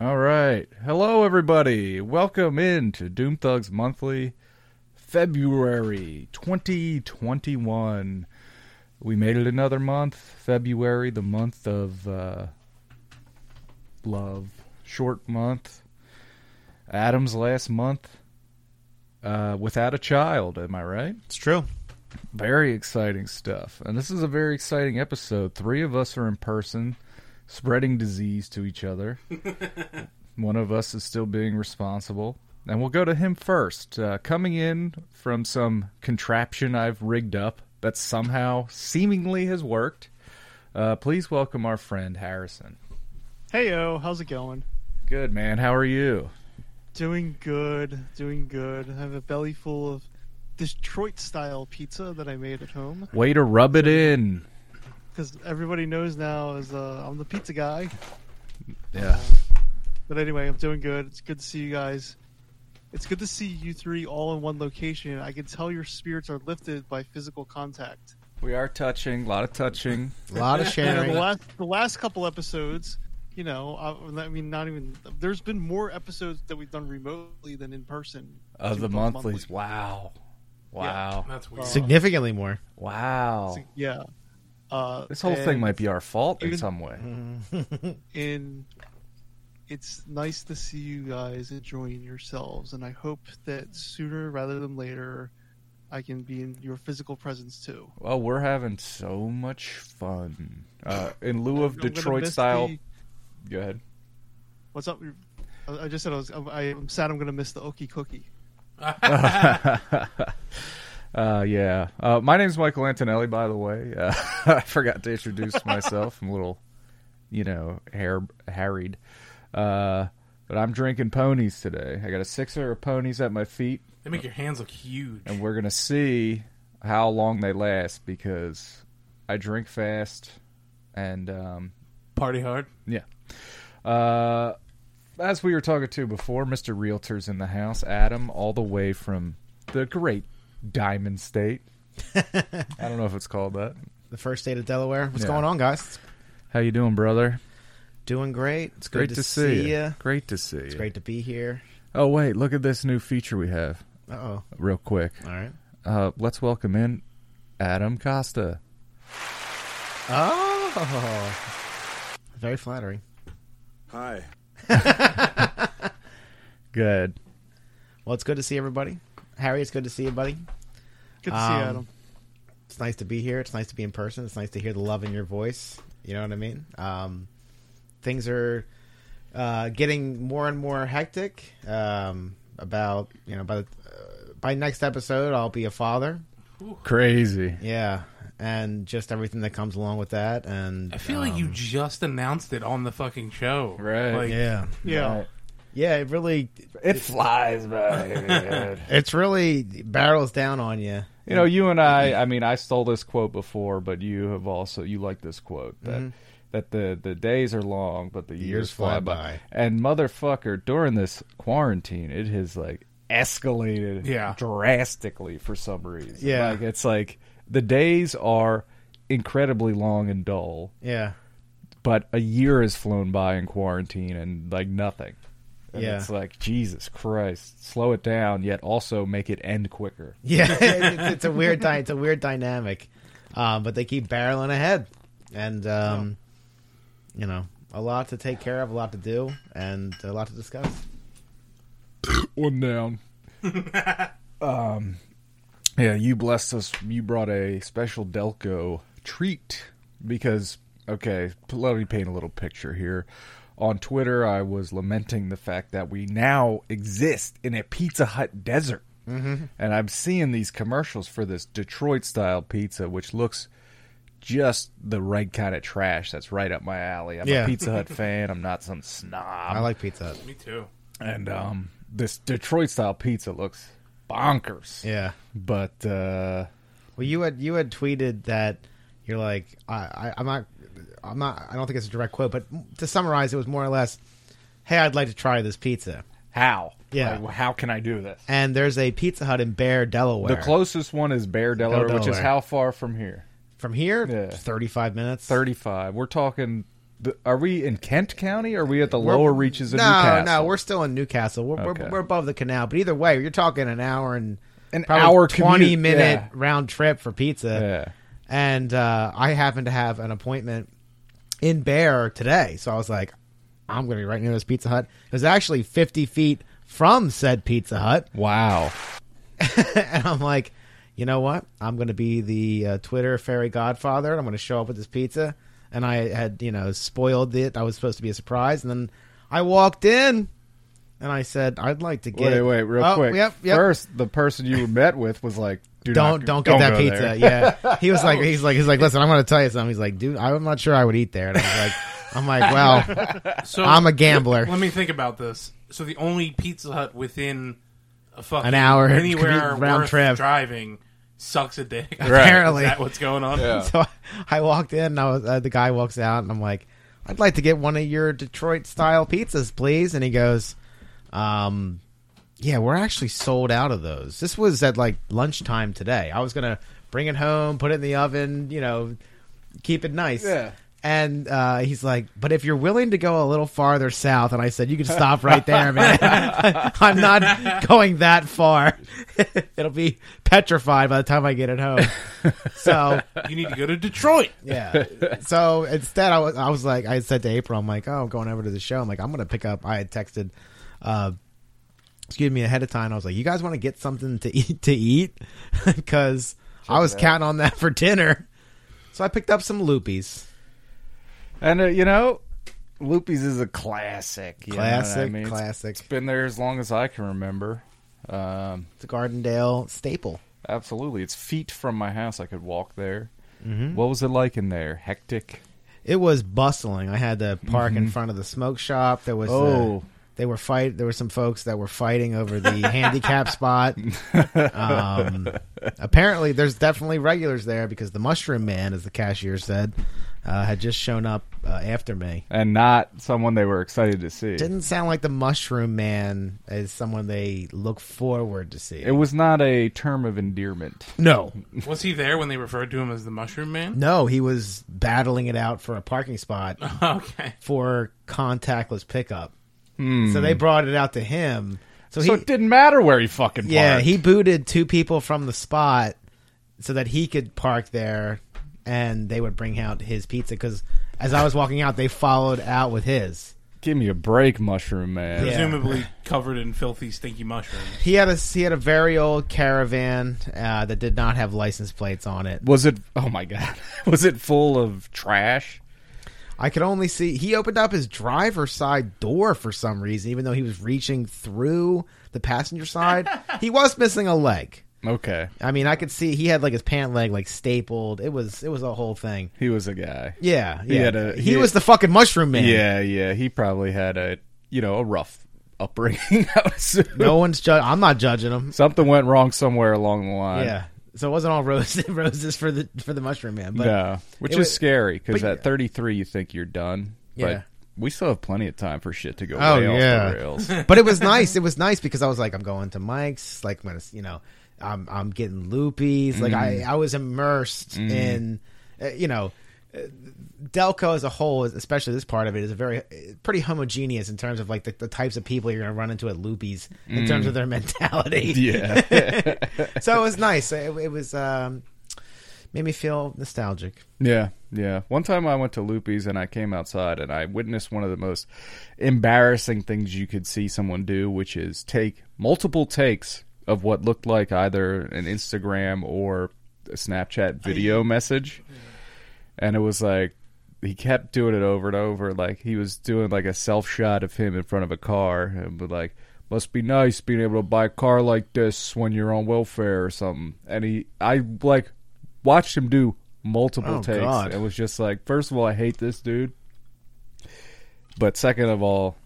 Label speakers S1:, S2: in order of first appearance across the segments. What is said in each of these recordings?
S1: All right. Hello, everybody. Welcome in to Doom Thugs Monthly, February 2021. We made it another month. February, the month of uh, love. Short month. Adam's last month uh, without a child. Am I right?
S2: It's true.
S1: Very exciting stuff. And this is a very exciting episode. Three of us are in person, spreading disease to each other. One of us is still being responsible. And we'll go to him first. Uh, coming in from some contraption I've rigged up that somehow seemingly has worked, uh, please welcome our friend Harrison.
S3: Hey yo, how's it going?
S1: Good, man. How are you?
S3: Doing good, doing good. I have a belly full of Detroit style pizza that I made at home
S1: Way to rub it in.
S3: because everybody knows now is uh, I'm the pizza guy.
S1: Yeah.
S3: But anyway, I'm doing good. It's good to see you guys. It's good to see you three all in one location. I can tell your spirits are lifted by physical contact.
S1: We are touching, a lot of touching.
S2: A lot
S3: And
S2: of
S3: the
S2: sharing.
S3: last the last couple episodes, you know, I, I mean, not even there's been more episodes that we've done remotely than in person
S1: Of the
S3: Two
S1: monthlies. Wow. Wow.
S4: That's weird.
S2: Significantly more.
S1: Wow.
S3: Yeah. Uh,
S1: Oh. This whole thing
S3: and
S1: might be our fault in
S3: even- Mm-hmm.
S1: some way.
S3: in it's nice to see you guys enjoying yourselves and i hope that sooner rather than later i can be in your physical presence too
S1: Well, we're having so much fun. Uh, in lieu of
S3: I'm gonna
S1: Detroit
S3: miss
S1: style,
S3: the-
S1: go ahead.
S3: what's up I- i just said i was i'm, I'm sad i'm gonna miss the okie cookie
S1: Uh, yeah. Uh, my name's Michael Antonelli, by the way. Uh, I forgot to introduce myself. I'm a little, you know, hair harried. Uh, but I'm drinking ponies today. I got a sixer of ponies at my feet,
S4: They make your hands look huge.
S1: and we're gonna see how long they last because I drink fast, and um,
S4: Party hard.
S1: Yeah. Uh, as we were talking to before, Mr. Realtor's in the house. Adam, all the way from the great Diamond State. I don't know if it's called that.
S2: The first state of Delaware. What's
S1: Yeah.
S2: going on, guys? It's
S1: How you doing, brother?
S2: doing great. It's
S1: Great
S2: good to see
S1: ya.
S2: you.
S1: Great to see you.
S2: It's great to be here.
S1: Oh wait, look at this new feature we have,
S2: Uh oh.
S1: real quick.
S2: All right.
S1: Uh, let's welcome in Adam Costa.
S2: Oh. Very flattering.
S5: Hi.
S1: Good.
S2: Well, it's good to see everybody. Harry, it's good to see you, buddy.
S3: good to see you
S2: Um,
S3: adam
S2: It's nice to be here. It's nice to be in person. It's nice to hear the love in your voice. You know what I mean? Um, things are uh, getting more and more hectic. Um, about you know by the, uh, by next episode, I'll be a father.
S1: Crazy.
S2: Yeah, and just everything that comes along with that. And um,
S4: I feel like you just announced it on the fucking show.
S1: Um, Right.
S4: Like,
S2: yeah,
S3: yeah
S2: yeah. It really,
S1: It flies by.
S2: it's really barrels down on you.
S1: You know, you and I. I mean, I stole this quote before, but you have also you like this quote that that the the days are long, but the years, fly, by. And motherfucker, during this quarantine, it has like escalated
S4: Yeah.
S1: drastically for some reason.
S2: Yeah.
S1: like it's like the days are incredibly long and dull,
S2: Yeah,
S1: but a year has flown by in quarantine and like nothing. And
S2: Yeah.
S1: it's like Jesus Christ, slow it down, yet also make it end quicker.
S2: yeah. it's, it's a weird, di- it's a weird dynamic. Um, but they keep barreling ahead, and um, you know, a lot to take care of, a lot to do, and a lot to discuss.
S1: one down. um, yeah, you blessed us. You brought a special Delco treat because okay, p- let me paint a little picture here. On Twitter, I was lamenting the fact that we now exist in a Pizza Hut desert, mm-hmm. and I'm seeing these commercials for this Detroit-style pizza, which looks just the right kind of trash. That's right up my alley. I'm
S2: Yeah.
S1: a Pizza Hut fan. I'm not some snob
S2: I like Pizza Hut.
S4: Me too.
S1: and um, this Detroit style pizza looks bonkers.
S2: Yeah.
S1: But uh,
S2: Well, you had you had tweeted that you're like I, I I'm not I'm not I don't think it's a direct quote, but to summarize, it was more or less, "Hey, I'd like to try this pizza."
S1: how?
S2: Yeah.
S1: Like, how can I do this?
S2: And there's a Pizza Hut in Bear, Delaware.
S1: The closest one is Bear, Delaware, which is
S2: Delaware.
S1: how far from here?
S2: from here,
S1: Yeah.
S2: 35 minutes.
S1: Thirty-five. We're talking the, are we in Kent County? Or are we at the
S2: We're-
S1: lower reaches of
S2: no,
S1: Newcastle?
S2: no, we're still in Newcastle. We're,
S1: Okay.
S2: we're, we're above the canal, but either way, you're talking an hour and
S1: an
S2: probably
S1: hour
S2: twenty
S1: commute-
S2: minute
S1: yeah.
S2: round trip for
S1: Yeah.
S2: pizza. and uh, I happened to have an appointment in Bear today, so I was like, I'm going to be right near this Pizza Hut. It was actually 50 feet from said Pizza Hut,
S1: Wow.
S2: and I'm like, you know what? I'm going to be the uh, Twitter fairy godfather, and I'm going to show up with this pizza. And I had, you know, spoiled it. I was supposed to be a surprise, and then I walked in, and I said, "I'd like to get."
S1: Wait, wait, real
S2: Oh,
S1: quick.
S2: Yep, yep.
S1: First, the person you met with was like, Do
S2: don't
S1: not,
S2: don't get that
S1: go
S2: pizza.
S1: there.
S2: Yeah, he was like, he's like, he's like, listen, I'm going to tell you something. He's like, dude, I'm not sure I would eat there. And I'm like, I'm like, well,
S4: So
S2: I'm a gambler.
S4: Let me think about this. So the only Pizza Hut within a fucking
S2: An hour
S4: anywhere
S2: commute round
S4: worth
S2: trip.
S4: driving sucks a dick.
S2: Apparently.
S4: Is that what's going on?
S1: Yeah.
S2: so I, I walked in, and I was, uh, the guy walks out, and I'm like, I'd like to get one of your Detroit style pizzas, please. And he goes, um, yeah, we're actually sold out of those. This was at like lunchtime today. I was gonna bring it home, put it in the oven, you know, keep it nice.
S1: Yeah.
S2: And uh, he's like, but if you're willing to go a little farther south, and I said, you can stop right there, man. I'm not going that far. It'll be petrified by the time I get it home. So
S4: You need to go to Detroit.
S2: yeah. So instead, I was I was like I said to April, I'm like, oh, I'm going over to the show. I'm like, I'm gonna pick up. I had texted, uh, excuse me, ahead of time. I was like, you guys want to get something to eat to eat because I was counting on that for dinner. So I picked up some loopies.
S1: And, uh, you know, Loopy's is a classic. you know what I
S2: Classic,
S1: mean? It's-
S2: classic.
S1: it's been there as long as I can remember. Um,
S2: It's a Gardendale staple.
S1: Absolutely. It's feet from my house. I could walk there.
S2: Mm-hmm.
S1: What was it like in there? Hectic.
S2: It was bustling. I had to park in front of the smoke shop. There was uh,
S1: Mm-hmm. Oh.
S2: they were fight. There were some folks that were fighting over the handicap spot. Um, apparently, there's definitely regulars there because the mushroom man, as the cashier said, uh, had just shown up uh, after me.
S1: And not someone they were excited to see.
S2: Didn't sound like the mushroom man is someone they look forward to see.
S1: it was not a term of endearment.
S2: no,
S4: Was he there when they referred to him as the Mushroom Man?
S2: no, he was battling it out for a parking spot.
S4: okay.
S2: for contactless pickup. So they brought it out to him. So he,
S1: Hmm. so it didn't matter where he fucking parked.
S2: yeah, he booted two people from the spot so that he could park there, and they would bring out his pizza. Because as I was walking out, they followed out with his.
S1: Give me a break, mushroom man.
S2: Yeah.
S4: Presumably covered in filthy, stinky mushrooms.
S2: He had a he had a very old caravan uh, that did not have license plates on it.
S1: Was it? Oh my god! Was it full of trash?
S2: I could only see he opened up his driver's side door for some reason, even though he was reaching through the passenger side. he was missing a leg.
S1: Okay,
S2: I mean, I could see he had like his pant leg like stapled. It was it was a whole thing.
S1: he was a guy.
S2: Yeah,
S1: He
S2: yeah.
S1: had a-
S2: he,
S1: he-
S2: was the fucking mushroom man.
S1: yeah, yeah. He probably had a you know a rough upbringing. I would assume.
S2: No one's ju- I'm not judging him.
S1: something went wrong somewhere along the line.
S2: Yeah. So it wasn't all roses roses for the for the mushroom man, but
S1: no, which
S2: it
S1: is
S2: was-
S1: scary because
S2: but-
S1: at 33 you think you're done.
S2: Yeah.
S1: But we still have plenty of time for shit to go
S2: Oh,
S1: way
S2: yeah.
S1: off the rails.
S2: but it was nice. It was nice because I was like, I'm going to Mike's. Like, I'm gonna, you know, I'm I'm getting loopies. Like,
S1: Mm.
S2: I I was immersed in, uh, you know. uh, Delco as a whole, especially this part of it, is a very uh, pretty homogeneous in terms of like the, the types of people you're going to run into at Loopies in terms of their mentality.
S1: Mm. yeah.
S2: so it was nice. It, it was um, made me feel nostalgic.
S1: Yeah. Yeah. One time I went to Loopy's and I came outside and I witnessed one of the most embarrassing things you could see someone do, which is take multiple takes of what looked like either an Instagram or a Snapchat video message. And it was like, he kept doing it over and over. Like he was doing like a self shot of him in front of a car and be like, must be nice being able to buy a car like this when you're on welfare or something. And he, I like watched him do multiple
S2: Oh,
S1: takes.
S2: God.
S1: It was just like, first of all, I hate this dude. But second of all,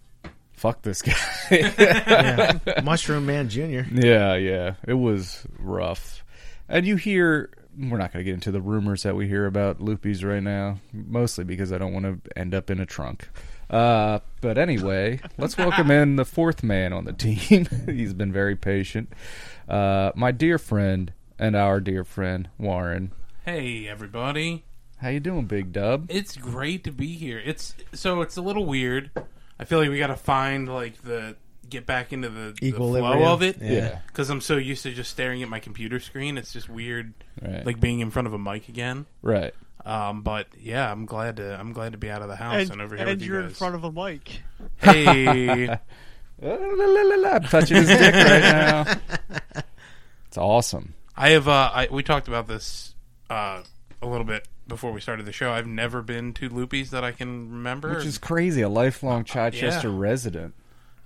S1: fuck this guy.
S2: Yeah. Mushroom Man Junior.
S1: Yeah, yeah. It was rough. And you hear we're not going to get into the rumors that we hear about loopies right now, mostly because I don't want to end up in a trunk. Uh, but anyway, let's welcome in the fourth man on the team. He's been very patient. Uh, my dear friend and our dear friend Warren.
S4: Hey, everybody.
S1: How you doing, Big Dub?
S4: It's great to be here. It's so it's a little weird. I feel like we got to find like the get back into the, the
S2: Equilibrium.
S4: flow of it
S2: Yeah.
S4: because I'm so used to just staring at my computer screen. It's just weird,
S1: Right.
S4: like being in front of a mic again.
S1: right.
S4: Um, but yeah, I'm glad to I'm glad to be out of the house and,
S3: and
S4: over here
S3: and
S4: with
S3: you're
S4: you guys.
S3: in front of a mic.
S4: hey,
S1: La, la, la, la, la. Uh, I'm touching his dick right now. It's awesome.
S4: I have. Uh, I, we talked about this uh, a little bit before we started the show. I've never been to Loopy's that I can remember.
S1: Which is crazy. A lifelong Chichester
S4: yeah.
S1: resident.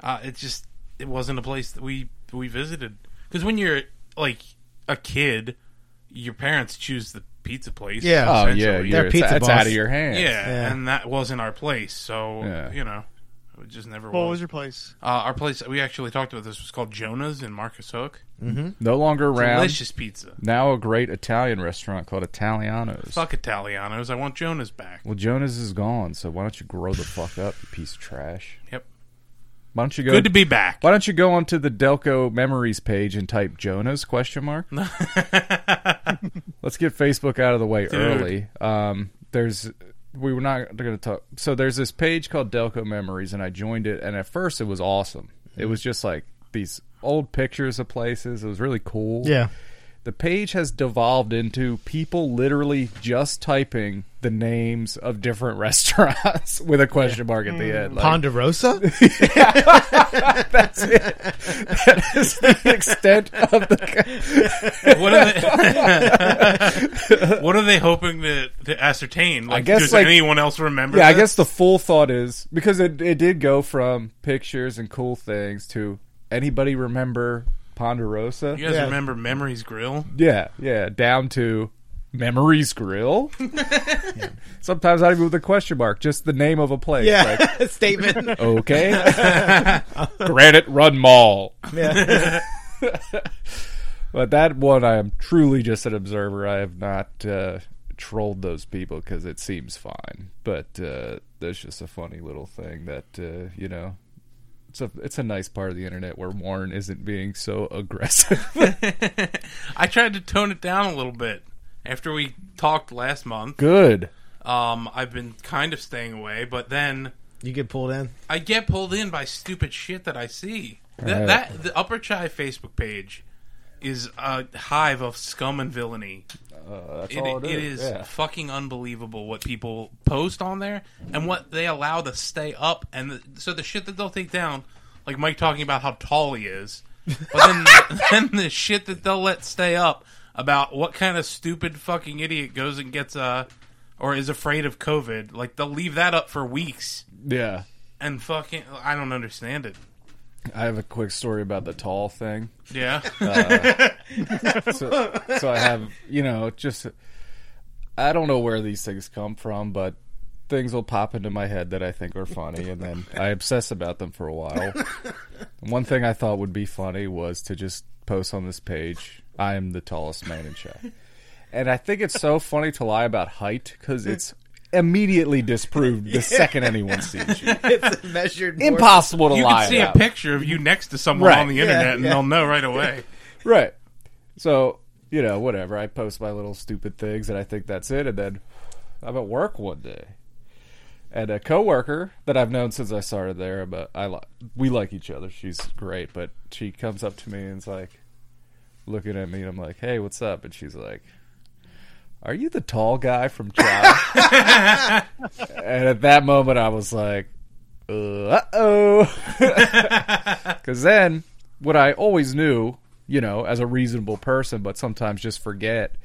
S4: uh, it just it wasn't a place that we we visited because when you're like a kid, your parents choose the pizza place.
S2: Yeah.
S1: Oh yeah,
S4: essentially.
S1: you're,
S2: They're
S1: it's,
S2: pizza
S1: it's out
S2: boss.
S1: of your hands.
S4: yeah,
S2: Yeah.
S4: and that wasn't our place. So
S1: Yeah.
S4: you know, it just never
S3: What
S4: was.
S3: was your place?
S4: uh, our place we actually talked about this was called Jonah's in Marcus Hook.
S1: No longer around.
S4: Delicious pizza.
S1: Now a great Italian restaurant called Italiano's.
S4: Fuck Italianos. I want Jonah's back.
S1: Well, Jonas is gone, so why don't you grow the fuck up, you piece of trash?
S4: Yep.
S1: Why don't you go?
S4: Good to be back.
S1: why don't you go onto the Delco memories page and type Jonas question mark? Let's get Facebook out of the way early. Um, there's we were not going to talk. So there's this page called Delco Memories, and I joined it. And at first, it was awesome. It was just like these old pictures of places. It was really cool.
S2: Yeah.
S1: The page has devolved into people literally just typing the names of different restaurants with a question mark at the end. Like,
S2: Ponderosa?
S1: that's it. That is the extent of the.
S4: what are they? what are they hoping to, to ascertain? Like,
S1: guess,
S4: does
S1: like-
S4: anyone else remember?
S1: Yeah, I
S4: this?
S1: guess the full thought is because it it did go from pictures and cool things to anybody remember Ponderosa?
S4: You guys
S2: Yeah.
S4: remember Memories Grill?
S1: Yeah, yeah, down to Memories Grill. Sometimes not even with a question mark, just the name of a place. like,
S2: yeah. Statement.
S1: okay. Granite Run Mall.
S2: yeah.
S1: But that one, I am truly just an observer. I have not uh, trolled those people because it seems fine. But uh, that's just a funny little thing that uh, you know. It's a it's a nice part of the internet where Warren isn't being so aggressive.
S4: I tried to tone it down a little bit after we talked last month.
S1: Good.
S4: Um, I've been kind of staying away, but then
S2: You get pulled in.
S4: I get pulled in by stupid shit that I see. Th-
S1: Right.
S4: That the Upper Chai Facebook page is a hive of scum and villainy.
S1: that's
S4: It, it is fucking unbelievable what people post on there and what they allow to stay up. And the, so the shit that they'll take down, like Mike talking about how tall he is, but then, then the shit that they'll let stay up about what kind of stupid fucking idiot goes and gets a or is afraid of COVID, like they'll leave that up for weeks
S1: Yeah.
S4: and fucking I don't understand it.
S1: I have a quick story about the tall thing.
S4: Yeah,
S1: so, so I have, you know, just I don't know where these things come from, but things will pop into my head that I think are funny, and then I obsess about them for a while. And one thing I thought would be funny was to just post on this page, "I am the tallest man in Shaw," and I think it's so funny to lie about height because it's immediately disproved the second anyone sees you.
S2: It's measured. more-
S1: Impossible to
S4: you
S1: lie.
S4: can see a
S1: about.
S4: picture of you next to someone
S1: Right.
S4: on the
S1: Yeah,
S4: internet, and
S2: yeah.
S4: they'll know right away.
S1: Right. So, you know, whatever. I post my little stupid things and I think that's it. And then I'm at work one day. And a coworker that I've known since I started there, but I li- we like each other. She's great, but she comes up to me and's like looking at me and I'm like, "Hey, what's up?" And she's like, "Are you the tall guy from Child?" and at that moment I was like, "Uh oh." Because then, what I always knew, you know, as a reasonable person, but sometimes just forget,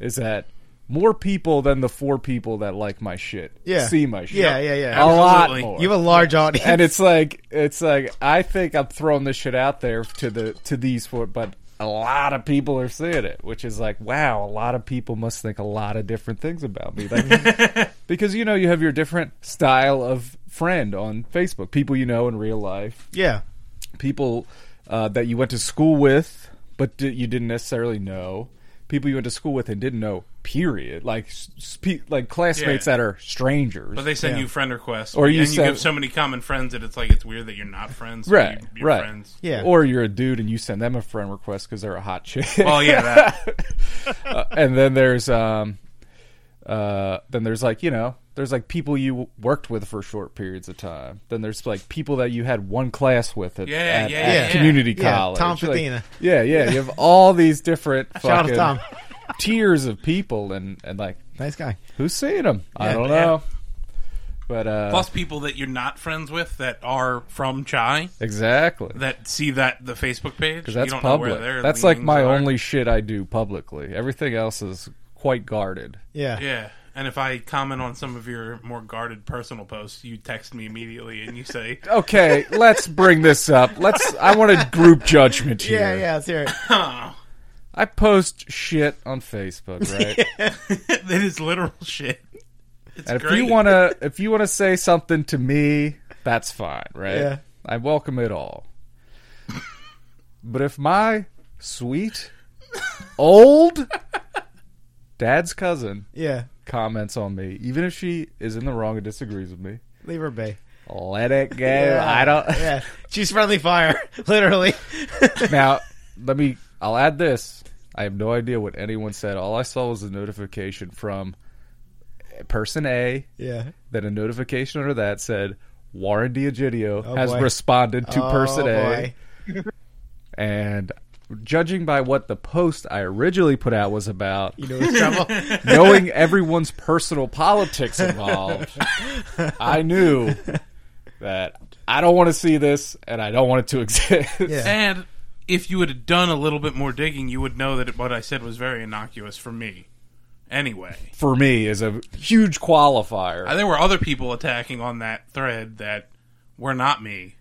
S1: is that more people than the four people that like my shit
S2: Yeah.
S1: see my shit.
S2: Yeah, yeah, yeah.
S1: A lot
S4: Absolutely.
S1: more.
S2: You have a large audience.
S1: and it's like it's like I think I'm throwing this shit out there to the to these four, but a lot of people are seeing it, which is like, wow, a lot of people must think a lot of different things about me. Like, because you know you have your different style of friend on Facebook, people you know in real life,
S2: yeah.
S1: people uh, that you went to school with, but di- you didn't necessarily know. People you went to school with and didn't know. Period. Like s- spe- like classmates
S4: Yeah.
S1: that are strangers.
S4: But they send
S2: Yeah.
S4: you friend requests,
S1: Or
S4: or
S1: you
S4: you and you
S1: send-
S4: have so many common friends that it's like it's weird that you're not friends. so
S1: right,
S4: you, you're
S1: right,
S4: Friends.
S2: Yeah.
S1: Or you're a dude and you send them a Uh, friend request because they're a hot chick.
S4: Well, yeah, that,
S1: and then there's um, Uh, then there's like you know there's like people you worked with for short periods of time. Then there's like people that you had one class with at,
S4: Yeah,
S1: at-
S4: yeah,
S1: at
S4: yeah.
S1: community
S2: Yeah,
S1: college.
S2: Tom
S1: Like,
S2: Fadina.
S1: yeah, yeah. You have all these different
S2: Shout out
S1: fucking
S2: to Tom.
S1: tiers of people, and and like
S2: Nice guy.
S1: who's seeing them? I
S2: Yeah,
S1: don't
S4: yeah.
S1: know. But uh,
S4: Plus, people that you're not friends with that are from Chai
S1: exactly.
S4: that see that the Facebook page.
S1: Because that's
S4: you don't Know
S1: public.
S4: where their
S1: That's like
S4: leanings
S1: my
S4: are.
S1: only shit I do publicly. Everything else is quite guarded.
S2: Yeah.
S4: Yeah, and if I comment on some of your more guarded personal posts, you text me immediately and you say,
S1: Okay, let's bring this up. Let's. I want a group judgment here.
S2: Yeah, yeah, let's hear it.
S4: "Oh,
S1: I post shit on Facebook, right?
S4: that is literal shit." It's
S1: and if
S4: great.
S1: you wanna, if you wanna say something to me, that's fine, right?
S2: Yeah.
S1: I welcome it all. but if my sweet old dad's cousin
S2: Yeah.
S1: comments on me, even if she is in the wrong and disagrees with me,
S2: Leave her be.
S1: let it go.
S2: Yeah.
S1: I don't.
S2: Yeah. She's friendly fire, literally.
S1: now let me i'll add this i have no idea what anyone said all i saw was a notification from person a
S2: yeah.
S1: then a notification under that said warren diagidio
S2: Oh,
S1: has
S2: boy.
S1: responded to
S2: Oh,
S1: person a
S2: boy.
S1: and judging by what the post i originally put out was about
S2: You know it's trouble.
S1: knowing everyone's personal politics involved i knew that i don't want to see this and i don't want it to exist
S2: Yeah.
S4: And if you would have done a little bit more digging, you would know that it- what I said was very innocuous for me. Anyway,
S1: for me is a huge qualifier
S4: Uh, there were other people attacking on that thread that were not me.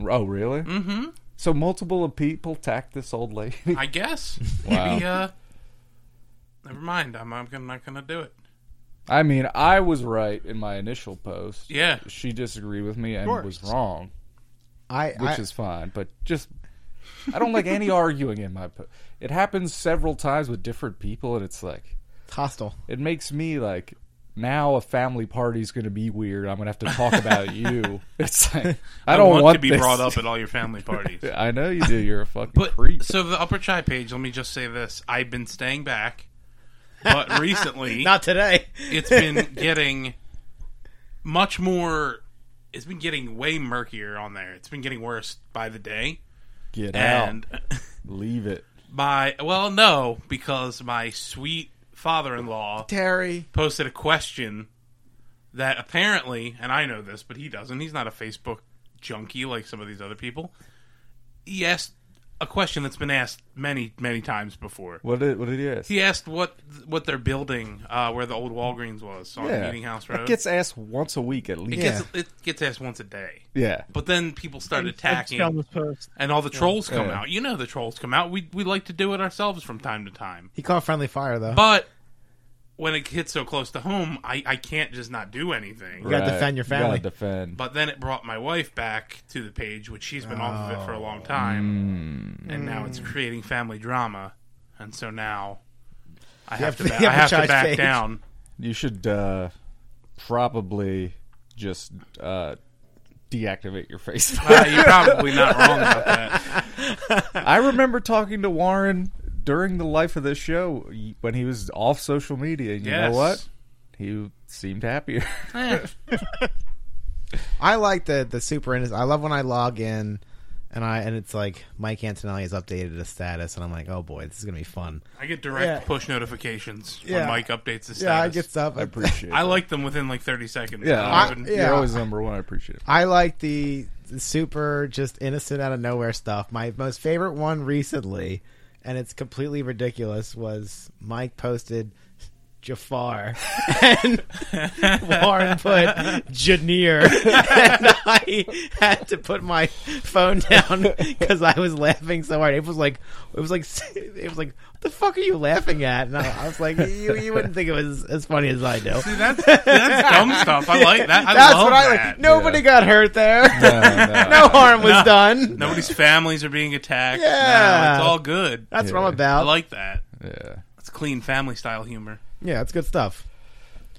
S1: Oh, really? Mm-hmm. So multiple people tacked this old lady.
S4: I guess.
S1: Wow.
S4: Maybe, uh, never mind. I'm, I'm gonna- not going to do it.
S1: I mean, I was right in my initial post.
S4: Yeah.
S1: She disagreed with me and
S3: Of course.
S1: was wrong,
S2: I,
S1: which
S2: I,
S1: is fine. But just, I don't like any arguing in my post. It happens several times with different people, and it's like
S2: hostile.
S1: it makes me like now a family party's going to be weird. I'm going to have to talk about you. It's like I don't
S4: want, to be
S1: this.
S4: brought up at all your family parties.
S1: I know you do. You're a fucking
S4: But
S1: creep.
S4: so the upper chai page. Let me just say this: I've been staying back, but recently
S2: Not today.
S4: it's been getting much more. It's been getting way murkier on there. It's been getting worse by the day,
S1: Get
S4: and
S1: out. Leave it.
S4: my well, no, because my sweet father-in-law
S2: Terry.
S4: posted a question that apparently, and I know this, but he doesn't. He's not a Facebook junkie like some of these other people. He asked a question that's been asked many, many times before.
S1: What did what did he ask?
S4: He asked what what they're building uh, where the old Walgreens was on Meeting House Road.
S1: It gets asked once a week at least.
S4: It
S2: Yeah.
S4: gets- it gets asked once a day.
S1: Yeah.
S4: But then people start
S3: Found
S4: attacking,
S3: this post.
S4: and all the trolls come
S1: Yeah.
S4: out. You know the trolls come out. We we like to do it ourselves from time to time.
S2: He called friendly fire, though.
S4: But when it hits so close to home, I, I can't just not do anything.
S2: You gotta defend your family.
S1: You gotta defend.
S4: But then it brought my wife back to the page, which she's been off of it for a long time,
S2: Mm.
S4: and now it's creating family drama, and so now I have,
S2: have
S4: to
S2: to-
S4: ba-
S2: you
S4: I
S2: have
S4: have
S2: to
S4: to
S2: try
S4: back
S2: page.
S4: down.
S1: you should uh, probably just uh, deactivate your Facebook.
S4: Uh, you're probably not wrong about that.
S1: I remember talking to Warren during the life of this show when he was off social media. And you
S4: Yes.
S1: know what? He seemed happier.
S2: I like the the super. I love when I log in, and I and it's like Mike Antonelli has updated a status, and I'm like, oh boy, this is gonna be fun.
S4: I get direct
S2: Yeah.
S4: push notifications
S2: Yeah.
S4: when Mike updates the status.
S2: Yeah, I get stuff.
S1: I appreciate.
S4: I
S1: that.
S4: like them within like 30 seconds.
S1: Yeah,
S4: I
S1: I,
S4: don't even-
S2: yeah.
S1: you're always number one. I appreciate it.
S2: I like the, the super just innocent out of nowhere stuff. My most favorite one recently, and it's completely ridiculous, was Mike posted Jafar and Warren put Janir. And I had to put my phone down because I was laughing so hard. It was like it was like it was like what the fuck are you laughing at? And I, I was like, you, you wouldn't think it was as funny as I do.
S4: See, that's, that's dumb stuff. I like that. I
S2: That's
S4: love
S2: what I
S4: that.
S2: like. Nobody
S1: Yeah.
S2: got hurt there.
S1: no.
S2: no harm was done.
S4: Nobody's families are being attacked. No,
S2: Yeah.
S4: it's all good.
S2: That's what
S1: Yeah.
S2: I'm
S4: I
S2: about.
S4: like that.
S1: Yeah,
S4: It's clean family style humor.
S2: yeah, it's good stuff.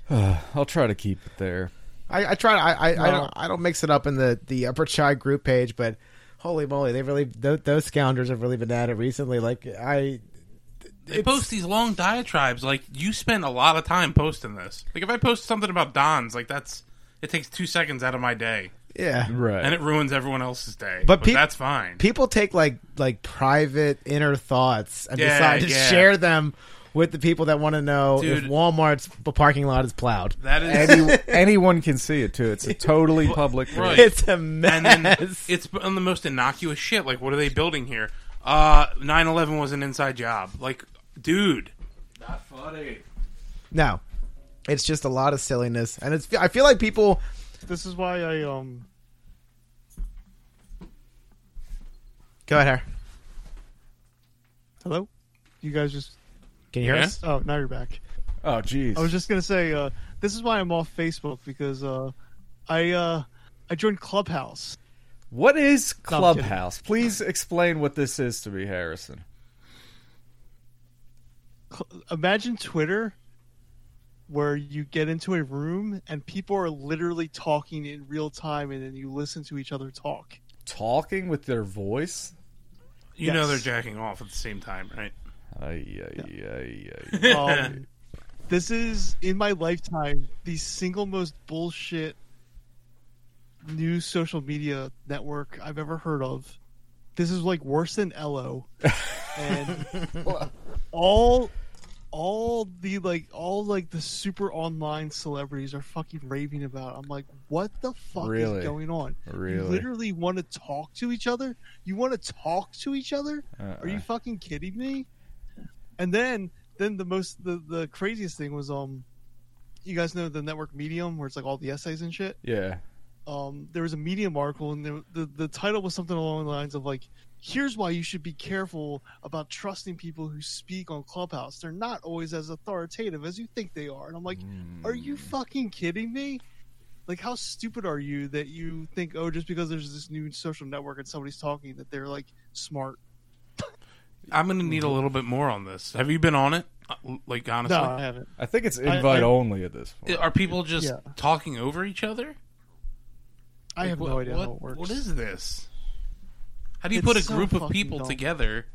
S1: I'll try to keep it there.
S2: I, I try. I I, I, don't, I don't mix it up in the the Upper Chai group page, but holy moly, they really those, those scoundrels have really been at it recently. Like I,
S4: They post these long diatribes. Like you spend a lot of time posting this. Like if I post something about Don's, like that's it takes two seconds out of my day,
S2: yeah.
S1: Right.
S4: and it ruins everyone else's day.
S2: But
S4: But,
S2: peop-
S4: that's fine.
S2: People take like like private inner thoughts and
S4: Yeah,
S2: decide to
S4: yeah.
S2: share them with the people that want to know
S4: Dude.
S2: if Walmart's p- parking lot is plowed.
S4: that is
S1: Any, anyone can see it too. It's a totally public thing.
S4: Right.
S2: It's a mess.
S4: and then it's on the most innocuous shit. Like, what are they building here? Uh, 9-11 was an inside job. Like, dude. Not funny.
S2: no, it's just a lot of silliness, and it's I feel like people
S3: This is why I um
S2: go ahead. Harry.
S3: hello? You guys just
S2: Can you hear
S4: Yeah?
S2: us?
S3: oh now you're back.
S1: Oh, jeez.
S3: I was just gonna say, uh, this is why I'm off Facebook because uh, I uh, I joined Clubhouse.
S1: What is
S3: No, I'm kidding.
S1: Clubhouse? Please explain what this is to me, Harrison.
S3: Cl- Imagine Twitter, where you get into a room and people are literally talking in real time, and then you listen to each other talk.
S1: Talking with their voice?
S4: You
S3: Yes.
S4: know they're jacking off at the same time, right?
S1: Ay, ay, ay, ay.
S3: Um, this is in my lifetime the single most bullshit new social media network I've ever heard of. This is like worse than Elo, and all all the like all like the super online celebrities are fucking raving about. it. I'm like, what the fuck
S1: Really?
S3: is going on? You
S1: Really?
S3: literally want to talk to each other? You want to talk to each other? Are you
S1: Uh-uh.
S3: fucking kidding me? And then then the most the, the craziest thing was um you guys know the network medium where it's like all the essays and shit.
S1: Yeah.
S3: Um there was a medium article and the the, the title was something along the lines of like here's why you should be careful about trusting people who speak on Clubhouse. They're not always as authoritative as you think they are. And I'm like, are
S1: Mm.
S3: you fucking kidding me? Like, how stupid are you that you think, oh, just because there's this new social network and somebody's talking, that they're like smart?
S4: I'm going to need a little bit more on this. Have you been on it? Uh, Like, honestly?
S3: Mm-hmm. No, I haven't.
S1: I think it's
S3: I-
S1: invite
S3: I-
S1: only at this point.
S4: Are people just
S3: Yeah.
S4: talking over each other?
S3: I
S4: Like,
S3: have
S4: what-
S3: no idea
S4: what-
S3: how it works.
S4: What is this? How do you
S3: It's
S4: put a
S3: so
S4: group of
S3: fucking
S4: people
S3: dumb.
S4: together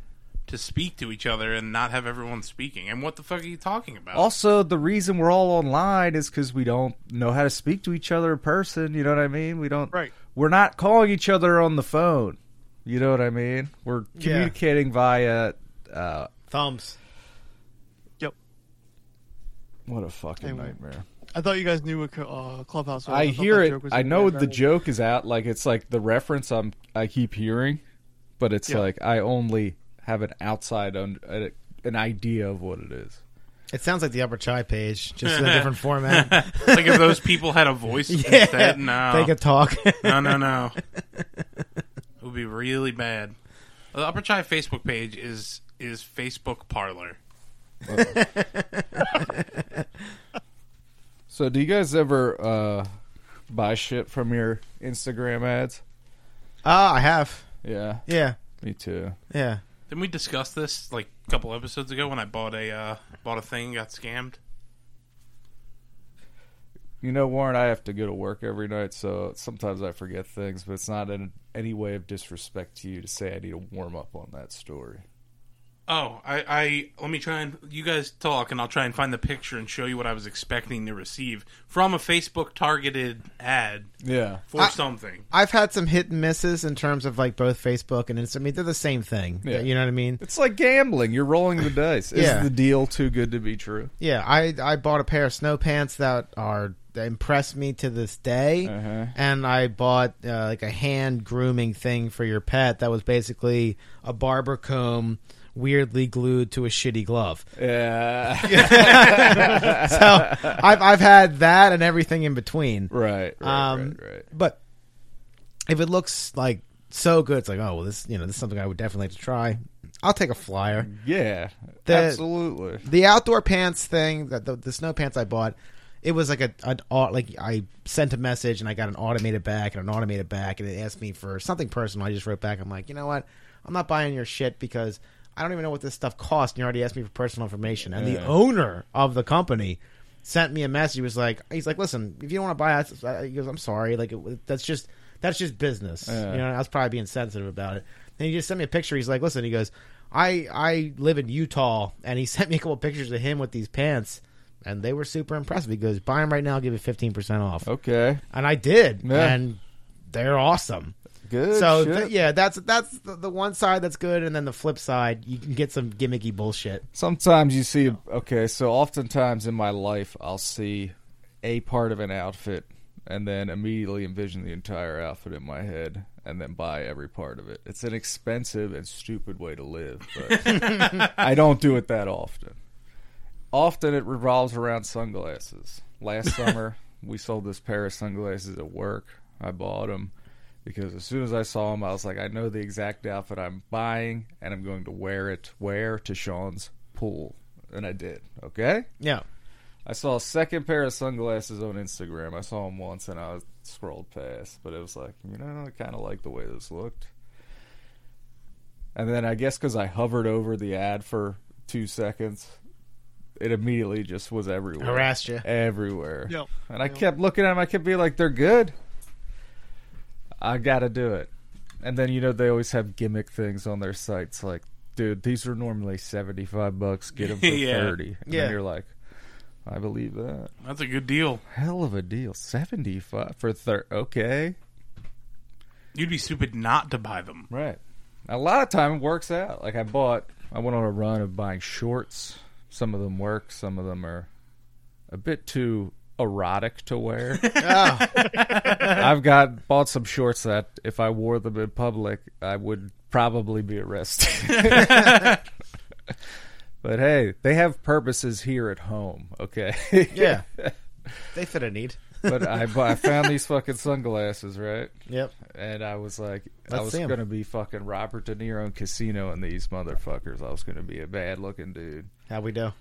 S4: to speak to each other and not have everyone speaking? And what the fuck are you talking about?
S3: Oh.
S1: Also, the reason we're all online is because we don't know how to speak to each other in person. You know what I mean? We don't.
S3: Right.
S1: We're not calling each other on the phone. You know what I mean? We're communicating via. Uh,
S2: Thumbs.
S1: what a fucking
S3: Hey,
S1: nightmare!
S3: I thought you guys knew what co- uh, Clubhouse was.
S1: I
S3: thought
S1: hear
S3: that
S1: it.
S3: joke was
S1: I
S3: in
S1: know
S3: there.
S1: the joke is out. Like it's like the reference I'm. I keep hearing, but it's
S3: Yeah.
S1: like I only have an outside un, a, an idea of what it is.
S2: It sounds like the Upper Chai page, just in a different format.
S4: like if those people had a voice instead? No.
S2: They could talk.
S4: No, no, no. it would be really bad. The Upper Chai Facebook page is is Facebook Parlor.
S1: So, do you guys ever uh, buy shit from your Instagram ads?
S2: Ah, I have.
S1: Yeah,
S2: Yeah,
S1: me too.
S2: yeah.
S4: Didn't we discuss this like a couple episodes ago when I bought a uh, bought a thing and got scammed?
S1: You know, Warren, I have to go to work every night, so sometimes I forget things, but it's not in any way of disrespect to you to say I need to warm up on that story.
S4: Oh, I, I let me try and you guys talk and I'll try and find the picture and show you what I was expecting to receive from a Facebook targeted ad
S1: Yeah.
S4: for
S2: I-
S4: something.
S2: I've had some hit and misses in terms of like both Facebook and Instagram. I mean, they're the same thing.
S1: Yeah.
S2: You know what I mean?
S1: It's like gambling. You're rolling the dice.
S2: Yeah.
S1: Is the deal too good to be true?
S2: Yeah, I I bought a pair of snow pants that are that impress me to this day,
S1: Uh-huh.
S2: and I bought uh, like a hand grooming thing for your pet that was basically a barber comb weirdly glued to a shitty glove.
S1: Yeah.
S2: So I've I've had that and everything in between.
S1: right, right,
S2: Um,
S1: right, right.
S2: But if it looks like so good, it's like oh well, this you know this is something I would definitely like to try. I'll take a flyer.
S1: Yeah.
S2: The-
S1: absolutely.
S2: the outdoor pants thing that the, the snow pants I bought, it was like a an au- like I sent a message and I got an automated back and an automated back and it asked me for something personal. I just wrote back. I'm like, you know what? I'm not buying your shit because I don't even know what this stuff costs. And you already asked me for personal information. And the
S1: Yeah.
S2: owner of the company sent me a message. He was like, he's like, listen, if you don't want to buy that, he goes, I'm sorry. Like it, that's just that's just business.
S1: Yeah.
S2: You know, I was probably being sensitive about it. And he just sent me a picture. He's like, listen, he goes, I I live in Utah, and he sent me a couple pictures of him with these pants, and they were super impressive. He goes, "Buy them right now, I'll give you fifteen percent off,"
S1: Okay.
S2: and I did,
S1: Oh. Yeah.
S2: and they're awesome.
S1: Good.
S2: so
S1: shit.
S2: th- yeah, that's that's the, the one side that's good, and then the flip side, you can get some gimmicky bullshit.
S1: Sometimes you see, okay, so oftentimes in my life, I'll see a part of an outfit and then immediately envision the entire outfit in my head and then buy every part of it. It's an expensive and stupid way to live, but I don't do it that often. Often it revolves around sunglasses. Last summer, we sold this pair of sunglasses at work. I bought them because as soon as I saw him, I was like, I know the exact outfit I'm buying, and I'm going to wear it where to Sean's pool, and I did. Okay,
S2: Yeah,
S1: I saw a second pair of sunglasses on Instagram. I saw them once, and I scrolled past, but it was like, you know, I kind of like the way this looked. And then I guess because I hovered over the ad for two seconds, it immediately just was everywhere
S2: harassed you.
S1: everywhere.
S3: Yep.
S1: And I
S3: Yep.
S1: kept looking at them. I kept being like, they're good. I got to do it. And then, you know, they always have gimmick things on their sites like, dude, these are normally 75 bucks. Get them for
S4: Yeah.
S1: 30. And
S2: Yeah.
S1: then you're like, I believe that.
S4: That's a good deal.
S1: Hell of a deal. 75 for 30. Okay.
S4: You'd be stupid not to buy them.
S1: Right. A lot of time it works out. Like I bought, I went on a run of buying shorts. Some of them work. Some of them are a bit too erotic to wear.
S2: Oh,
S1: I've got bought some shorts that if I wore them in public, I would probably be arrested. but hey, they have purposes here at home, okay?
S2: yeah, they fit a need.
S1: but I, bu- I found these fucking sunglasses, right?
S2: Yep.
S1: And I was like, I
S2: Let's
S1: was
S2: see 'em.
S1: going to be fucking Robert De Niro in Casino and these motherfuckers. I was going to be a bad looking dude.
S2: How we do?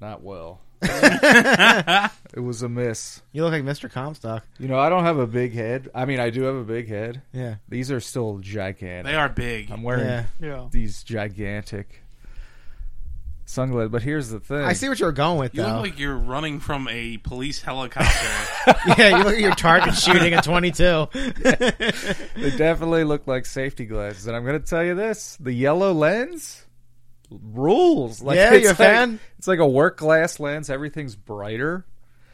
S1: Not well. it was a miss.
S2: You look like Mr. Comstock.
S1: You know, I don't have a big head. I mean, I do have a big head.
S2: Yeah.
S1: These are still gigantic.
S4: They are big.
S1: I'm wearing
S2: Yeah.
S3: Yeah.
S1: these gigantic sunglasses. But here's the thing.
S2: I see what you were going with,
S4: You
S2: though.
S4: look like you're running from a police helicopter.
S2: yeah, you look at your target shooting at 22.
S1: They definitely look like safety glasses. And I'm going to tell you this the yellow lens rules. Like,
S2: Yeah,
S1: it's
S2: you a
S1: like-
S2: fan?
S1: It's like a work glass lens, everything's brighter.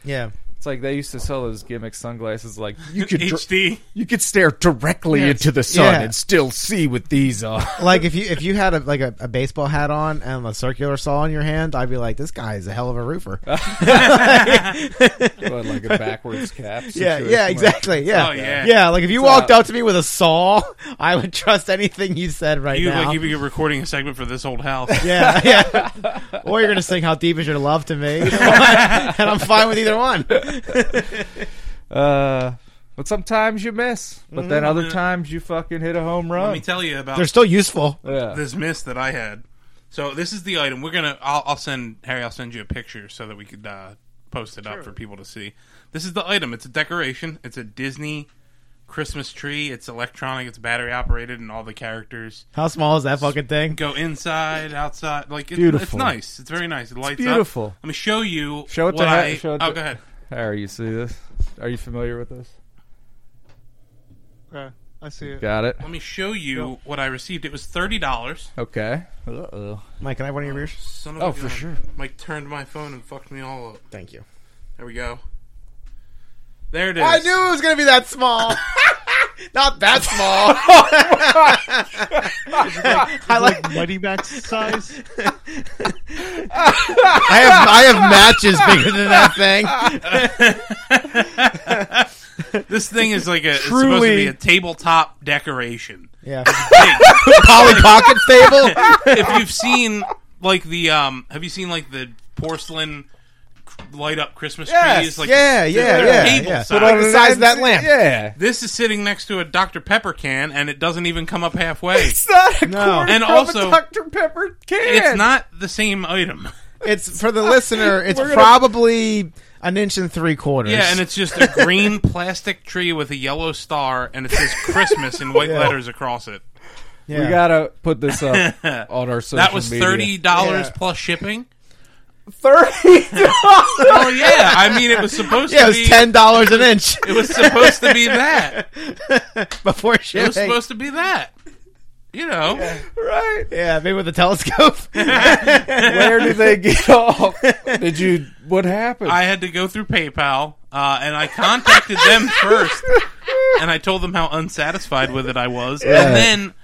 S2: yeah.
S1: It's like they used to sell those gimmick sunglasses. Like you could, dr-
S4: HD.
S1: you could stare directly into the sun
S2: Yeah.
S1: and still see with these on.
S2: Like if you if you had a, like a, a baseball hat on and a circular saw in your hand, I'd be like, this guy is a hell of a roofer.
S1: But like a backwards cap.
S2: yeah,
S1: situation,
S2: yeah,
S1: like-
S2: exactly. Yeah,
S4: Oh, yeah.
S2: yeah. Like if you
S1: So-
S2: walked up to me with a saw, I would trust anything you said right
S4: You look
S2: now.
S4: like you'd be recording a segment for this old house.
S2: yeah, yeah. or you're gonna sing "How Deep Is Your Love" to me, Either one. and I'm fine with either one.
S1: Uh, but sometimes you miss, but then other times you fucking hit a home
S4: Let
S1: run.
S4: me tell you about
S2: They're still useful.
S1: yeah.
S4: this miss that I had. So this is the item we're gonna. I'll, I'll send Harry. I'll send you a picture so that we could uh, post it up for people to see. This is the item. It's a decoration. It's a Disney Christmas tree. It's electronic. It's battery operated, and all the characters
S2: How small is that fucking thing?
S4: go inside, outside. Like it, it's
S1: Beautiful.
S4: nice. It's very nice. It lights
S1: beautiful.
S4: up. Let me show you.
S1: Show it to
S4: what
S1: Har-
S4: I-
S1: show it
S4: oh,
S1: to-
S4: go ahead.
S1: Harry, you see this? Are you familiar with this?
S3: Okay. I see it.
S1: Got it.
S4: Let me show you what I received. It was thirty dollars.
S1: Okay. Uh-oh.
S2: Mike, can I have one of your beers?
S4: Son of
S1: Oh,
S4: a
S1: for
S4: gun.
S1: sure.
S4: Mike turned my phone and fucked me all up.
S2: Thank you.
S4: There we go. There it is.
S2: I knew it was gonna be that small. Not that small. I like.
S3: Like Mighty Max size.
S2: I have. I have matches bigger than that thing.
S4: This thing is like a it's supposed to
S1: Truly-
S4: be a tabletop decoration.
S2: Yeah.
S4: Big.
S2: Polly Pocket stable.
S4: if you've seen like the um, have you seen like the porcelain light up Christmas
S1: Yes,
S4: trees? Like
S2: yeah,
S4: they're
S2: yeah, yeah,
S4: table
S2: yeah.
S4: size.
S2: Put on- the size of that lamp.
S1: Yeah.
S4: This is sitting next to a Dr Pepper can, and it doesn't even come up halfway.
S1: It's not a
S2: No.
S1: quarter
S4: And
S1: from
S4: also-
S1: a Dr. Pepper can.
S4: It's not the same item.
S2: It's for the listener. It's
S1: We're gonna-
S2: probably an inch and three quarters.
S4: Yeah, and it's just a green plastic tree with a yellow star, and it says Christmas in white
S2: Yeah.
S4: letters across it.
S2: yeah.
S1: We gotta put this up on our social
S4: That was
S1: media.
S4: thirty dollars
S2: Yeah.
S4: plus shipping.
S1: Thirty.
S4: Oh yeah, I mean it was supposed
S2: yeah, it
S4: to
S2: was
S4: be
S2: ten dollars an inch
S4: It was supposed to be that.
S2: before
S4: It was
S2: shipping.
S4: supposed to be that. You know,
S1: right?
S2: Yeah, maybe with a telescope.
S1: Where do they get off? Did you? What happened?
S4: I had to go through PayPal, uh, and I contacted them first, and I told them how unsatisfied with it I was,
S1: Yeah.
S4: and then.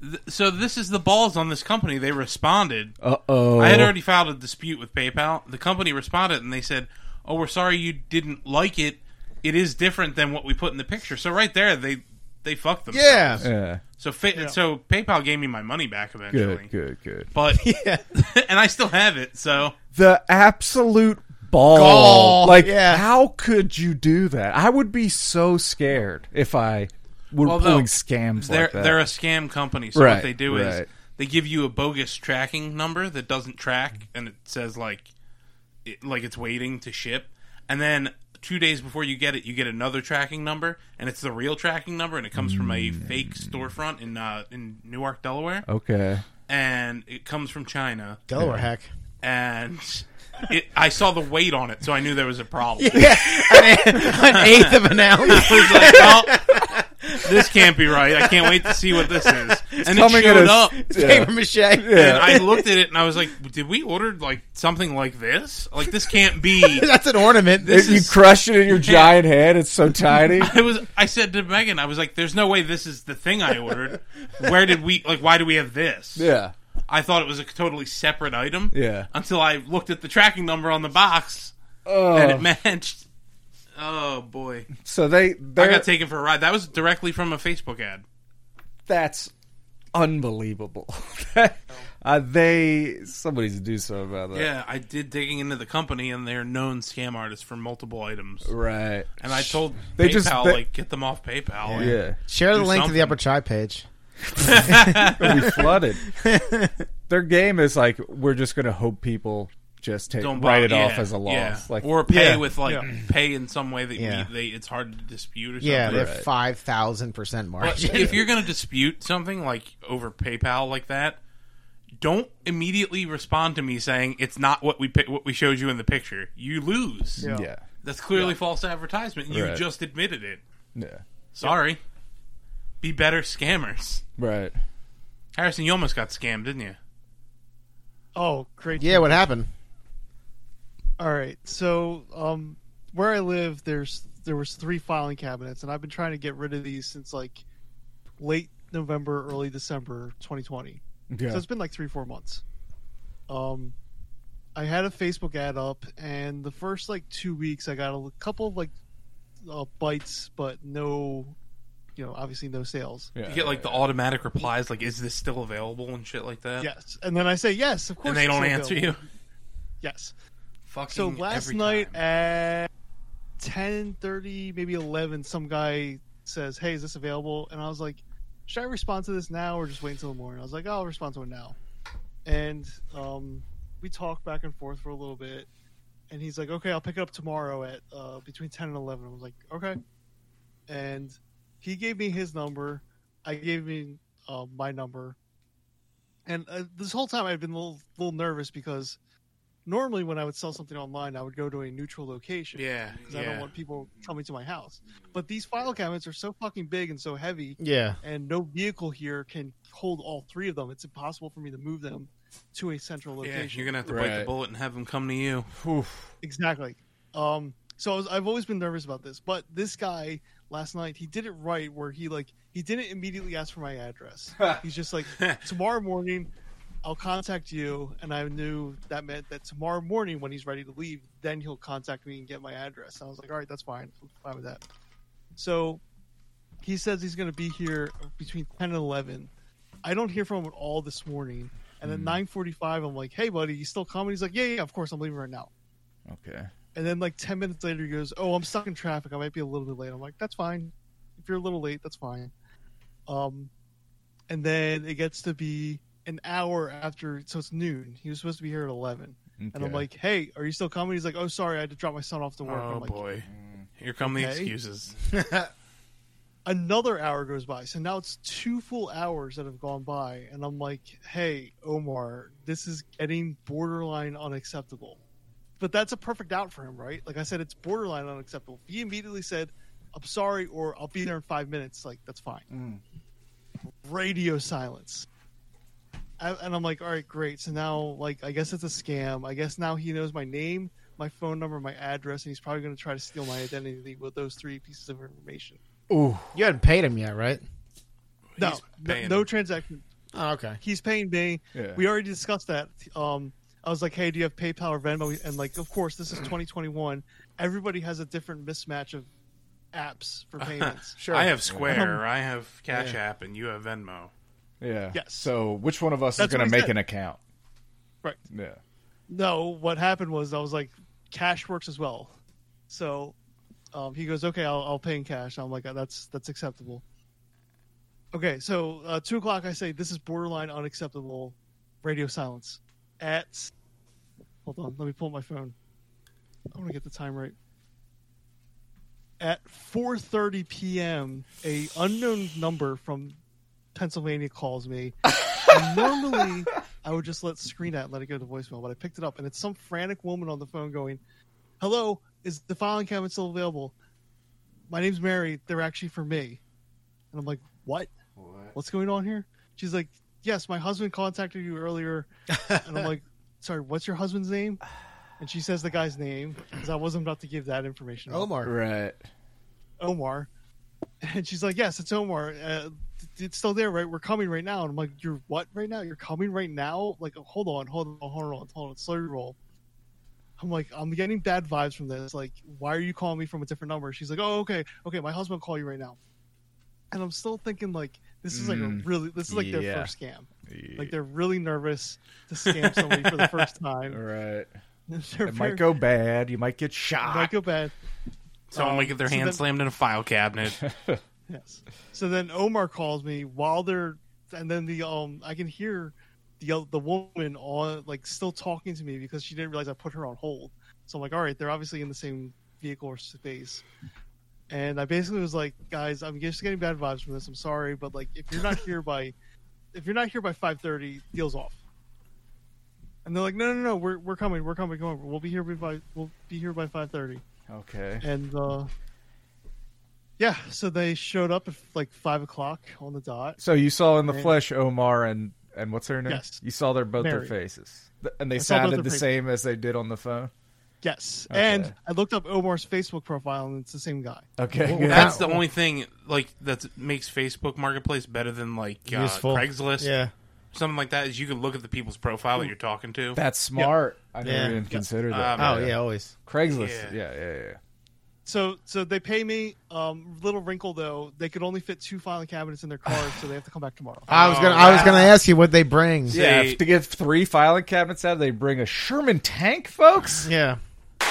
S4: th- So this is the balls on this company. They responded.
S1: uh oh.
S4: I had already filed a dispute with PayPal. The company responded and they said, "Oh, we're sorry you didn't like it. It is different than what we put in the picture." So right there, they they fucked them.
S2: yeah.
S1: Yeah.
S4: So fa-
S3: Yeah.
S4: so PayPal gave me my money back eventually.
S1: Good. Good. Good.
S4: But
S2: Yeah.
S4: and I still have it. So
S1: the absolute ball.
S2: Gall,
S1: like,
S2: yeah.
S1: how could you do that? I would be so scared if I were
S4: Although,
S1: pulling scams
S4: they're
S1: like that.
S4: they're a scam company. So
S1: Right,
S4: what they do
S1: right.
S4: is they give you a bogus tracking number that doesn't track, and it says like it, like it's waiting to ship, and then two days before you get it, you get another tracking number, and it's the real tracking number, and it comes from a
S1: Mm.
S4: fake storefront in uh, in Newark, Delaware,
S1: okay.
S4: and it comes from China,
S2: Delaware hack.
S4: and. It, I saw the weight on it, so I knew there was a problem.
S2: Yeah. An, an eighth of an ounce.
S4: I was like, "Well, this can't be right. I can't wait to see what this is. and it
S1: coming at
S4: showed
S1: us.
S4: up.
S1: Yeah.
S2: Paper mache.
S4: And I looked at it and I was like, "Did we order like something like this? Like this can't be."
S2: That's an ornament.
S1: If
S2: This
S1: you
S2: is
S1: crush it in your giant head, it's so tiny.
S4: It was. I said to Megan, "I was like, there's no way this is the thing I ordered. Where did we like? Why do we have this?
S1: yeah.
S4: I thought it was a totally separate item.
S1: Yeah.
S4: Until I looked at the tracking number on the box and it
S1: Oh,
S4: matched. Oh boy,
S1: so they
S4: I
S1: they're
S4: got taken for a ride. That was directly from a Facebook ad.
S1: that's unbelievable. uh, they somebody's to do something about that.
S4: Yeah, I did digging into the company, and they're known scam artists for multiple items.
S1: Right.
S4: And I told
S1: They
S4: PayPal,
S1: just- they-
S4: like, get them off PayPal. and-
S1: Yeah.
S2: Share the
S4: Do
S2: link to
S4: something.
S2: the upper chai page.
S1: They'll be flooded. Their game is like we're just gonna hope people just take
S4: Don't
S1: write
S4: buy-
S1: it off
S4: yeah,
S1: as a loss.
S4: yeah.
S1: Like
S4: or pay
S2: Yeah.
S4: with like
S3: Yeah.
S4: pay in some way that we-
S2: Yeah.
S4: they it's hard to dispute or something.
S2: Yeah, they're
S1: Right.
S2: five thousand percent
S4: But
S2: margin.
S4: if you're gonna dispute something like over PayPal like that, don't immediately respond to me saying it's not what we pi- what we showed you in the picture. You lose.
S3: Yeah.
S1: yeah.
S4: That's clearly false advertisement. You
S1: Right.
S4: just admitted it.
S1: Yeah.
S4: Sorry. Be better scammers.
S1: Right.
S4: Harrison, you almost got scammed, didn't you?
S3: Oh, great.
S2: yeah, what happened?
S3: All right. So, um, where I live, there's there was three filing cabinets, and I've been trying to get rid of these since like late November, early December, 2020. So
S1: Yeah.
S3: it's been like three, four months. Um, I had a Facebook ad up, and the first like two weeks, I got a l- couple of like uh, bites, but no, you know, obviously no sales.
S4: You get like the automatic replies like is this still available and shit like that.
S3: Yes, and then I say yes, of course,
S4: And they
S3: it's
S4: don't
S3: still
S4: answer
S3: available."
S4: you.
S3: Yes.
S4: Fucking
S3: So last
S4: every
S3: night
S4: time.
S3: at ten thirty, maybe eleven, some guy says, "Hey, is this available?" And I was like, "Should I respond to this now or just wait until the morning?" I was like, "I'll respond to it now." And um, we talked back and forth for a little bit, and he's like, "Okay, I'll pick it up tomorrow at uh, between ten and 11. I was like, "Okay," and he gave me his number. I gave him uh, my number, and uh, this whole time I've been a little, little nervous because normally when I would sell something online, I would go to a neutral location
S4: Yeah.
S3: because
S4: Yeah.
S3: I don't want people coming to my house. But these file cabinets are so fucking big and so heavy,
S2: Yeah.
S3: and no vehicle here can hold all three of them. It's impossible for me to move them to a central
S4: Yeah,
S3: location.
S4: you're gonna have to bite
S1: Right.
S4: the bullet and have them come to you.
S3: Exactly. Um, so I was, I've always been nervous about this, but this guy last night he did it right, where he like he didn't immediately ask for my address. He's just like, tomorrow morning, I'll contact you, and I knew that meant that tomorrow morning when he's ready to leave, then he'll contact me and get my address. I was like, all right, that's fine, I'm fine with that. So he says he's going to be here between ten and eleven. I don't hear from him at all this morning, and at nine forty-five, I'm like, hey, buddy, you still coming? He's like, yeah, yeah, of course, I'm leaving right now.
S1: Okay.
S3: And then like ten minutes later, he goes, "Oh, I'm stuck in traffic. I might be a little bit late." I'm like, "That's fine. If you're a little late, that's fine." Um, and then it gets to be an hour after, so it's noon. He was supposed to be here at eleven, and I'm
S1: Okay.
S3: like, "Hey, are you still coming?" He's like, "Oh, sorry, I had to drop my son off to work."
S4: Oh
S3: I'm like,
S4: boy. Here come the
S3: Okay.
S4: excuses.
S3: another hour goes by. So now it's two full hours that have gone by, and I'm like, "Hey, Omar, this is getting borderline unacceptable." But that's a perfect out for him, right? Like I said, it's borderline unacceptable. He immediately said, "I'm sorry," or "I'll be there in five minutes." Like that's fine. radio silence. I, and I'm like, all right, great. So now, like, I guess it's a scam. I guess now he knows my name, my phone number, my address, and he's probably going to try to steal my identity with those three pieces of information.
S1: Ooh,
S2: You hadn't paid him yet, right?
S3: No,
S4: He's
S3: no,
S4: paying
S3: no
S4: him.
S3: transaction.
S2: Oh, okay.
S3: He's paying me.
S1: Yeah.
S3: We already discussed that. Um, I was like, hey, do you have PayPal or Venmo? And like, of course, this is 2021. Everybody has a different mismatch of apps for payments.
S2: Sure.
S4: I have Square,
S3: Um,
S4: I have Cash App, and you have Venmo.
S1: yeah.
S3: Yes.
S1: So which one of us
S3: That's
S1: is going
S3: what
S1: to
S3: he
S1: make
S3: said.
S1: an account?
S3: Right.
S1: Yeah.
S3: No, what happened was I was like, cash works as well. So um, he goes, okay, I'll, I'll pay in cash. I'm like, that's that's acceptable. Okay, so uh, two o'clock, I say this is borderline unacceptable. Radio silence. At hold on, let me pull up my phone. I want to get the time right. At 4:30 p.m., a unknown number from Pennsylvania calls me. And normally, I would just let screen at let it go to voicemail, but I picked it up and it's some frantic woman on the phone going, "Hello, is the filing cabinet still available? My name's Mary. They're actually for me." And I'm like, "What? What's going on here?" She's like, "Yes, my husband contacted you earlier." and I'm like, "Sorry, what's your husband's name?" And she says the guy's name because I wasn't about to give that information. out.
S2: Omar.
S1: Right.
S3: Omar. And she's like, Yes, it's Omar. Uh, it's still there, right? We're coming right now. And I'm like, You're what right now? You're coming right now? Like, hold on, hold on, hold on, hold on, slow your roll. I'm like, I'm getting bad vibes from this. Like, why are you calling me from a different number? She's like, Oh, okay, okay, my husband will call you right now. And I'm still thinking, like, this is like a
S1: Mm,
S3: really, this is like their
S1: yeah.
S3: first scam. Like, they're really nervous to scam somebody for the first time.
S1: right.
S3: They're
S1: It
S3: very-
S1: might go bad. You might get
S3: it
S1: shot.
S3: might go bad.
S4: Someone
S3: Um,
S4: might get their
S3: so
S4: hand
S3: then-
S4: slammed in a file cabinet.
S3: Yes. So then Omar calls me while they're, and then the um, I can hear the o- the woman on like still talking to me because she didn't realize I put her on hold. So I'm like, all right, they're obviously in the same vehicle or space. And I basically was like, guys, I'm just getting bad vibes from this. I'm sorry, but like, if you're not here by, if you're not here by 5:30, deal's off. And they're like, no, no, no, we're we're coming, we're coming, come over. We'll be here by we'll be here by 5:30
S1: Okay.
S3: and uh, yeah, so they showed up at like five o'clock on the dot.
S1: So you saw in the
S3: And-
S1: flesh Omar and and what's her name?
S3: Yes.
S1: You saw their both
S3: Mary.
S1: their faces, Th- and they
S3: I saw both
S1: sounded
S3: their
S1: the
S3: faces.
S1: same as they did on the phone.
S3: Yes,
S1: Okay.
S3: and I looked up Omar's Facebook profile, and it's the same guy.
S1: Okay.
S2: Well,
S1: good.
S4: That's
S2: Wow.
S4: the only thing like that makes Facebook Marketplace better than like uh,
S2: Useful.
S4: Craigslist,
S2: Yeah.
S4: something like that. Is you can look at the people's profile that you're talking to.
S1: That's smart. I never
S2: Yeah.
S1: even
S2: Yeah.
S1: considered that.
S4: Um,
S2: Oh yeah, always.
S1: Craigslist.
S4: Yeah.
S1: Yeah, yeah, yeah.
S3: So, so they pay me. Um, little wrinkle though, they could only fit two filing cabinets in their car, so they have to come back tomorrow.
S2: I was
S4: Oh,
S2: gonna. I was
S4: wow.
S2: gonna ask you what they bring.
S4: Yeah.
S1: Yeah,
S4: They-
S1: if- to get three filing cabinets out, they bring a Sherman tank, folks.
S2: Yeah.
S3: But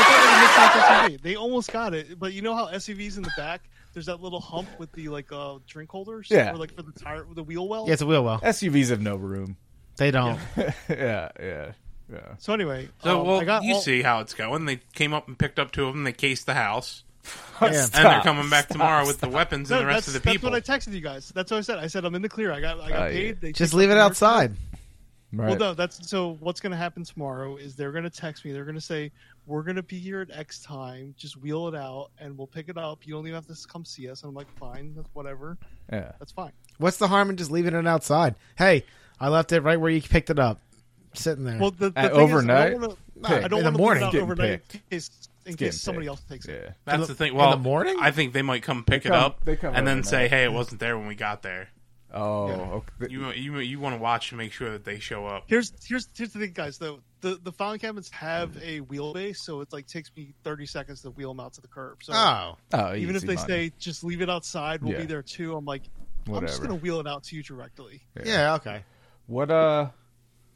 S3: that was a mid-size SUV. They almost got it, but you know how SUVs in the back, there's that little hump with the like uh, drink holders,
S1: Yeah.
S3: or like for the tire, the wheel well.
S2: Yeah, it's a wheel well.
S1: SUVs have no room.
S2: They don't.
S1: yeah, yeah, yeah.
S3: So anyway,
S4: So
S3: um,
S4: well,
S3: I got
S4: you
S3: all-
S4: see how it's going. They came up and picked up two of them. They cased the house,
S2: Yeah.
S4: and they're
S1: Stop,
S4: coming back tomorrow with the weapons and
S3: No,
S4: the rest of
S3: that's,
S4: the people.
S3: That's what I texted you guys. That's what I said. I said I'm in the clear. I got I got
S1: Oh, yeah.
S3: paid. They
S2: Just
S3: took
S2: leave it
S3: my car.
S2: outside.
S1: Right.
S3: Well, no, that's so. What's going to happen tomorrow is they're going to text me. They're going to say we're going to be here at X time. Just wheel it out, and we'll pick it up. You don't even have to come see us. And I'm like, fine, that's whatever.
S1: yeah.
S3: That's fine.
S2: What's the harm in just leaving it outside? Hey, I left it right where you picked it up, sitting there.
S3: Well, the, the
S1: Uh,
S3: thing is,
S1: overnight?
S3: I don't
S1: Nah,
S3: want to. I don't
S2: in the
S3: want to leave
S2: morning.
S3: it out
S1: Getting
S3: overnight
S1: picked.
S3: in case, in
S1: getting
S3: case somebody
S1: picked.
S3: else takes it.
S1: Yeah.
S4: That's
S2: In
S4: the,
S2: the-
S4: thing.
S2: in
S4: Well,
S2: the morning?
S4: I think they might come pick
S1: They
S4: it
S1: come-
S4: up
S1: they come
S4: and then
S1: overnight.
S4: say, "Hey, it wasn't there when we got there."
S1: Oh,
S3: Yeah.
S1: okay.
S4: You you you want to watch and make sure that they show up.
S3: Here's here's here's the thing, guys. Though the the filing cabinets have a wheelbase, so it's like takes me 30 seconds to wheel them out to the curb. So
S2: oh,
S1: Oh,
S3: even if
S1: easy
S3: they
S1: money.
S3: say just leave it outside, we'll be
S1: Yeah.
S3: there too. I'm like, I'm just
S1: Whatever.
S3: gonna wheel it out to you directly.
S2: yeah. okay.
S1: What uh,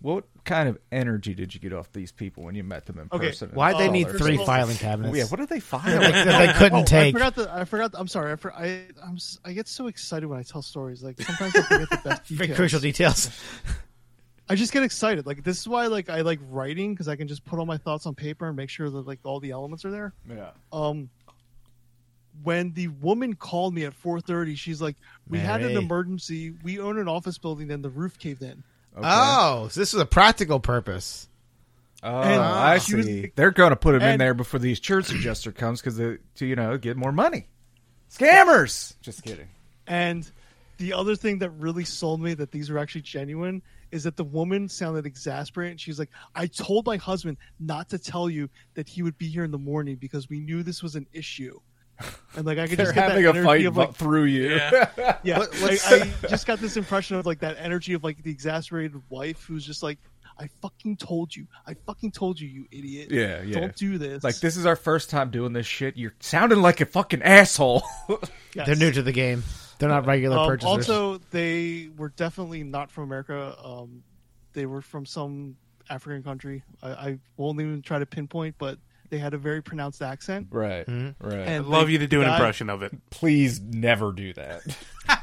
S1: what kind of energy did you get off these people when you met them in
S3: Okay,
S1: person?
S2: Why'd they
S3: Oh,
S2: need
S3: first
S2: three
S3: of all-
S2: filing cabinets?
S1: Yeah, what are they
S2: Like,
S1: filing?
S2: that they couldn't
S3: Oh,
S2: take.
S3: I forgot the. I forgot. The, I'm sorry. I, for, I I'm s- I get so excited when I tell stories. Like sometimes I forget the best
S2: Very
S3: details.
S2: crucial details.
S3: I just get excited. Like this is why like I like writing because I can just put all my thoughts on paper and make sure that like all the elements are there.
S1: yeah.
S3: Um. When the woman called me at 4:30, she's like, "We had an
S2: Mary.
S3: emergency. We own an office building, and the roof caved in."
S1: Okay.
S3: "Ah."
S2: Oh, so this was a practical purpose.
S1: Oh,
S3: And
S1: I
S3: she was-
S1: see. They're going to put him in
S3: and-
S1: there before the insurance adjuster comes because to you know get more money. Scammers. Just kidding.
S3: and the other thing that really sold me that these were actually genuine is that the woman sounded exasperated. She's like, I told my husband not to tell you that he would be here in the morning because we knew this was an issue. And like I could
S1: They're
S3: just get that
S1: having a
S3: energy
S1: fight
S3: of like,
S1: bu- through you.
S4: Yeah.
S3: yeah,
S2: What-
S3: I,
S2: what's-
S3: I just got this impression of like that energy of like the exasperated wife who's just like, I fucking told you, I fucking told you, you idiot.
S1: Yeah, yeah.
S3: Don't do this.
S1: Like this is our first time doing this shit. You're sounding like a fucking asshole.
S3: Yes.
S2: They're new to the game. They're not regular
S3: Um,
S2: purchasers.
S3: also, they were definitely not from America. Um, they were from some African country. I, I won't even try to pinpoint, but they had a very pronounced accent.
S1: right.
S2: Mhm.
S1: Right.
S3: And
S4: I'd love
S3: they
S4: you to do an
S3: got-
S4: impression of it.
S1: please never do that.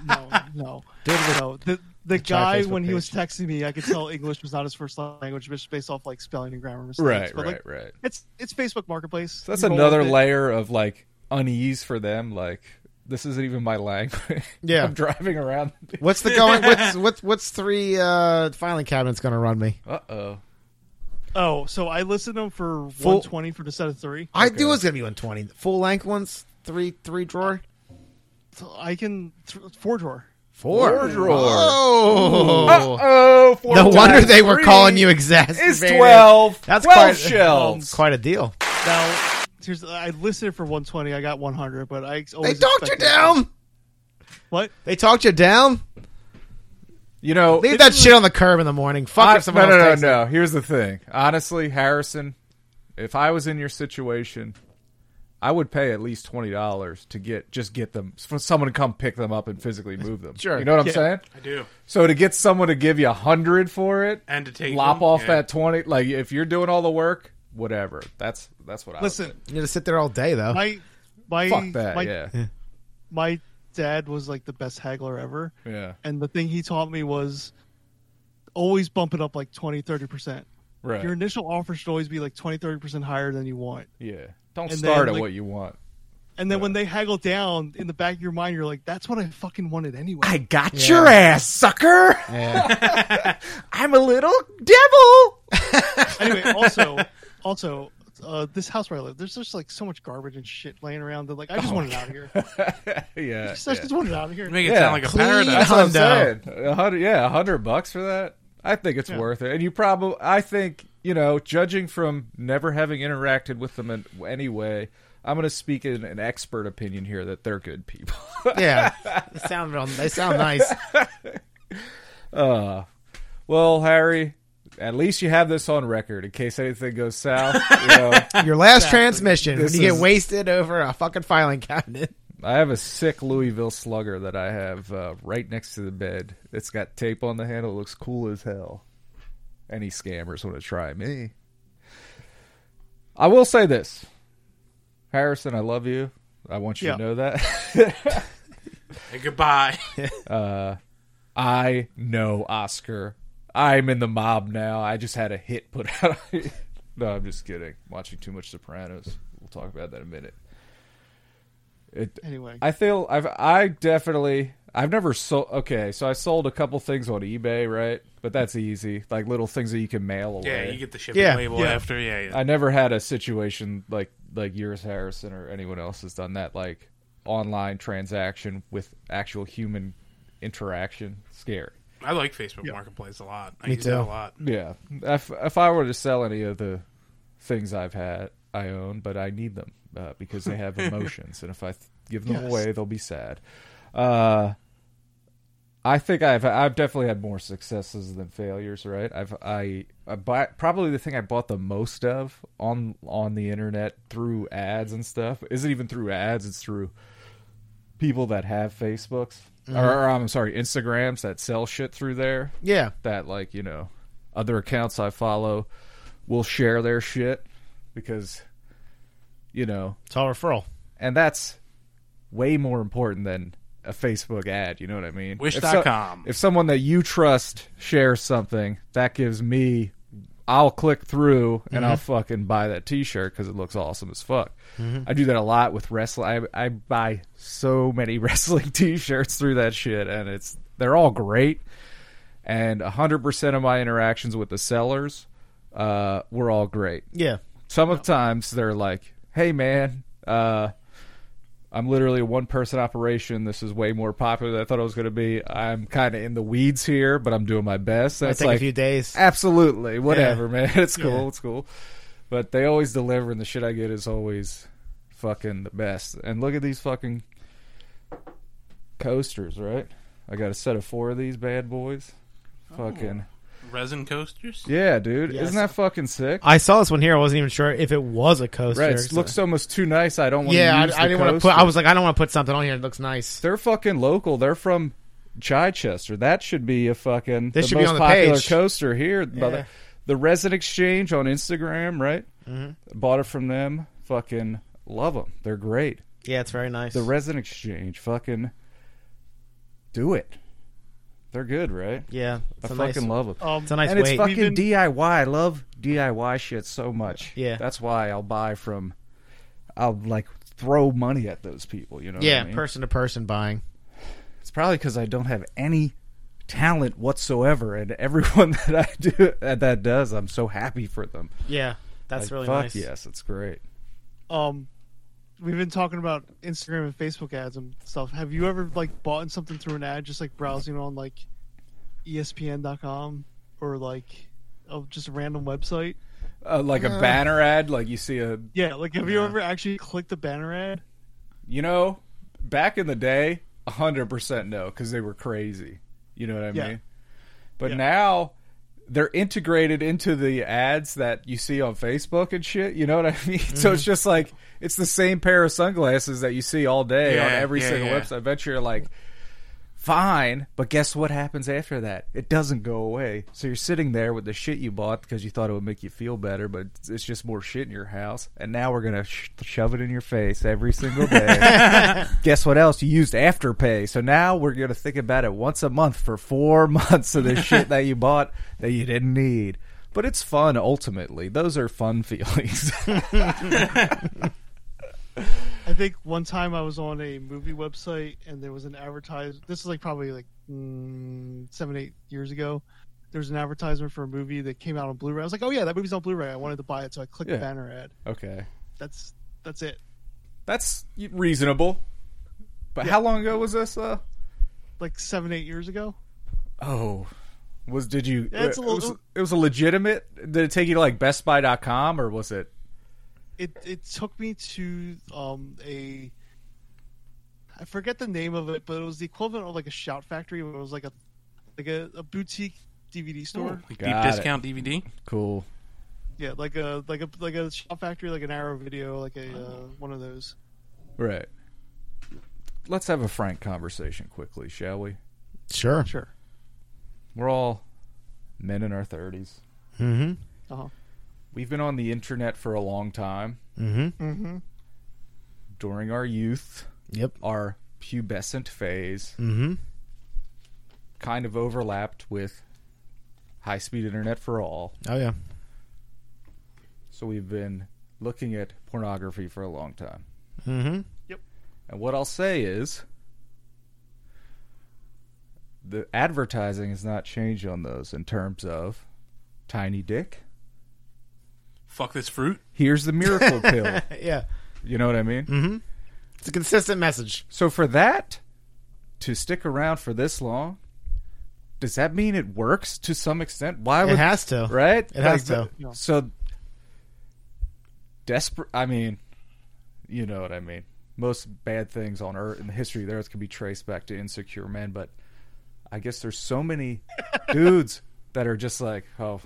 S3: No, no,
S2: Dude, it was-
S3: no. The, the guy
S2: Try Facebook
S3: when he was
S2: page.
S3: texting me, I could tell English was not his first language, just based off like spelling and grammar mistakes.
S1: right,
S3: but,
S1: right,
S3: like,
S1: right.
S3: It's it's Facebook Marketplace.
S1: So that's
S3: You roll
S1: another
S3: with it.
S1: layer of like unease for them. Like this isn't even my language.
S2: Yeah.
S1: I'm driving around.
S2: what's the going? What's what's what's three uh, filing cabinets going to run me?
S1: Uh oh.
S3: Oh, so I listed them for
S2: Full-
S3: 120 for the set of three.
S2: I knew it was going to be one twenty. Full length ones, three three drawer,
S3: So I can th- four drawer.
S2: four,
S1: Four drawer.
S2: Oh,
S1: Oh, four
S2: no wonder
S1: times
S2: they were
S1: three
S2: calling you exasperated.
S1: Is twelve. That's
S2: That's
S1: twelve
S2: quite-
S1: shelves.
S2: Quite a deal.
S3: Now, here's I listed it for 120. I got 100, but I
S2: They
S3: always
S2: talked you
S3: expected-
S2: down.
S3: What?
S2: They talked you down.
S1: you know,
S2: Leave that shit on the curb in the morning. Fuck
S1: I,
S2: if someone
S1: no,
S2: else
S1: no,
S2: takes it.
S1: no, no. Here's the thing. Honestly, Harrison, if I was in your situation, I would pay at least twenty dollars to get just get them for someone to come pick them up and physically move them.
S2: Sure.
S1: you know what I'm
S3: Yeah.
S1: saying?
S4: I do.
S1: So to get someone to give you a hundred for it
S4: And to take
S1: lop
S4: them,
S1: off
S4: yeah.
S1: that twenty, like if you're doing all the work, whatever. That's that's what I would
S3: Listen,
S2: You gotta sit there all day though.
S3: my my
S1: do. Fuck that.
S3: my,
S1: yeah,
S3: my dad was like the best haggler ever,
S1: yeah.
S3: and the thing he taught me was always bump it up like 20 30 percent.
S1: Right.
S3: Your initial offer should always be like 20 30 percent higher than you want.
S1: yeah. Don't
S3: and
S1: start
S3: then,
S1: at
S3: like-
S1: what you want.
S3: And then when they haggle down in the back of your mind, you're like, "That's what I fucking wanted anyway."
S1: got
S2: your
S1: ass, sucker.
S2: Yeah.
S1: I'm a little devil.
S3: anyway, also, also, uh, this house where I live, there's just like so much garbage and shit laying around that like I just want it out of here. I
S1: yeah.
S3: just, I
S1: Oh yeah.
S3: just want it out of here.
S4: Make it
S1: Yeah.
S4: sound like a
S2: Clean
S4: paradise.
S1: That's what I'm
S2: Hundo.
S1: saying. A hundred, yeah, a hundred bucks for that. I think it's
S3: Yeah.
S1: worth it. And you probably, I think, you know, judging from never having interacted with them in any way, I'm going to speak in an expert opinion here that they're good people.
S2: yeah. They sound real, they sound nice.
S1: uh, well, Harry, at least you have this on record in case anything goes south. You know,
S2: Your last transmission
S1: This
S2: when you
S1: is-
S2: get wasted over a fucking filing cabinet.
S1: I have a sick Louisville slugger that I have uh, right next to the bed. It's got tape on the handle. It looks cool as hell. Any scammers want to try me? I will say this, Harrison. I love you. I want you to
S3: Yeah.
S1: know that.
S4: Hey, goodbye.
S1: uh, I know Oscar. I'm in the mob now. I just had a hit put out. no, I'm just kidding. Watching too much Sopranos. We'll talk about that in a minute. It,
S3: Anyway,
S1: I feel I've I definitely I've never sold. Okay, so I sold a couple things on eBay, right? But that's easy, like little things that you can mail away.
S4: Yeah, you get the shipping
S2: Yeah.
S4: label
S3: Yeah.
S4: after. Yeah, yeah.
S1: I never had a situation like like yours, Harrison, or anyone else has done that like online transaction with actual human interaction. Scary.
S4: I like Facebook
S3: Yeah.
S4: Marketplace a lot. I
S2: Me
S4: use that a
S2: too.
S4: lot.
S1: Yeah. If if I were to sell any of the things I've had, I own, but I need them uh, because they have emotions, and if I th- give them
S3: Yes.
S1: away, they'll be sad. Uh, I think I've I've definitely had more successes than failures, right? I've I, I buy, probably the thing I bought the most of on on the internet through ads and stuff isn't even through ads; it's through people that have Facebooks or, or I'm sorry, Instagrams that sell shit through there
S2: Yeah.
S1: that like you know other accounts I follow will share their shit because you know
S2: It's all referral.
S1: and that's way more important than a Facebook ad, you know what I mean?
S4: Wish
S1: If
S4: dot com.
S1: If someone that you trust shares something, that gives me I'll click through and I'll
S4: Mm-hmm.
S1: fucking buy that t-shirt cuz it looks awesome as fuck. I do that a lot with wrestling. I I buy so many wrestling t-shirts through that shit and it's they're all great and 100% of my interactions with the sellers uh, were all great.
S2: Yeah.
S1: Some of times they're like, "Hey man, uh, I'm literally a one person operation. This is way more popular than I thought it was going to be. I'm kind of in the weeds here, but I'm doing my best.
S2: I
S1: That's
S2: take
S1: like
S2: a few days.
S1: absolutely whatever, man. It's cool. It's cool. But they always deliver, and the shit I get is always fucking the best. And look at these fucking coasters, right? I got a set of four of these bad boys. Fucking
S4: Resin coasters?
S1: yeah, dude.
S2: Oh. Yes.
S1: Isn't that fucking sick?
S2: I saw this one here. I wasn't even sure if it was a coaster.
S1: Right, it looks almost too nice. I don't want.
S2: yeah,
S1: to use
S2: I, I
S1: the
S2: didn't want to
S1: coaster.
S2: put. I was like, I don't want to put something on here. It looks nice.
S1: They're fucking local. They're from Chichester. That should be a fucking
S2: This
S1: the
S2: should be
S1: most
S2: on the
S1: popular
S2: page.
S1: coaster here.
S2: Yeah.
S1: But the Resin Exchange on Instagram, right?
S2: Mm-hmm.
S1: Bought it from them. Fucking love them. They're great.
S2: Yeah, it's very nice.
S1: The Resin Exchange, fucking do it. They're good, right?
S2: yeah, it's
S1: I
S2: a
S1: fucking
S2: nice.
S1: love them.
S3: Um,
S2: it's a nice
S1: and it's
S2: weight.
S1: fucking
S3: We've been-
S1: DIY. I love DIY shit so much.
S2: Yeah.
S1: that's why I'll buy from. I'll like throw money at those people. You know. what I
S2: yeah,
S1: mean?
S2: person to person buying.
S1: It's probably because I don't have any talent whatsoever, and everyone that I do that does, I'm so happy for them.
S2: Yeah, that's
S1: Like,
S2: really
S1: fuck
S2: nice.
S1: Yes, it's great.
S3: um, we've been talking about Instagram and Facebook ads and stuff. Have you ever like bought something through an ad, just like browsing on like E ESPN.com or like of just a random website?
S1: Uh, like a banner ad, like you see a
S3: Yeah, like have you ever actually clicked the banner ad?
S1: You know, back in the day, 100% no, because they were crazy. You know what I
S3: Yeah.
S1: mean? But
S3: Yeah.
S1: now they're integrated into the ads that you see on Facebook and shit. You know what I mean? So
S4: Mm-hmm.
S1: it's just like, it's the same pair of sunglasses that you see all day on
S4: Yeah,
S1: every
S4: yeah,
S1: single
S4: yeah.
S1: website. I bet you're like, fine, but guess what happens after that? It doesn't go away. So you're sitting there with the shit you bought because you thought it would make you feel better, but it's- it's just more shit in your house. And now we're going to sh- shove it in your face every single day. guess what else? You used Afterpay. So now we're going to think about it once a month for four months of this shit that you bought that you didn't need. But it's fun ultimately. Those are fun feelings.
S3: I think one time I was on a movie website and there was an advertise. This is like probably like mm, seven, eight years ago. There was an advertisement for a movie that came out on Blu-ray. I was like, "Oh yeah, that movie's on Blu-ray." I wanted to buy it, so I clicked
S1: Yeah.
S3: the banner ad.
S1: okay.
S3: That's that's it.
S1: That's reasonable. But how long ago was this? Uh,
S3: Like seven, eight years ago.
S1: Oh, was did you?
S3: Yeah, it's a
S1: it,
S3: little-
S1: was, it was a legitimate. Did it take you to like BestBuy.com or was it?
S3: It it took me to um a. I forget the name of it, but it was the equivalent of like a Shout Factory. where It was like a like a, a boutique DVD store.
S4: Like
S1: Got
S4: deep
S1: it.
S4: discount DVD?
S1: Cool.
S3: Yeah, like a like a like a shop factory, like an Arrow Video, like a uh, one of those.
S1: Right. Let's have a frank conversation quickly, shall we?
S2: Sure.
S3: Sure.
S1: We're all men in our thirties.
S2: Mm-hmm.
S3: Uh huh.
S1: We've been on the internet for a long time.
S2: Mm-hmm.
S3: Mm-hmm.
S1: During our youth,
S2: Yep.
S1: our pubescent phase
S2: Mm-hmm.
S1: kind of overlapped with high-speed internet for all.
S2: Oh yeah.
S1: So we've been looking at pornography for a long time.
S2: Mm-hmm.
S1: And what I'll say is the advertising has not changed on those in terms of tiny dick.
S4: Fuck this fruit?
S1: Here's the miracle pill.
S2: Yeah.
S1: You know what I mean?
S2: Mm-hmm. It's a consistent message.
S1: So for that to stick around for this long, does that mean it works to some extent? Why
S2: It
S1: would
S2: has to.
S1: right?
S2: It has
S1: Like,
S2: to.
S1: th- So desperate. I mean, you know what I mean. Most bad things on earth in the history of the earth can be traced back to insecure men, but I guess there's so many dudes that are just like, oh,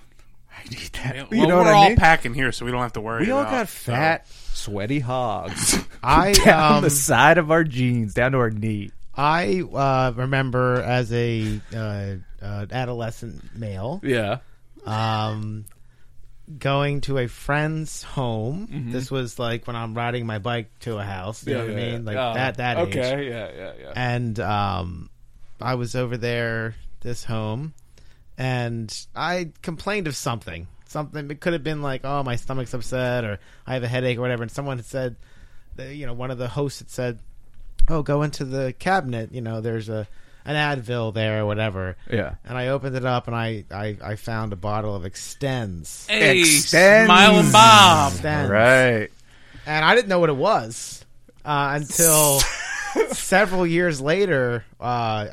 S1: I need that.
S4: Yeah, Well,
S1: you know
S4: we're
S1: what
S4: all
S1: I mean?
S4: packing here, so we don't have to worry
S1: we all
S4: about-
S1: got
S4: so-
S1: fat, sweaty hogs
S2: I
S1: down
S2: um,
S1: the side of our jeans, down to our knee.
S2: I uh, remember as a uh, uh, adolescent male
S1: Yeah.
S2: um, going to a friend's home.
S1: Mm-hmm.
S2: This was like when I'm riding my bike to a house. You know what I mean? Like that that age.
S1: Ah, Okay. Yeah. Yeah. Yeah.
S2: and um, I was over there this home, and I complained of something. Something it could have been like, oh, my stomach's upset, or I have a headache, or whatever. And someone had said, the- you know, one of the hosts had said, oh, go into the cabinet. You know, there's a an Advil there or whatever.
S1: Yeah.
S2: And I opened it up, and I I, I found a bottle of Extends.
S4: Hey,
S1: Extends.
S4: smiling Bob.
S2: Extends.
S1: Right.
S2: And I didn't know what it was. uh, until several years later. Uh,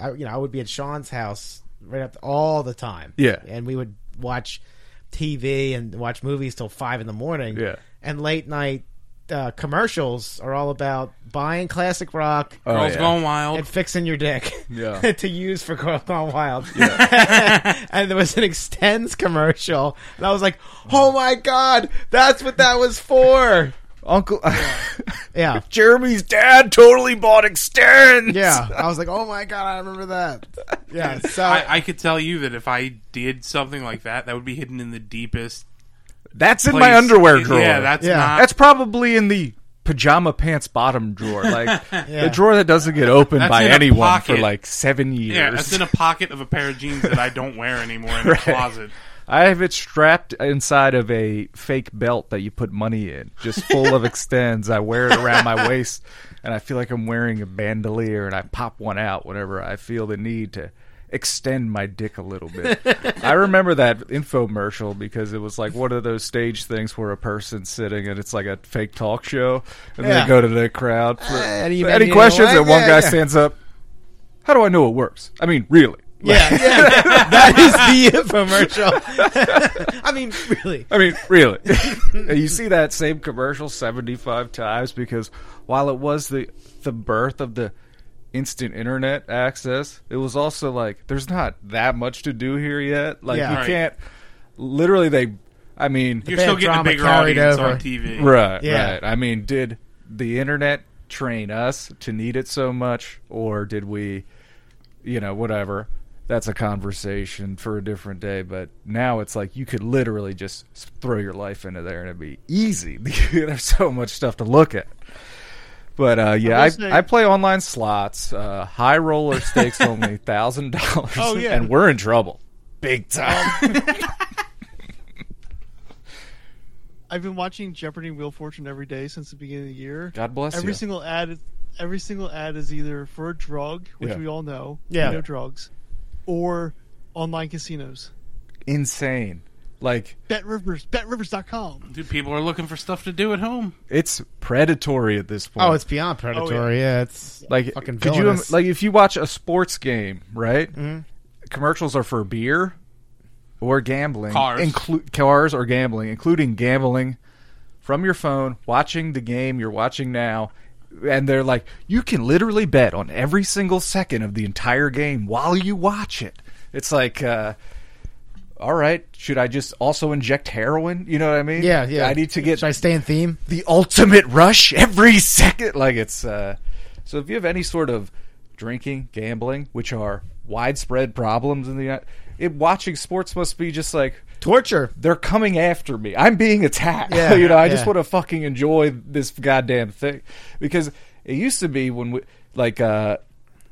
S2: I, you know, I would be at Sean's house right up all the time.
S1: Yeah.
S2: and we would watch TV and watch movies till five in the morning.
S1: Yeah.
S2: and late night uh, commercials are all about buying classic rock.
S1: Oh,
S4: Girls
S1: yeah.
S4: Gone Wild.
S2: and fixing your dick
S1: Yeah.
S2: to use for Girl Gone Wild. and there was an extends commercial, and I was like, "Oh my god, that's what that was for!"
S1: Uncle
S2: Yeah,
S1: Jeremy's dad totally bought extends.
S2: yeah. I was like, "Oh my god, I remember that." Yeah.
S1: uh,
S2: So
S4: I, I could tell you that if I did something like that, that would be hidden in the deepest.
S1: That's in
S4: Place.
S1: my underwear drawer.
S4: Yeah, that's
S2: Yeah.
S4: not.
S1: That's probably in the pajama pants bottom drawer, like
S2: Yeah.
S1: the drawer that doesn't get opened
S4: That's
S1: by
S4: in a
S1: anyone
S4: pocket.
S1: for like seven years.
S4: yeah, that's in a pocket of a pair of jeans that I don't wear anymore in the
S1: Right.
S4: closet.
S1: I have it strapped inside of a fake belt that you put money in, just full of extends. I wear it around my waist, and I feel like I'm wearing a bandolier, and I pop one out whenever I feel the need to extend my dick a little bit. I remember that infomercial because it was like one of those stage things where a person's sitting and it's like a fake talk show, and
S2: Yeah. Uh,
S1: they go to the crowd for
S2: any-
S1: any
S2: any-
S1: questions,
S2: what?
S1: and one
S2: Yeah,
S1: guy
S2: yeah.
S1: stands up. How do I know it works? I mean, really.
S2: yeah, yeah, that is the infomercial. I mean, really.
S1: I mean, really. And you see that same commercial 75 times because while it was the the birth of the instant internet access, it was also like there's not that much to do here yet. Like
S2: Yeah.
S1: you
S4: Right.
S1: can't literally they I mean
S4: You're still
S2: bad
S4: getting a
S2: drama
S4: bigger
S2: carried
S4: audience
S2: over.
S4: on TV.
S1: right,
S2: Yeah.
S1: right. I mean, did the internet train us to need it so much or did we you know, whatever. That's a conversation for a different day, but now it's like you could literally just s- throw your life into there and it'd be easy. There's so much stuff to look at. But uh, yeah,
S3: will
S1: I,
S3: say-
S1: I play online slots. Uh, high roller stakes only thousand dollars,
S3: Oh, yeah. Um,
S1: and we're in trouble, big time.
S3: I've been watching Jeopardy and Wheel of Fortune every day since the beginning of the year.
S1: God bless
S3: every
S1: you.
S3: single ad, is- every single ad is either for a drug, which
S1: Yeah.
S3: we all know,
S2: Yeah.
S3: we know drugs, or online casinos.
S1: Insane. Like
S3: Bet Rivers, BetRivers.com.
S4: Dude, people are looking for stuff to do at home.
S1: it's predatory at this point.
S2: Oh, it's beyond predatory.
S3: Oh,
S2: yeah. it's
S1: like
S2: fucking
S1: could you im-
S2: villainous. Mm-hmm.
S1: like if you watch a sports game, right? Commercials are for beer or gambling,
S4: Cars.
S1: inclu- cars or gambling, including gambling from your phone, watching the game you're watching now. And they're like, you can literally bet on every single second of the entire game while you watch it. It's like, uh, all right, should I just also inject heroin? You know what I mean?
S2: yeah, yeah.
S1: I need to get
S2: Should I stay in theme?
S1: the ultimate rush every second. Like it's uh, so if you have any sort of drinking, gambling, which are widespread problems in the Uni- it watching sports must be just like
S2: Torture.
S1: they're coming after me. I'm being attacked.
S2: Yeah,
S1: you know, I just
S2: yeah.
S1: want to fucking enjoy this goddamn thing because it used to be when we like uh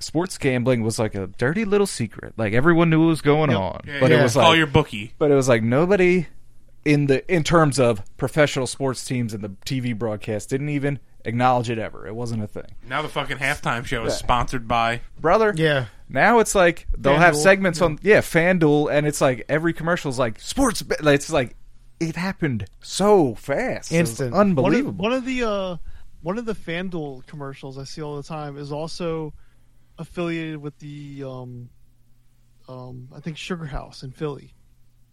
S1: sports gambling was like a dirty little secret. Like everyone knew what was going on, but it
S2: yeah.
S1: was like
S4: call your bookie.
S1: but it was like nobody in the in terms of professional sports teams and the TV broadcast didn't even acknowledge it ever. It wasn't a thing,
S4: Now the fucking halftime show is sponsored by.
S1: brother.
S2: Yeah.
S1: Now it's like they'll have
S3: FanDuel.
S1: segments on yeah FanDuel, and it's like every commercial is like sports. bet- like, It's like it happened so fast, It was
S2: Instant.
S3: One
S1: unbelievable.
S3: of, one of the uh, one of the FanDuel commercials I see all the time is also affiliated with the um, um, I think Sugar House in Philly.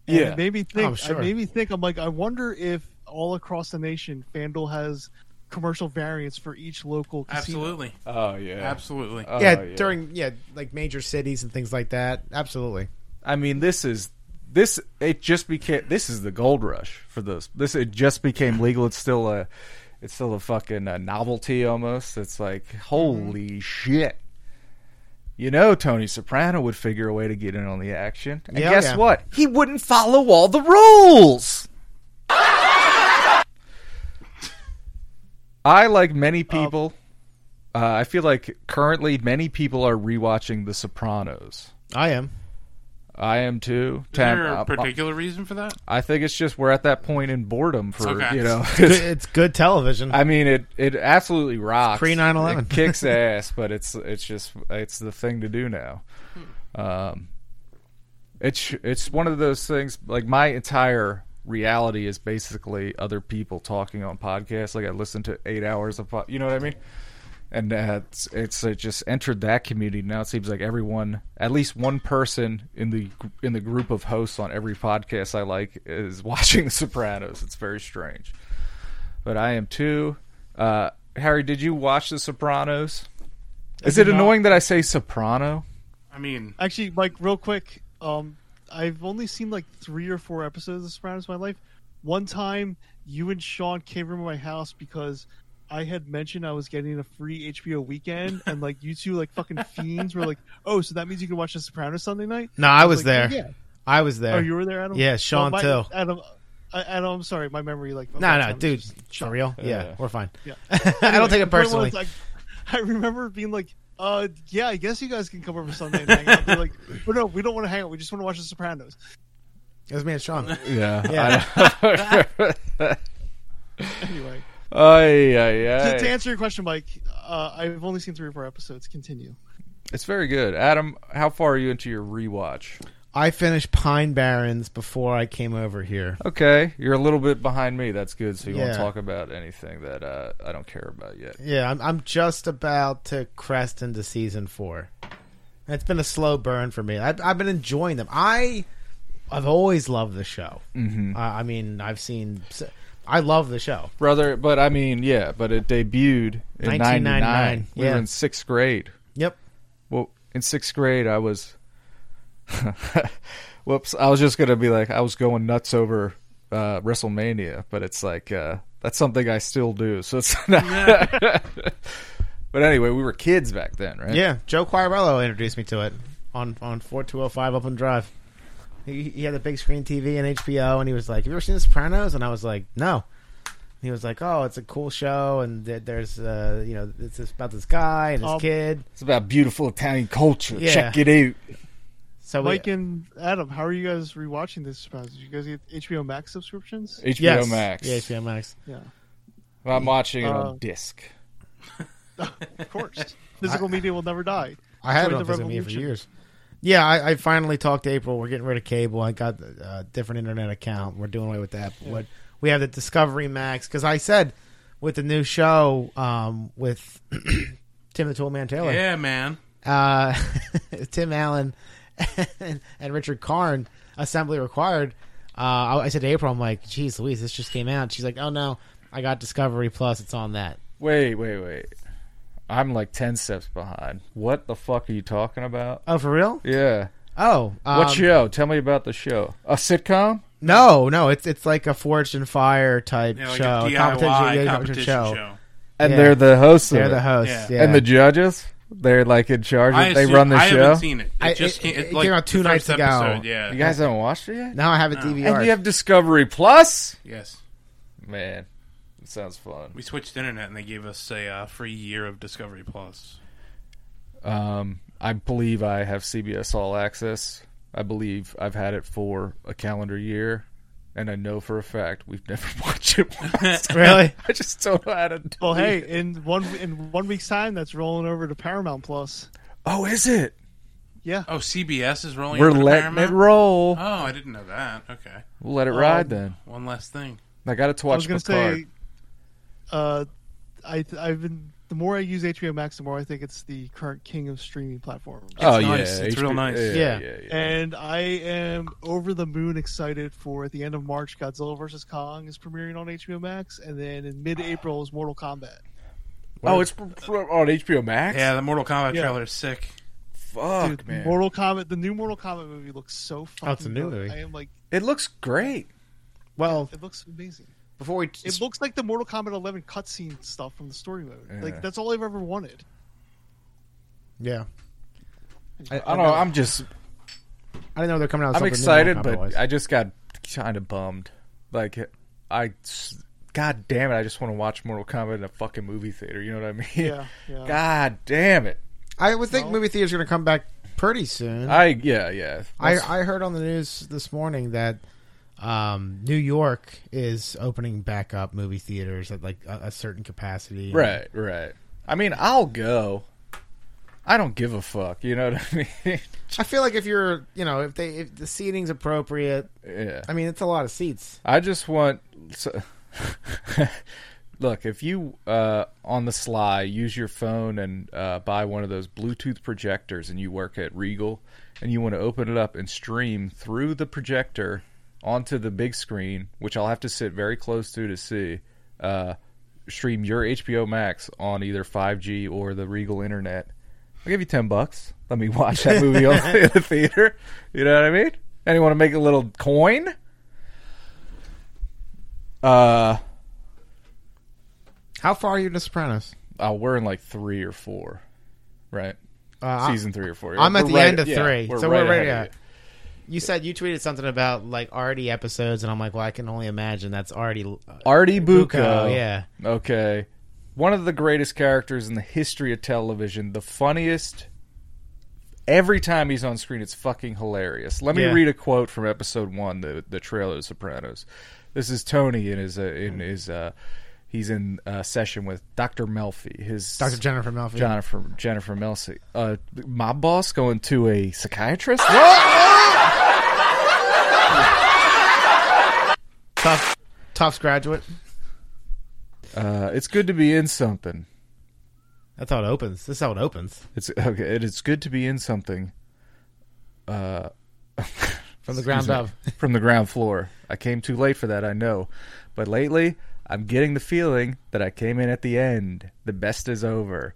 S3: And
S1: Yeah.
S3: it made me think.
S2: Oh, sure.
S3: It made me think. I'm like, I wonder if all across the nation, FanDuel has commercial variants for each local casino.
S4: Absolutely,
S1: oh yeah,
S4: absolutely.
S1: Oh,
S2: yeah, during yeah, like major cities and things like that. Absolutely.
S1: I mean, this is this. It just became this is the gold rush for this. This it just became legal. It's still a, it's still a fucking uh novelty almost. It's like holy
S2: Mm-hmm.
S1: shit. You know, Tony Soprano would figure a way to get in on the action, and
S2: Yeah,
S1: guess
S2: yeah.
S1: what? He wouldn't follow all the rules. I like
S2: Oh.
S1: many people. uh, I feel like currently many people are rewatching The Sopranos.
S2: I am.
S1: I am too.
S4: Is
S1: Tam-
S4: there a
S1: uh,
S4: particular reason for that?
S1: I think it's just we're at that point in boredom for
S4: Okay.
S1: you know.
S2: Good- it's good television.
S1: I mean it. It absolutely rocks.
S2: pre- 9/11.
S1: It kicks ass, but it's it's just it's the thing to do now. Um, it's it's one of those things. Like my entire reality is basically other people talking on podcasts. Like I listen to eight hours of pod. You know what I mean? and that's it's it just entered that community. Now it seems like everyone, at least one person in the gr- in the group of hosts on every podcast I like, is watching The Sopranos. It's very strange, but I am too. Uh, Harry, did you watch The Sopranos? Is
S3: did
S1: it
S3: not.
S1: annoying that I say Soprano?
S4: I mean,
S3: Actually, Mike, real quick, um, I've only seen like three or four episodes of The Sopranos in my life. One time, you and Sean came over to my house because I had mentioned I was getting a free HBO weekend, and like you two, like fucking fiends, were like, "Oh, so that means you can watch The Sopranos Sunday night?"
S2: No, I was
S3: like,
S2: there.
S3: Yeah.
S2: I was there.
S3: Oh, you were there, Adam.
S2: Yeah, Sean
S3: my-
S2: too.
S3: Adam, I, Adam, I'm sorry, my memory like.
S2: no,
S3: my
S2: no,
S3: time
S2: dude,
S3: is just
S2: for
S3: shot.
S2: real. Yeah,
S1: Yeah.
S2: we're fine.
S3: Yeah.
S2: I don't take
S3: Anyway, the
S2: it
S3: point was,
S2: personally.
S3: like, I remember being like, uh, yeah, I guess you guys can come over Sunday and hang out. They're like, oh no, we don't want to hang out. We just want to watch The Sopranos.
S2: It was me and Sean.
S1: Yeah.
S2: Yeah.
S1: I-
S3: Anyway,
S1: Ay, ay,
S3: to,
S1: ay.
S3: to answer your question, Mike, uh, I've only seen three or four episodes. Continue.
S1: It's very good. Adam, how far are you into your rewatch?
S2: I finished Pine Barrens before I came over here.
S1: Okay, you're a little bit behind me. That's good. So you won't
S2: Yeah.
S1: talk about anything that uh, I don't care about yet.
S2: Yeah, I'm I'm just about to crest into season four. And it's been a slow burn for me. I've, I've been enjoying them. I I've always loved the show. Mm-hmm. Uh, I mean, I've seen. I love the show.
S1: Brother, but I mean, yeah, but it debuted in
S2: 1999,
S1: 99. We
S2: yeah.
S1: were in sixth grade.
S2: Yep.
S1: Well, in sixth grade, I was. Whoops! I was just gonna be like, I was going nuts over uh, WrestleMania, but it's like uh, that's something I still do. So it's not. but anyway, we were kids back then, right?
S2: Yeah, Joe Quirello introduced me to it on on four two zero five Upland Drive. He, he had a big screen TV and HBO, and he was like, "Have you ever seen The Sopranos?" And I was like, "No." And he was like, "Oh, it's a cool show, and th- there's uh, you know, it's about this guy and his
S3: Um,
S2: kid."
S1: It's about beautiful Italian culture.
S2: Yeah.
S1: Check it out.
S2: So we,
S3: Mike and Adam, how are you guys rewatching this Sopranos? Did you guys get HBO Max subscriptions?
S1: HBO
S2: yes.
S1: Max.
S2: yeah, HBO Max.
S3: Yeah,
S1: I'm watching it
S3: Uh,
S2: oh.
S1: on disc.
S3: of course. Physical media will never die.
S2: I had it
S3: Join
S2: on
S3: the
S2: Visit Me for
S3: revolution.
S2: years. Yeah, I, I finally talked to April. We're getting rid of cable. I got a different internet account. We're doing away with that. But What we have the Discovery Max because I said with the new show um, with Tim the Toolman Taylor,
S4: yeah, man.
S2: uh, Tim Allen, and, and Richard Karn, Assembly Required. Uh, I, I said to April, I'm like, "Geez, Louise, this just came out." She's like, "Oh no, I got Discovery Plus. It's on that."
S1: Wait, wait, wait. I'm like ten steps behind. What the fuck are you talking about?
S2: Oh, for real?
S1: Yeah.
S2: Oh, um,
S1: What show? Tell me about the show. A sitcom?
S2: No, no, it's it's like a Forged and Fire type
S4: Yeah, like
S2: show,
S4: a DIY
S2: yeah,
S4: competition, show.
S1: And
S2: Yeah.
S1: they're the hosts. of
S2: They're
S1: it.
S2: the hosts,
S4: Yeah.
S2: yeah.
S1: and the judges they're like in charge
S4: I
S1: of, they
S4: assume-
S1: run the
S4: I
S1: show
S4: haven't seen it. It
S2: I-
S4: just
S2: it-
S4: came,
S2: it
S4: like,
S2: came out two
S4: the first
S2: nights ago.
S4: episode, Yeah.
S1: you guys haven't watched it yet
S2: now I have a
S4: No.
S2: DVR.
S1: and you have discovery plus
S4: yes.
S1: man it sounds fun
S4: We switched internet and they gave us a uh, free year of Discovery Plus.
S1: um, i believe i have cbs all access i believe i've had it for a calendar year and i know for a fact we've never watched it once.
S2: really?
S1: i just don't know how to do
S3: Well, hey,
S1: it.
S3: in one in one week's time, that's rolling over to Paramount Plus.
S1: oh is it
S3: Yeah,
S4: Oh, CBS is rolling.
S1: we're
S4: over to
S1: letting
S4: Paramount?
S1: it roll
S4: Oh, I didn't know that. Okay,
S1: we'll let it ride then
S4: one last thing.
S1: i got it to
S3: Oh. I
S1: watch
S3: was gonna
S1: Picard.
S3: say, uh, I th- I've been the more I use HBO Max, the more I think it's the current king of streaming platforms.
S1: oh
S4: nice.
S1: yeah
S4: It's real nice.
S2: Yeah.
S1: yeah, yeah, yeah.
S3: And I am over the moon excited for at the end of March, Godzilla vs Kong is premiering on HBO Max, and then in mid-April is Mortal Kombat.
S1: oh it's pr- pr- on hbo max
S4: Yeah, the Mortal Kombat
S3: Yeah.
S4: trailer is sick.
S1: Fuck,
S3: Dude,
S1: man.
S3: Mortal Kombat, the new Mortal Kombat movie looks so fucking.
S2: it's a new
S3: good.
S2: movie.
S3: I am like,
S1: it looks great.
S2: Well,
S3: it looks amazing.
S2: before we
S3: It looks like the Mortal Kombat 11 cutscene stuff from the story mode.
S1: Yeah.
S3: Like that's all I've ever wanted.
S2: yeah, I,
S1: I don't know. I'm just,
S2: I don't know they're coming out. With
S1: I'm
S2: something
S1: excited,
S2: new Mortal
S1: but
S2: Kombat wise.
S1: I just got kind of bummed. Like, I, god damn it, I just want to watch Mortal Kombat in a fucking movie theater. You know what I mean?
S3: Yeah, yeah.
S1: God damn it.
S2: I would think
S3: No.
S2: movie theaters are going to come back pretty soon.
S1: I
S2: I,
S1: yeah yeah.
S2: I heard on the news this morning that um, New York is opening back up movie theaters at like a, a certain capacity.
S1: right right. I mean, I'll go. I don't give a fuck. You know what I mean?
S2: I feel like if you're, you know, if they if the seating's appropriate,
S1: yeah.
S2: I mean, it's a lot of seats.
S1: I just want. So, look if you uh, on the sly use your phone and uh, buy one of those Bluetooth projectors, and you work at Regal, and you want to open it up and stream through the projector onto the big screen, which I'll have to sit very close to to see. Uh, stream your HBO Max on either 5G or the Regal Internet. I'll give you ten bucks. Let me watch that movie on in the theater. You know what I mean? And you want to make a little coin? Uh,
S2: How far are you into Sopranos?
S1: oh, we're in like three or four, right?
S2: Uh, I-
S1: Season three or four.
S2: I'm at
S1: We're
S2: the
S1: right-
S2: end of
S1: yeah,
S2: three, so we're
S1: ahead
S2: right.
S1: of
S2: Yeah.
S1: you.
S2: You said you tweeted something about like already episodes, and I'm like, well, I can only imagine that's already
S1: Artie Bucco.
S2: Bucco, yeah.
S1: Okay. One of the greatest characters in the history of television, the funniest. Every time he's on screen, it's fucking hilarious. Let me
S2: Yeah.
S1: read a quote from episode one, the the trailer of Sopranos. This is Tony in his uh, in his uh, he's in a session with Doctor Melfi, his
S2: Dr. Jennifer Melfi.
S1: Jennifer Jennifer Melfi, uh, mob boss going to a psychiatrist.
S2: Tough, Tufts graduate.
S1: Uh, it's good to be in something.
S2: That's how it opens. This is how it opens
S1: It's okay. It, it's good to be in something. Uh,
S2: from the ground up.
S1: from the ground floor. I came too late for that, I know, but lately I'm getting the feeling that I came in at the end. The best is over.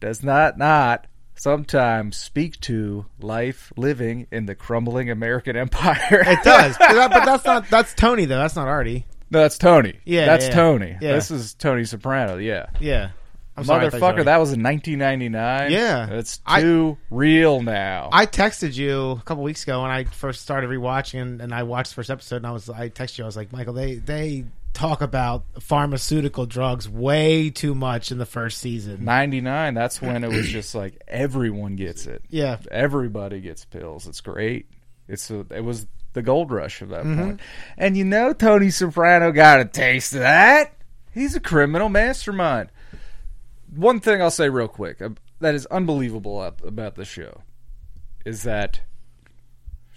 S1: Does not not sometimes speak to life living in the crumbling American empire.
S2: It does, but, that- but that's not that's Tony though. That's not Artie.
S1: no, that's Tony.
S2: Yeah,
S1: that's
S2: yeah,
S1: Tony.
S2: yeah.
S1: This is Tony Soprano. Yeah.
S2: Yeah, I'm sorry, I thought you
S1: Motherfucker,
S2: were-
S1: that was in 1999.
S2: Yeah.
S1: that's
S2: I-
S1: too real now.
S2: I texted you a couple weeks ago when I first started rewatching, and, and I watched the first episode, and I was I texted you. I was like, Michael, they they talk about pharmaceutical drugs way too much in the first season.
S1: 99 that's when it was just like everyone gets it
S2: Yeah,
S1: everybody gets pills it's great it's a, it was the gold rush of that point. Mm-hmm. and you know tony soprano got a taste of that he's a criminal mastermind one thing i'll say real quick uh, that is unbelievable ab- about the show is that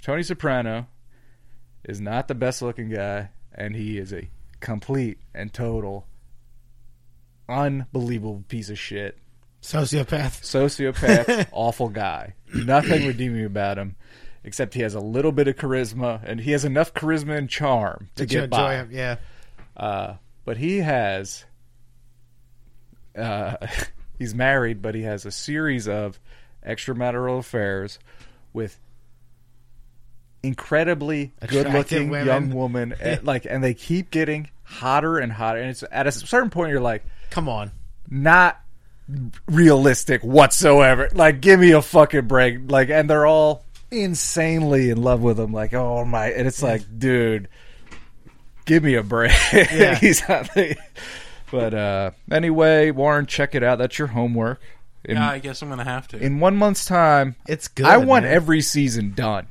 S1: tony soprano is not the best looking guy and he is a complete and total unbelievable piece of shit
S2: sociopath.
S1: sociopath, awful guy. Nothing redeeming about him, except he has a little bit of charisma, and he has enough charisma and charm to
S2: Did you
S1: get
S2: enjoy
S1: by.
S2: him? Yeah.
S1: Uh, but he has, uh, he's married, but he has a series of extramarital affairs with incredibly
S2: Attractive
S1: good-looking
S2: women.
S1: young woman, and, like, and they keep getting hotter and hotter. And it's at a certain point, you're like,
S2: Come on.
S1: not realistic whatsoever. Like, give me a fucking break. Like, and they're all insanely in love with him. Like, oh my, and it's like, dude, give me a break.
S2: Yeah.
S1: He's not. The, but uh, anyway, Warren, check it out. That's your homework. In,
S4: Yeah, I guess I'm gonna have to.
S1: in one month's time,
S2: It's good.
S1: I want
S2: man.
S1: every season done.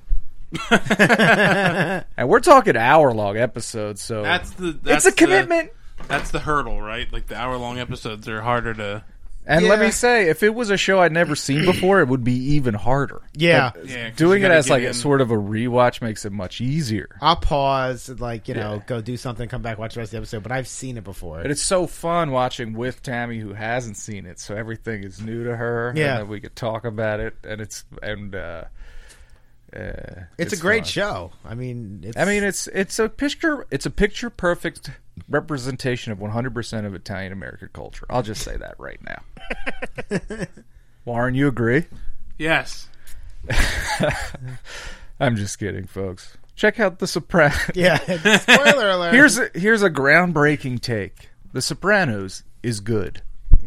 S1: and we're talking hour long episodes, so
S4: that's the that's uh,
S1: it's a
S4: the-
S1: commitment.
S4: that's the hurdle, right? Like the hour long episodes are harder to.
S1: And let
S2: Yeah.
S1: me say, if it was a show I'd never seen before, it would be even harder.
S2: Yeah.
S1: But
S4: Yeah, 'cause
S1: doing
S4: you
S1: it
S4: gotta
S1: as
S4: get
S1: like
S4: in.
S1: a sort of a rewatch makes it much easier.
S2: I'll pause and like, you know,
S1: Yeah.
S2: go do something, come back, watch the rest of the episode, but I've seen it before.
S1: But it's so fun watching with Tammy, who hasn't seen it, so everything is new to her.
S2: Yeah.
S1: and then we could talk about it, and it's and uh, uh, it's,
S2: It's, a great
S1: fun.
S2: show. I mean, it's,
S1: I mean, it's it's a picture it's a picture perfect representation of 100 percent of Italian American culture. I'll just say that right now. Warren, you agree?
S4: Yes,
S1: I'm just kidding, folks. Check out the Sopranos.
S2: yeah. Spoiler alert.
S1: Here's a, here's a groundbreaking take. The Sopranos is good.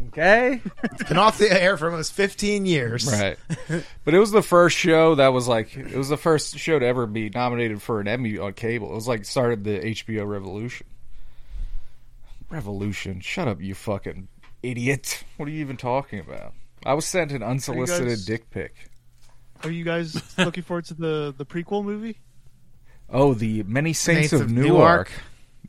S1: Okay?
S2: it's been off the air for almost 15 years.
S1: Right. but it was the first show that was like it was the first show to ever be nominated for an Emmy on cable. It was like started the HBO revolution. Revolution. Shut up, you fucking idiot. What are you even talking about? I was sent an unsolicited
S3: guys-
S1: dick pic.
S3: Are you guys looking forward to the the prequel movie?
S1: Oh, the Many Saints,
S2: Saints
S1: of,
S2: of
S1: Newark.
S2: Newark.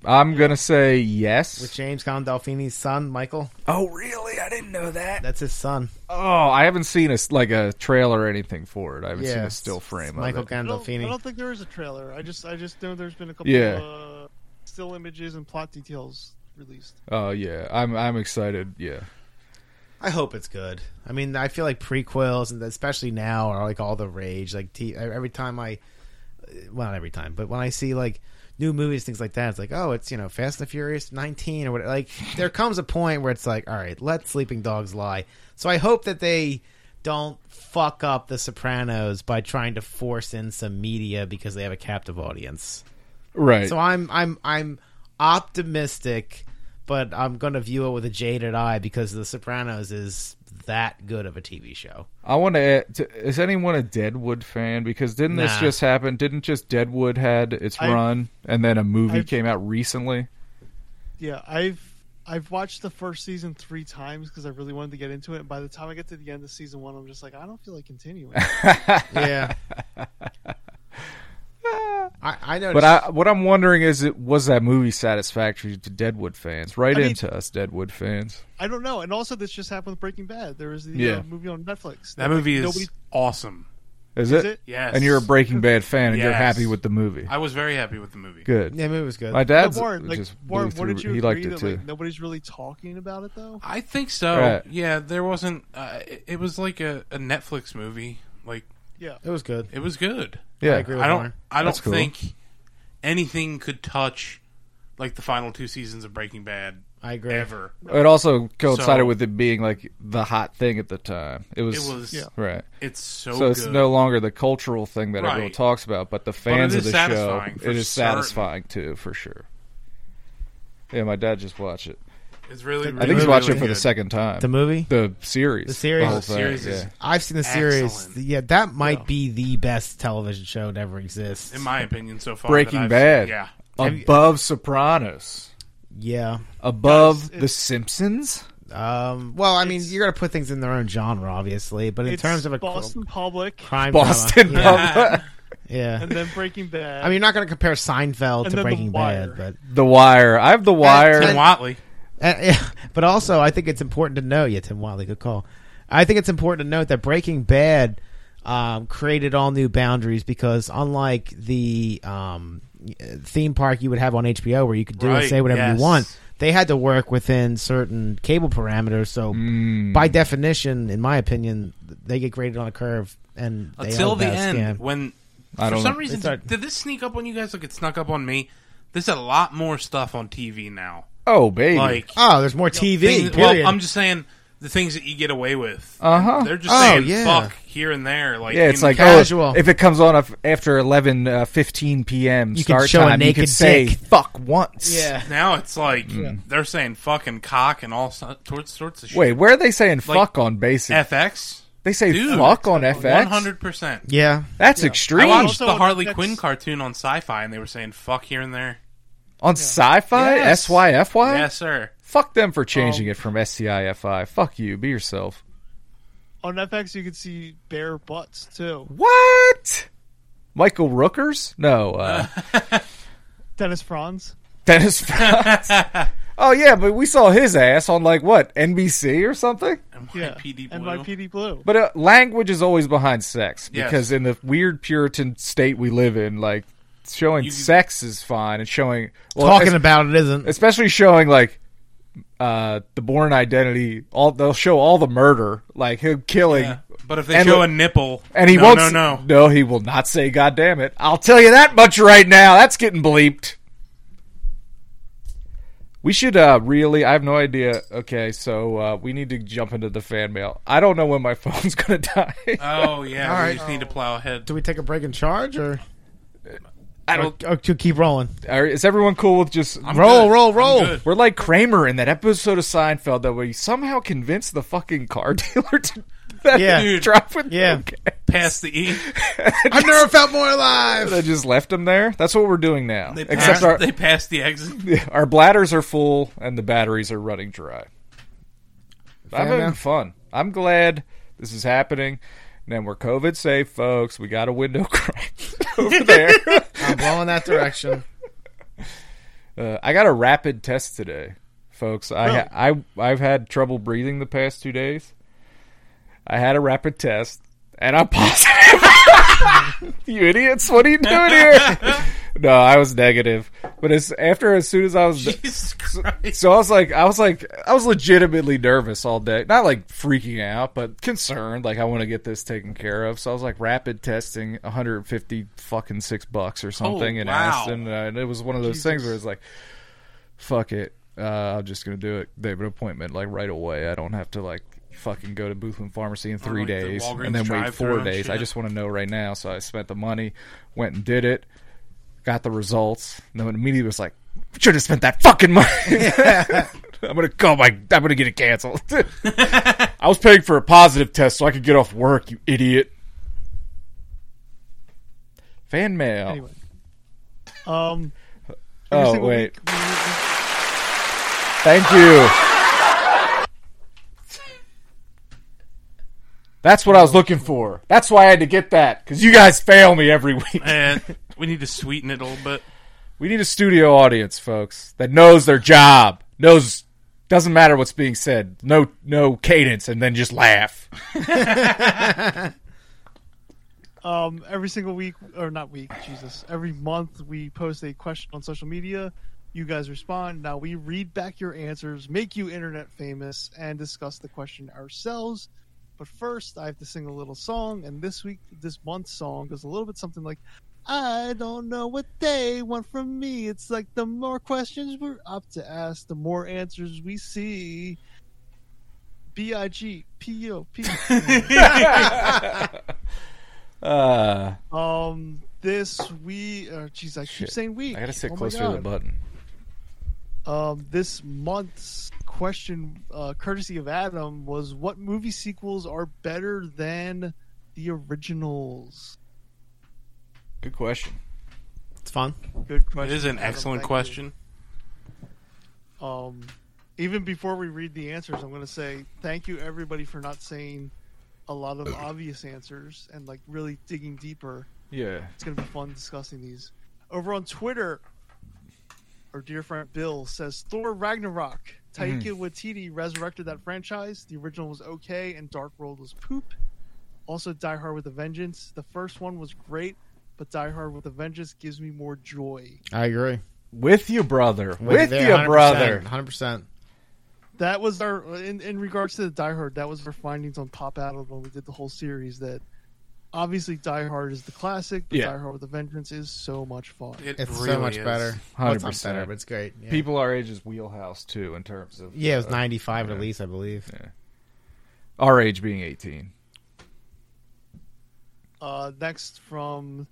S1: I'm gonna say yes.
S2: With James Gandolfini's son, Michael.
S1: oh, really? I didn't know that.
S2: That's his son.
S1: Oh, I haven't seen a s- like a trailer or anything for it. I haven't seen a
S2: it's-
S1: still frame.
S2: it's
S1: of
S2: Michael
S1: it.
S3: I don't, I
S2: Gandolfini.
S3: don't think there is a trailer. I just I just know there's been a couple
S1: Yeah.
S3: uh, still images and plot details released.
S1: Oh yeah, I'm I'm excited. Yeah,
S2: I hope it's good. I mean, I feel like prequels, and especially now, are like all the rage. Like t- every time I, well, not every time, but when I see like new movies, things like that, it's like, oh, it's you know, Fast and the Furious 19 or what. Like, there comes a point where it's like, all right, let sleeping dogs lie. So I hope that they don't fuck up The Sopranos by trying to force in some media because they have a captive audience.
S1: right.
S2: So I'm I'm I'm optimistic, but I'm going to view it with a jaded eye because The Sopranos is that good of a TV show.
S1: I want to. add to- Is anyone a Deadwood fan? Because didn't this
S2: Nah.
S1: just happen? Didn't just Deadwood had its
S3: I-
S1: run, and then a movie
S3: I-
S1: came out recently?
S3: Yeah, I've I've watched the first season three times because I really wanted to get into it. And by the time I get to the end of season one, I'm just like, I don't feel like continuing.
S2: Yeah. I, I know,
S1: But I, what I'm wondering is, it was that movie satisfactory to Deadwood fans? Right
S3: I mean-
S1: into us Deadwood fans.
S3: I don't know. And also, this just happened with Breaking Bad. There was the
S1: Yeah.
S3: uh, movie on Netflix.
S4: That movie is
S3: nobody-
S4: awesome.
S1: Is, it?
S3: Is it?
S4: Yes.
S1: And you're a Breaking Bad fan, and you're
S4: Yes.
S1: happy with the movie.
S4: I was very happy with the movie.
S1: Good.
S2: yeah, movie was good.
S1: My dad's
S3: No, Warren, like,
S1: just
S3: Warren,
S1: blew
S3: what did
S1: through-
S3: you
S1: he
S3: agree
S1: liked it
S3: that
S1: too.
S3: like nobody's really talking about it though?
S4: I think so.
S1: Right.
S4: Yeah, there wasn't. Uh, it, it was like a, a Netflix movie. Like
S3: Yeah.
S2: it was good.
S4: it was good.
S1: yeah,
S2: I agree with
S4: I don't.
S2: Warren.
S4: I don't
S1: That's cool.
S4: think anything could touch like the final two seasons of Breaking Bad
S2: I agree.
S4: ever.
S1: It also coincided
S4: So-
S1: with it being like the hot thing at the time. It
S4: It
S1: was,
S4: was.
S3: Yeah.
S1: right.
S4: It's so.
S1: So,
S4: good.
S1: it's no longer the cultural thing that everyone
S4: Right.
S1: talks about, but the fans
S4: it
S1: of
S4: is
S1: the show,
S4: satisfying for
S1: it is
S4: certain.
S1: satisfying too, for sure. Yeah, my dad just watched it.
S4: It's really.
S1: I think he's
S4: really,
S1: watched
S4: really
S1: it for the
S4: good.
S1: second time.
S2: The movie?
S1: the series,
S2: The series.
S1: whole
S4: The
S1: thing,
S4: series
S1: yeah.
S4: is-
S2: I've seen the series.
S4: Excellent.
S2: Yeah, that might
S3: Yeah.
S2: be the best television show that ever exists.
S4: In my opinion, so far. that
S1: Breaking
S4: I've
S1: Bad,
S4: Seen, yeah.
S1: above Sopranos,
S2: yeah.
S1: above
S3: Guys,
S1: The
S3: it's-
S1: Simpsons.
S2: Um, well, I mean,
S3: It's-
S2: you're going to put things in their own genre, obviously, but in
S3: It's
S2: terms of a cr-
S3: Boston Public
S2: crime drama-
S1: Boston
S2: yeah,
S1: Public.
S2: yeah.
S3: and then Breaking Bad.
S2: I mean, you're not going to compare Seinfeld
S3: And
S2: to
S3: then The
S2: Breaking
S3: Wire.
S2: Bad, but
S1: The Wire. I have The
S4: Tim
S1: Wire.
S4: Watley.
S2: uh, yeah, but also I think it's important to know. Yeah, Tim Wiley, good call. I think it's important to note that Breaking Bad um, created all new boundaries because unlike the um, theme park you would have on HBO where you could do and
S4: Right,
S2: say whatever
S4: yes.
S2: you want, they had to work within certain cable parameters. So
S4: Mm.
S2: by definition, in my opinion, they get graded on a curve and they
S4: until
S2: are
S4: the
S2: best,
S4: end
S2: yeah.
S4: when
S1: I
S4: for
S1: don't
S4: some
S1: know.
S4: reason
S2: It's not-
S4: did this sneak up on you guys like it snuck up on me there's a lot more stuff on tv now
S1: Oh baby.
S4: like
S2: Oh, there's more TV.
S4: things,
S2: period.
S4: well i'm just saying the things that you get away with
S1: Uh-huh.
S4: they're just
S2: Oh,
S4: saying
S2: yeah.
S4: fuck here and there like
S1: yeah, it's
S4: in-
S1: like Oh,
S2: Casual.
S1: if it comes on af- after 11, uh, 15 p.m.
S2: You
S1: start
S2: can show a
S1: time, you
S2: naked
S1: could say
S2: dick.
S1: fuck once.
S2: yeah.
S4: now it's like they're saying fucking cock and all so- sorts sorts of shit
S1: Wait, where are they saying fuck on basic?
S4: fx
S1: they say
S4: dude,
S1: fuck on FX.
S4: 100%
S2: Yeah.
S1: That's
S3: Yeah.
S4: I
S1: extreme
S4: watched
S3: Also
S4: the
S3: on
S4: Harley
S3: FX
S4: Quinn cartoon on Sci-Fi, and they were saying "fuck" here and there.
S1: on sci-fi.
S4: Yes.
S1: S Y F Y.
S4: Yes, sir.
S1: Fuck them for changing it from S C I F I. Fuck you. Be yourself.
S3: on FX you can see bare butts too.
S1: What? Michael Rookers? No, uh,
S3: Dennis Franz.
S1: Dennis. Franz. oh yeah, but we saw his ass on like what NBC or something.
S3: Yeah.
S4: NYPD Blue.
S3: NYPD Blue.
S1: But uh, language is always behind sex
S4: Yes.
S1: because in the weird Puritan state we live in, like showing
S4: You-
S1: sex is fine and showing well,
S2: Talking
S1: es-
S2: about it isn't.
S1: especially showing like uh the born identity. All they'll show all the murder, like him killing,
S4: Yeah. But if they
S1: And
S4: show
S1: look-
S4: a nipple,
S1: and he
S4: no,
S1: won't.
S4: No,
S1: s-
S4: no,
S1: no, he will not say. God damn it! I'll tell you that much right now. That's getting bleeped. We should uh, really. I have no idea. Okay, so uh, we need to jump into the fan mail. I don't know when my phone's gonna die.
S4: Oh yeah,
S2: All
S4: we
S2: right.
S4: just need to plow ahead.
S2: Do we take a break and charge or,
S1: I
S2: or,
S1: don't.
S2: or to keep rolling?
S1: Are, is everyone cool with just
S4: I'm
S1: roll,
S4: good.
S1: roll,
S4: I'm
S1: roll?
S4: good.
S1: We're like Kramer in that episode of Seinfeld that we somehow convinced the fucking car dealer to that
S2: Yeah.
S1: he'd drop with
S2: Yeah.
S1: no gas.
S4: Pass the E.
S2: I've never felt more alive.
S1: They just left him there. That's what we're doing now.
S4: They
S1: Except
S4: passed,
S1: our
S4: they passed the exit.
S1: our bladders are full and the batteries are running dry. I'm
S2: Fair
S1: having
S2: enough.
S1: fun. I'm glad this is happening. And then we're COVID safe, folks. We got a window cracked over there.
S2: I'm blowing that direction.
S1: Uh, I got a rapid test today, folks. I,
S4: Oh.
S3: Really?
S1: I I've had trouble breathing the past two days. I had a rapid test, and I'm positive. you idiots! What are you doing here? no, I was negative, But as after as soon as I was
S4: Jesus Christ.
S1: so I was like, I was like, I was legitimately nervous all day. Not like freaking out, but concerned. Like I want to get this taken care of. So I was like, rapid testing, 150 fucking six bucks or something
S4: Oh,
S1: in
S4: wow.
S1: Aston, uh, and it was one of those things
S3: Jesus.
S1: where it's like, fuck it, uh, I'm just gonna do it. They have an appointment like right away. I don't have to like fucking go to Boothman Pharmacy in three
S4: like, the
S1: days
S4: Walgreens
S1: and then wait
S4: drive-thru
S1: four
S4: and
S1: days. I
S4: shit.
S1: just want to know right now. So I spent the money, went and did it got the results, and then immediately was like, "Should have spent that fucking money." I'm gonna call my. I'm gonna get it canceled. I was paying for a positive test so I could get off work. You idiot. Fan mail.
S3: Anyway. Um. every
S1: oh
S3: single
S1: wait,
S3: week we-
S1: thank you. That's what I was looking for. That's why I had to get that because you guys fail me every week.
S4: and we need to sweeten it a little bit.
S1: We need a studio audience, folks, that knows their job, knows doesn't matter what's being said, no no cadence, and then just laugh.
S3: um, every single week, or not week, Jesus, every month we post a question on social media. You guys respond. Now we read back your answers, make you internet famous, and discuss the question ourselves. But first, I have to sing a little song, and this week, this month's song is a little bit something like, "I don't know what they want from me." It's like the more questions we're up to ask, the more answers we see. B I G P O P.
S1: Uh,
S3: Um, this we, uh, jeez, I keep
S1: Shit.
S3: saying we.
S1: I gotta sit
S3: Oh my
S1: closer to the
S3: God.
S1: button.
S3: Um, this month's question, uh, courtesy of Adam, was what movie sequels are better than the originals?
S1: Good question.
S2: It's fun.
S3: Good
S4: It
S3: question.
S4: is an
S3: Adam,
S4: excellent
S3: thank you.
S4: question.
S3: Um, even before we read the answers, I'm gonna say thank you everybody for not saying a lot of obvious answers and like really digging deeper.
S1: Yeah.
S3: It's going to be fun discussing these. Over on Twitter, our dear friend Bill says Thor Ragnarok. Taika Waititi resurrected that franchise. The original was okay, and Dark World was poop. Also, Die Hard with a Vengeance. The first one was great, but Die Hard with a Vengeance gives me more joy.
S2: I agree.
S1: With you, brother.
S2: With
S1: With,
S2: you there,
S1: you,
S2: 100%,
S1: brother.
S2: 100%.
S3: That was our in, in regards to the Die Hard. That was our findings on Pop Out when we did the whole series. That obviously Die Hard is the classic, but
S1: Yeah.
S3: Die Hard with a Vengeance is so much fun.
S4: It
S2: It's
S4: really
S2: so much
S4: is.
S2: better. Well, it's not
S1: 100%.
S2: better, but it's great. Yeah,
S1: People our age's wheelhouse too, in terms of
S2: yeah it was
S1: uh,
S2: 95
S1: yeah.
S2: release, I believe.
S1: Our age being eighteen.
S3: Uh, next from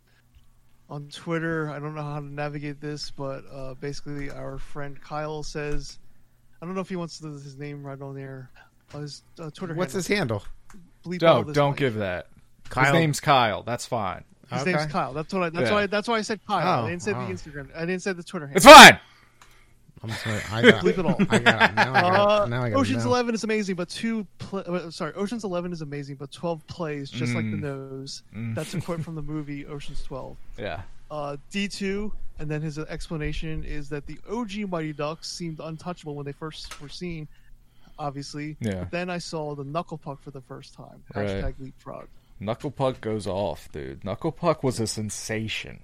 S3: on Twitter, I don't know how to navigate this, but uh, basically our friend Kyle says, I don't know if he wants to his name right on there. Uh, his uh, Twitter.
S2: What's his
S3: handle.
S2: handle?
S3: Bleep all
S1: No,
S3: this
S1: don't
S3: blank.
S1: give that.
S2: Kyle.
S1: His name's Kyle. That's fine.
S3: His
S2: Okay.
S3: name's Kyle. That's what I. That's
S1: Yeah.
S3: why. That's why I said Kyle.
S2: Oh,
S3: I didn't say
S2: wow.
S3: the Instagram. I didn't say the Twitter
S1: It's
S3: handle.
S1: fine.
S2: I'm sorry. I got
S3: Bleep it all.
S2: I got it. Now I got
S3: Uh,
S2: it. Now I got
S3: Ocean's
S2: it. now.
S3: Eleven is amazing, but two. Pl- uh, sorry, Ocean's Eleven is amazing, but twelve plays just like the
S1: Mm.
S3: nose.
S1: Mm.
S3: That's a quote from the movie Ocean's Twelve.
S1: Yeah.
S3: uh, D2, and then his explanation is that the OG Mighty Ducks seemed untouchable when they first were seen, obviously.
S1: Yeah.
S3: Then I saw the Knuckle Puck for the first time.
S1: Right.
S3: Hashtag leapfrog.
S1: Knuckle Puck goes off, dude. Knuckle Puck was a sensation.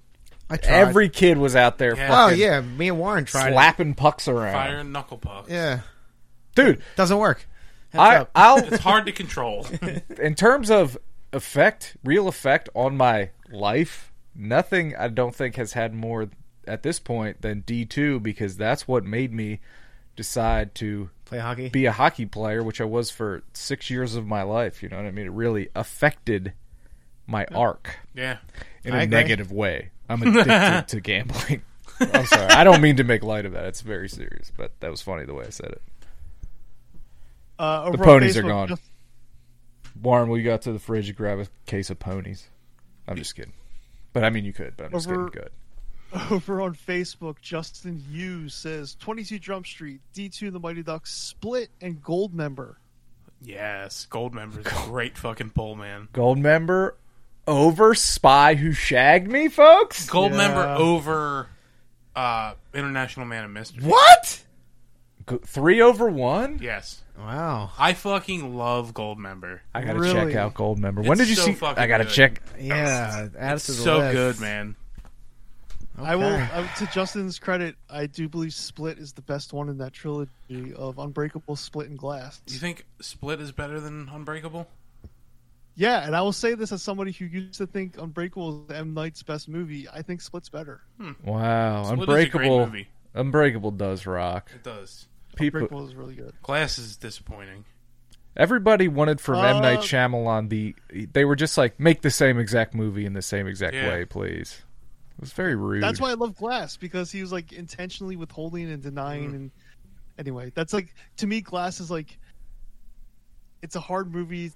S2: I tried.
S1: Every kid was out there
S4: Yeah.
S2: Oh,
S1: fucking
S2: yeah. Me and Warren tried. it.
S1: slapping pucks around.
S4: Fire and knuckle puck.
S2: Yeah.
S1: Dude,
S2: Doesn't work. Heads
S1: I,
S2: up.
S1: I'll
S4: It's hard to control.
S1: in terms of effect, real effect on my life, nothing I don't think has had more at this point than D2 because that's what made me decide to
S2: Play hockey.
S1: be a hockey player, which I was for 6 years of my life, you know what I mean? It really affected my arc.
S4: yeah.
S1: in
S2: I
S1: a
S2: agree.
S1: negative way. I'm addicted to gambling. I'm sorry. I don't mean to make light of that. It's very serious, but that was funny the way I said it.
S3: Uh, over on
S1: ponies are
S3: Facebook,
S1: gone.
S3: Jeff-
S1: Warren, we got to the fridge to grab a case of ponies. I'm just kidding. But I mean, you could, but I'm just
S3: Over-
S1: kidding. Good.
S3: over on Facebook, Justin Hughes says 22 Jump Street, D2, the Mighty Ducks, Split, and Gold Member.
S4: Yes. Gold member's a great fucking pull, man.
S1: Gold member over spy who shagged me, folks?
S4: Gold
S3: Yeah.
S4: member over uh International Man of Mystery.
S2: What?
S1: Go- Three over one?
S4: Yes.
S2: Wow.
S4: I fucking love gold member.
S1: I gotta
S3: Really?
S1: check out Gold member. When
S4: It's
S1: did you
S4: so
S1: see?
S4: fucking
S1: I gotta
S4: good.
S1: check.
S2: Yeah. Add it to the
S4: So
S2: list.
S4: good, man.
S3: I will.
S2: Okay.
S3: I, to Justin's credit, I do believe Split is the best one in that trilogy of Unbreakable, Split, and Glass.
S4: Do you think Split is better than Unbreakable?
S3: Yeah, and I will say this as somebody who used to think Unbreakable is M Night's best movie. I think Split's better.
S1: Wow,
S4: Split is a great
S1: Unbreakable.
S4: movie.
S1: Unbreakable does rock.
S4: It does.
S1: People,
S3: Unbreakable is really good.
S4: Glass is disappointing.
S1: everybody wanted from M Night
S3: Uh,
S1: Shyamalan the. They were just like, make the same exact movie in the same exact
S4: Yeah.
S1: way, please. It was very rude.
S3: That's why I love Glass because he was like intentionally withholding and
S1: Mm.
S3: denying. And anyway, that's like to me, Glass is like it's a hard movie.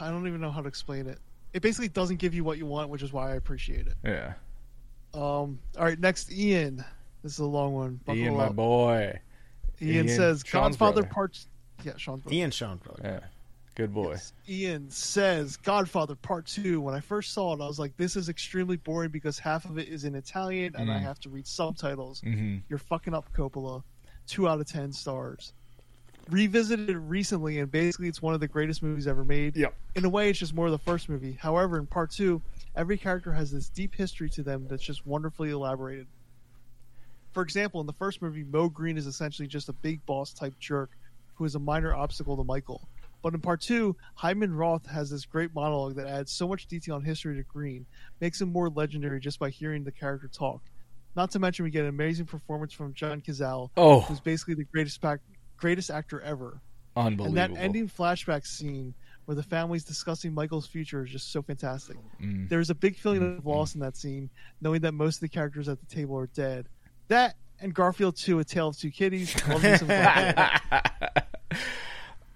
S3: I don't even know how to explain it. It basically doesn't give you what you want, which is why I appreciate it.
S1: Yeah,
S3: Um, all right, next, Ian. This is a long one. Buckle
S1: Ian, my
S3: up.
S1: boy. Ian,
S3: Ian, says
S1: Sean's
S3: Godfather
S1: brother.
S3: Part. Yeah, Sean's brother.
S2: Ian Sean brother.
S1: Yeah, good boy.
S3: Ian says Godfather Part 2. When I first saw it, I was like, this is extremely boring because half of it is in Italian and I
S1: Mm.
S3: have to read subtitles.
S1: Mm-hmm.
S3: You're fucking up, Coppola. Two out of 10 stars. Revisited it recently, and basically, it's one of the greatest movies ever made.
S1: Yep.
S3: In a way, it's just more of the first movie. However, in Part 2, every character has this deep history to them that's just wonderfully elaborated. For example, in the first movie, Mo Green is essentially just a big boss type jerk who is a minor obstacle to Michael. But in part two, Hyman Roth has this great monologue that adds so much detail and history to Green, makes him more legendary just by hearing the character talk. Not to mention, we get an amazing performance from John Cazale,
S1: Oh,
S3: who's basically the greatest pac- greatest actor ever. And
S1: unbelievable.
S3: that ending flashback scene where the family's discussing Michael's future is just so fantastic.
S1: Mm.
S3: There's a big feeling of loss in that scene, knowing that most of the characters at the table are dead. That and Garfield 2, A Tale of Two Kitties. love me some Garfield.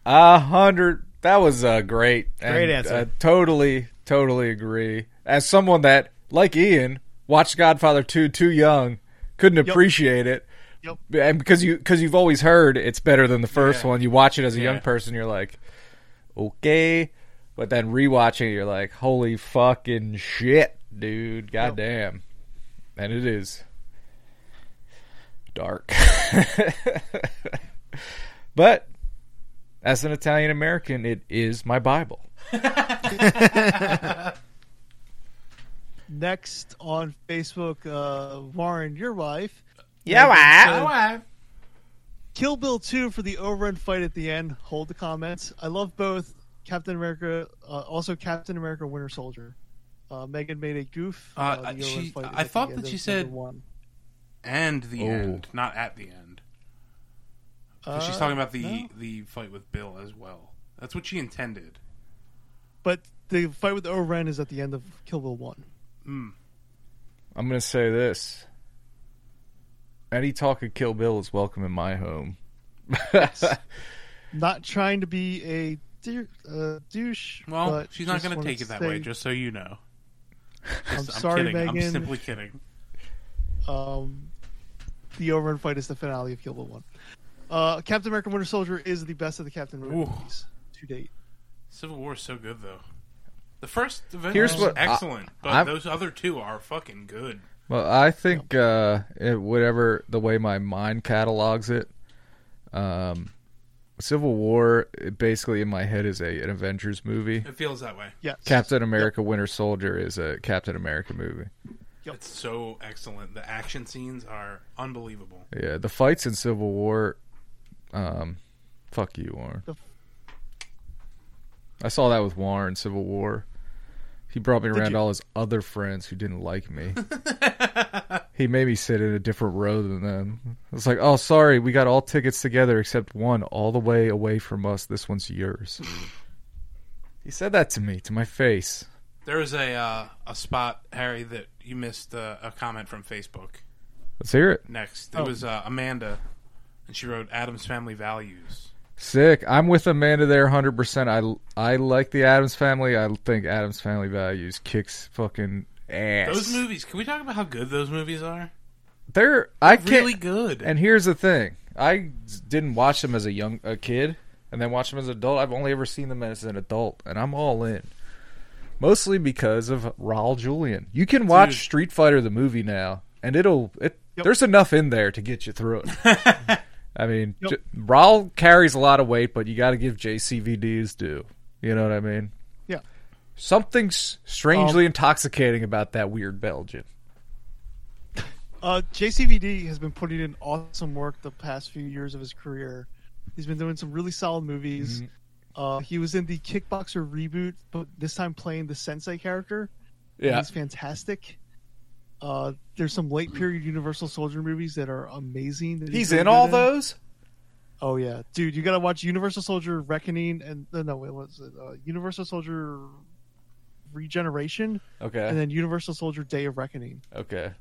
S1: A hundred. That was a great,
S2: Great answer.
S1: I totally, totally agree. As someone that, like Ian, watched Godfather two too young, couldn't appreciate it.
S3: Yep.
S1: And because you because you've always heard it's better than the first
S4: Yeah.
S1: one, you watch it as a
S4: Yeah.
S1: young person, you're like, okay, but then rewatching it, you're like, holy fucking shit, dude, goddamn, and it is dark. but as an Italian American, it is my Bible.
S3: Next on Facebook, uh, Warren, your wife.
S1: Yeah,
S3: Megan said,
S4: Alright.
S3: Kill Bill 2 for the overrun fight at the end. Hold the comments. I love both Captain America, uh, also Captain America Winter Soldier. Uh, Megan made a goof.
S4: Uh,
S3: the overrun
S4: she-
S3: fight is
S4: I
S3: at the
S4: thought
S3: end
S4: that
S3: of
S4: she
S3: number
S4: said-
S3: One.
S4: And the
S1: Oh.
S4: end, not at the end. 'Cause she's
S3: Uh,
S4: talking about the
S3: no.
S4: the fight with Bill as well. That's what she intended.
S3: Uh, But the fight with Overrun is at the end of Kill Bill 1.
S4: Hmm.
S1: I'm gonna say this. Any talk of Kill Bill is welcome in my home.
S3: Not trying to be a dou- uh, douche.
S4: Well,
S3: but
S4: she's not
S3: just
S4: going to
S3: wanted
S4: take
S3: to
S4: it that
S3: say,
S4: way. Just so you know.
S3: I'm
S4: Just-
S3: sorry,
S4: kidding. I'm
S3: Megan.
S4: simply kidding.
S3: um, the overrun fight is the finale of Kill Bill One. Uh, Captain America: Winter Soldier is the best of the Captain America
S4: Ooh.
S3: movies to date.
S4: Civil War is so good though. The first Avengers
S1: Here's
S4: is
S1: what- I-
S4: excellent, but
S1: I'm-
S4: those other two are fucking good.
S1: Well, I think uh, it, whatever the way my mind catalogs it, um, Civil War it basically in my head is a an Avengers movie.
S4: It feels that way.
S3: Yes,
S1: Captain America: Winter Soldier is a Captain America movie.
S4: It's so excellent. The action scenes are unbelievable.
S1: Yeah, the fights in Civil War, um, fuck you, Warren.
S3: The-
S1: I saw that with Warren Civil War. He brought me
S3: Did
S1: around
S3: you-
S1: all his other friends who didn't like me. he made me sit in a different row than them. I was like, "Oh, sorry, we got all tickets together except one, all the way away from us. This one's yours." he said that to me, to my face.
S4: There was a uh, a spot, Harry, that you missed uh, a comment from Facebook.
S1: Let's hear it.
S4: Next,
S3: Oh.
S4: it was uh, Amanda, and she wrote Adam's Family Values.
S1: Sick. I'm with Amanda there 100%. I I like the Adams family. I think Adams family values kicks fucking ass.
S4: Those movies. Can we talk about how good those movies are?
S1: They're I can't
S4: Really good.
S1: And here's the thing: I didn't watch them as a young a kid, and then watch them as an adult. I've only ever seen them as an adult, and I'm all in. Mostly because of Raul Julian. You can watch
S4: Dude.
S1: Street Fighter the movie now, and it'll it.
S3: Yep.
S1: There's enough in there to get you through it. I mean,
S3: Yep.
S1: j- Raul carries a lot of weight, but you got to give JCVD his due. You know what I mean?
S3: Yeah. Um,
S1: Something's strangely intoxicating about that weird Belgian.
S3: Uh, JCVD has been putting in awesome work the past few years of his career. He's been doing some really solid movies. Uh, he was in the Kickboxer reboot, but this time playing the Sensei character.
S1: Yeah.
S3: He's fantastic. Uh, there's some late period Universal Soldier movies that are amazing. that
S5: He's
S3: really
S5: in all
S3: good
S5: those.
S3: Oh yeah, dude, you gotta watch Universal Soldier Reckoning and no, no wait, what was it? Uh, Universal Soldier Regeneration
S1: Okay.
S3: and then Universal Soldier Day of Reckoning.
S1: okay.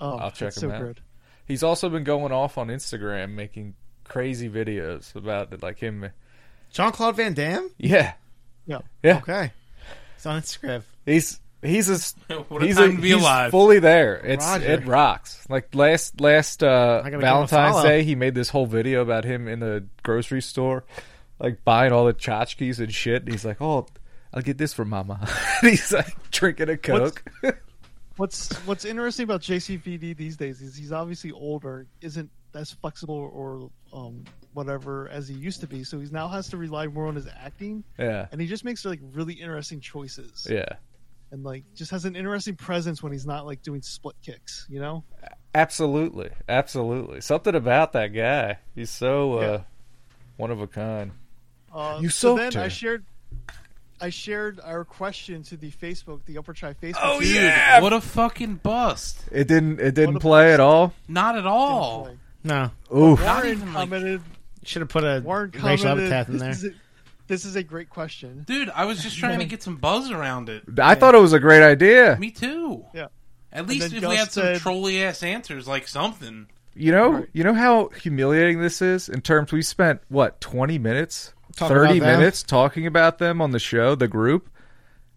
S3: Oh,
S1: I'll check
S3: it's
S1: them
S3: so
S1: out.
S3: good.
S1: He's also been going off on Instagram making crazy videos about like him.
S2: Jean Claude Van Damme.
S1: Yeah.
S3: Yeah.
S1: Yeah.
S2: Okay, it's on Instagram.
S1: He's he's a s-
S4: what a
S1: he's
S4: time to be
S1: he's
S4: alive.
S1: fully there. It's
S2: Roger.
S1: it rocks. Like last last uh,
S2: I gotta give him a
S1: Valentine's
S2: follow.
S1: Day, he made this whole video about him in the grocery store, like buying all the tchotchkes and shit. And he's like, "Oh, I'll get this for Mama." and he's like drinking a coke.
S3: What's what's interesting about JCVD these days is he's obviously older, isn't as flexible or um, whatever as he used to be, so he now has to rely more on his acting,
S1: yeah,
S3: and he just makes like really interesting choices,
S1: yeah,
S3: and like just has an interesting presence when he's not like doing split kicks, you know?
S1: absolutely, absolutely. Something about that guy. He's so uh,
S3: Yeah.
S1: one of a kind.
S3: Uh,
S1: You
S3: so
S1: soaked
S3: then
S1: her.
S3: I shared, I shared our question to the Facebook, the Upper Chai Facebook.
S1: Oh,
S3: group.
S1: yeah.
S4: What a fucking bust!
S1: It didn't it didn't
S3: What a
S1: play at
S3: bust.
S1: all.
S4: Not at all.
S2: No,
S1: Oof.
S4: Not
S3: Warren
S4: even, like-
S3: commented.
S2: should have put a
S3: Warren
S2: racial
S3: commented.
S2: epithet in there.
S3: This is, a, this is a great question.
S4: Dude, I was just trying to get some buzz around it.
S1: I thought it was a great idea.
S4: Me too.
S3: Yeah.
S4: At least
S3: then
S4: if we
S3: Gus
S4: had some
S3: said-
S4: trolly ass answers, like something.
S1: You know, you know how humiliating this is in terms we spent what 20 minutes,
S2: Talking
S1: 30
S2: about them.
S1: minutes talking about them on the show, the group.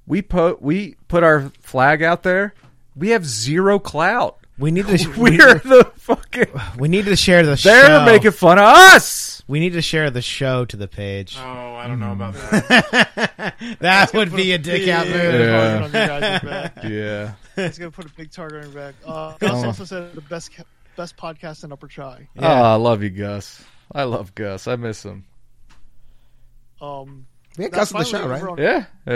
S1: We put we put our flag out there. We have zero clout.
S2: We need to. we,
S1: We're the fucking
S2: we need to share the
S1: They're
S2: show.
S1: making fun of us.
S2: we need to share the show to the page.
S4: Oh, I don't know about that.
S2: that would be a dick out
S3: Big
S2: move.
S1: Yeah.
S3: target on your guys' back.
S1: Yeah.
S3: It's gonna put a big target on your back. Uh, Gus
S1: Oh.
S3: also said the best ca- best podcast in Upper Chai.
S1: Oh,
S2: Yeah.
S1: I love you, Gus. I love Gus. I miss him.
S3: Um,
S2: we had
S3: that's
S2: Gus on the show,
S3: finally
S2: right?
S3: over on-
S1: Yeah, yeah.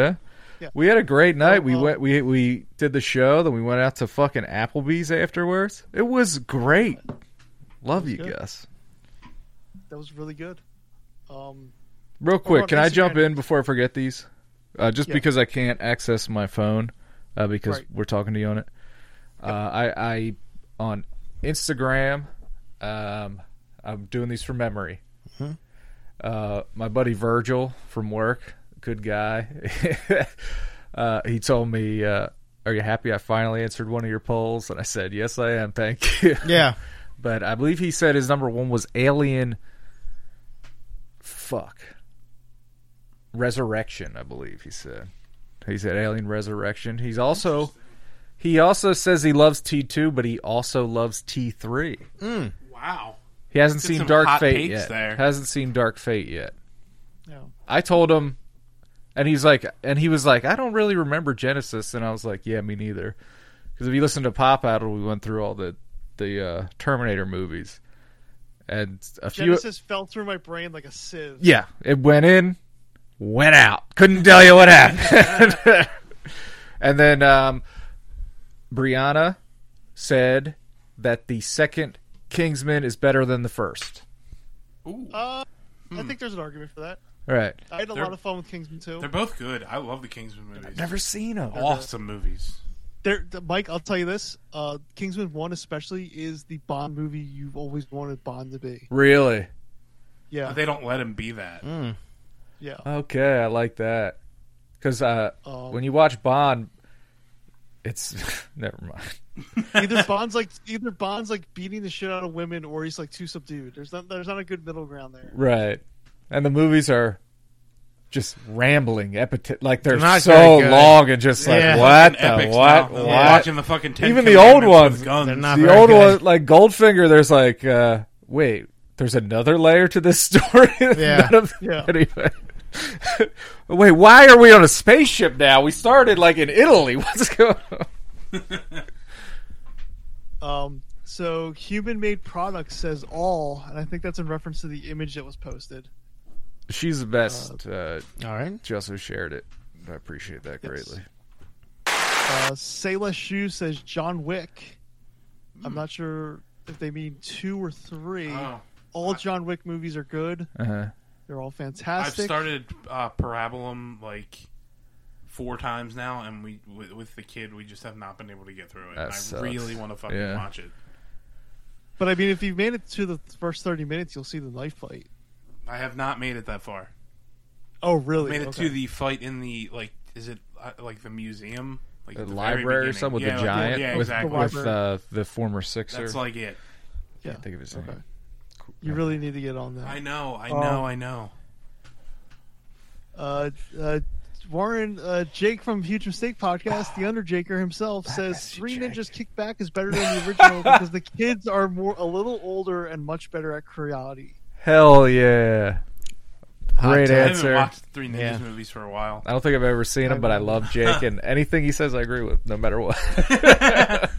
S3: Yeah. Oh, uh,
S1: We had a great night. we
S3: well-
S1: went. We we did the show. Then we went out to fucking Applebee's afterwards. It was great. Love you,
S3: good.
S1: Gus.
S3: That was really good. Um,
S1: Real quick,
S3: on
S1: can I jump
S3: Instagram.
S1: in before I forget these? Uh, just
S3: Yeah.
S1: because I can't access my phone uh, because
S3: Right.
S1: we're talking to you on it. Uh, I, I on Instagram. Um, I'm doing these from memory.
S3: Mm-hmm.
S1: Uh, my buddy Virgil from work, good guy. uh, he told me, uh, "Are you happy I finally answered one of your polls?" And I said, "Yes, I am. Thank you."
S2: Yeah.
S1: but I believe he said his number one was Alien. Fuck. Resurrection, I believe he said. He said Alien Resurrection. He's also he also says he loves T two, but he also loves T three.
S4: Wow.
S1: He hasn't
S4: Did
S1: seen
S4: some
S1: Dark
S4: hot
S1: Fate
S4: takes
S1: yet.
S4: there.
S1: Hasn't seen Dark Fate yet.
S3: yeah.
S1: I told him, and he's like, and he was like, I don't really remember Genesis, and I was like, yeah, me neither, because if you listen to Pop Idol, we went through all the the uh, Terminator movies, and a few,
S3: Genesis fell through my brain like a sieve.
S1: yeah, it went in, went out, couldn't tell you what happened, and then um, Brianna said that the second Kingsman is better than the first.
S4: Ooh.
S3: Uh, I
S1: Hmm.
S3: think there's an argument for that.
S1: All right,
S3: I had a
S4: They're-
S3: lot of fun with Kingsman too.
S4: They're both good. I love the Kingsman movies.
S1: never seen him.
S4: awesome movies.
S3: There, th- Mike, I'll tell you this: uh, Kingsman One, especially, is the Bond movie you've always wanted Bond to be.
S1: Really?
S3: Yeah,
S4: But they don't let him be that.
S2: Mm.
S3: yeah.
S1: Okay, I like that. Because uh,
S3: Um,
S1: when you watch Bond, it's never mind.
S3: either Bond's like either Bond's like beating the shit out of women, or he's like too subdued. There's not there's not a good middle ground there.
S1: Right, and the movies are just rambling, epithet like they're,
S2: They're not
S1: so
S2: very good.
S1: long and just like
S2: Yeah.
S1: what
S4: Fucking
S1: the
S4: epics
S1: what
S4: now. They're
S1: what.
S4: Watching the fucking 10
S1: Even the old
S4: commandments with guns.
S1: ones,
S2: they're not-
S1: The
S2: very
S1: old
S2: good.
S1: one, like Goldfinger, there's like uh, wait, there's another layer to this story.
S2: Yeah.
S1: None of-
S3: Yeah.
S1: anyway. Wait, why are we on a spaceship now? We started like in Italy. What's going on?
S3: Um, so human made products says all, and I think that's in reference to the image that was posted.
S1: She's the best. Uh,
S2: All right.
S1: she also shared it. I appreciate that greatly.
S3: Uh, Sayla Shu says John Wick. I'm not sure if they mean two or three.
S4: Hmm. Oh.
S3: All John Wick movies are good.
S1: Uh-huh.
S3: They're all
S4: I've
S3: fantastic.
S4: started uh, Parabolum like four times now, and we with, with the kid we just have not been able to get through it.
S1: That
S4: And I
S1: sucks.
S4: really want to fucking
S1: Yeah.
S4: watch it.
S3: But I mean, if you've made it to the first 30 minutes, you'll see the knife fight.
S4: I have not made it that far.
S3: Oh, really?
S4: made it
S3: Okay.
S4: to the fight in the like is it uh, like the museum like
S1: The
S4: at the very
S1: library or
S4: beginning.
S1: something with
S4: yeah,
S1: the giant
S4: yeah,
S1: with,
S4: exactly
S1: with
S3: The
S1: uh, the former Sixer.
S4: that's like it
S1: I
S3: Yeah.
S1: can't think of his name.
S3: Okay. You really need to get on
S4: I
S3: that.
S4: know I
S3: Um,
S4: know I know
S3: Uh, uh, Warren, uh, Jake from Huge Mistake Podcast, the Underjaker himself, says
S1: messy
S3: Three
S1: Jake.
S3: Ninjas Kickback is better than the original because the kids are more a little older and much better at karate.
S1: Hell yeah!
S2: Hot
S1: Great
S2: take.
S4: I
S1: answer.
S4: haven't watched Three Ninjas
S2: Yeah.
S4: movies for a while
S1: I don't think I've ever seen him, but I love Jake, and anything he says, I agree with, no matter what.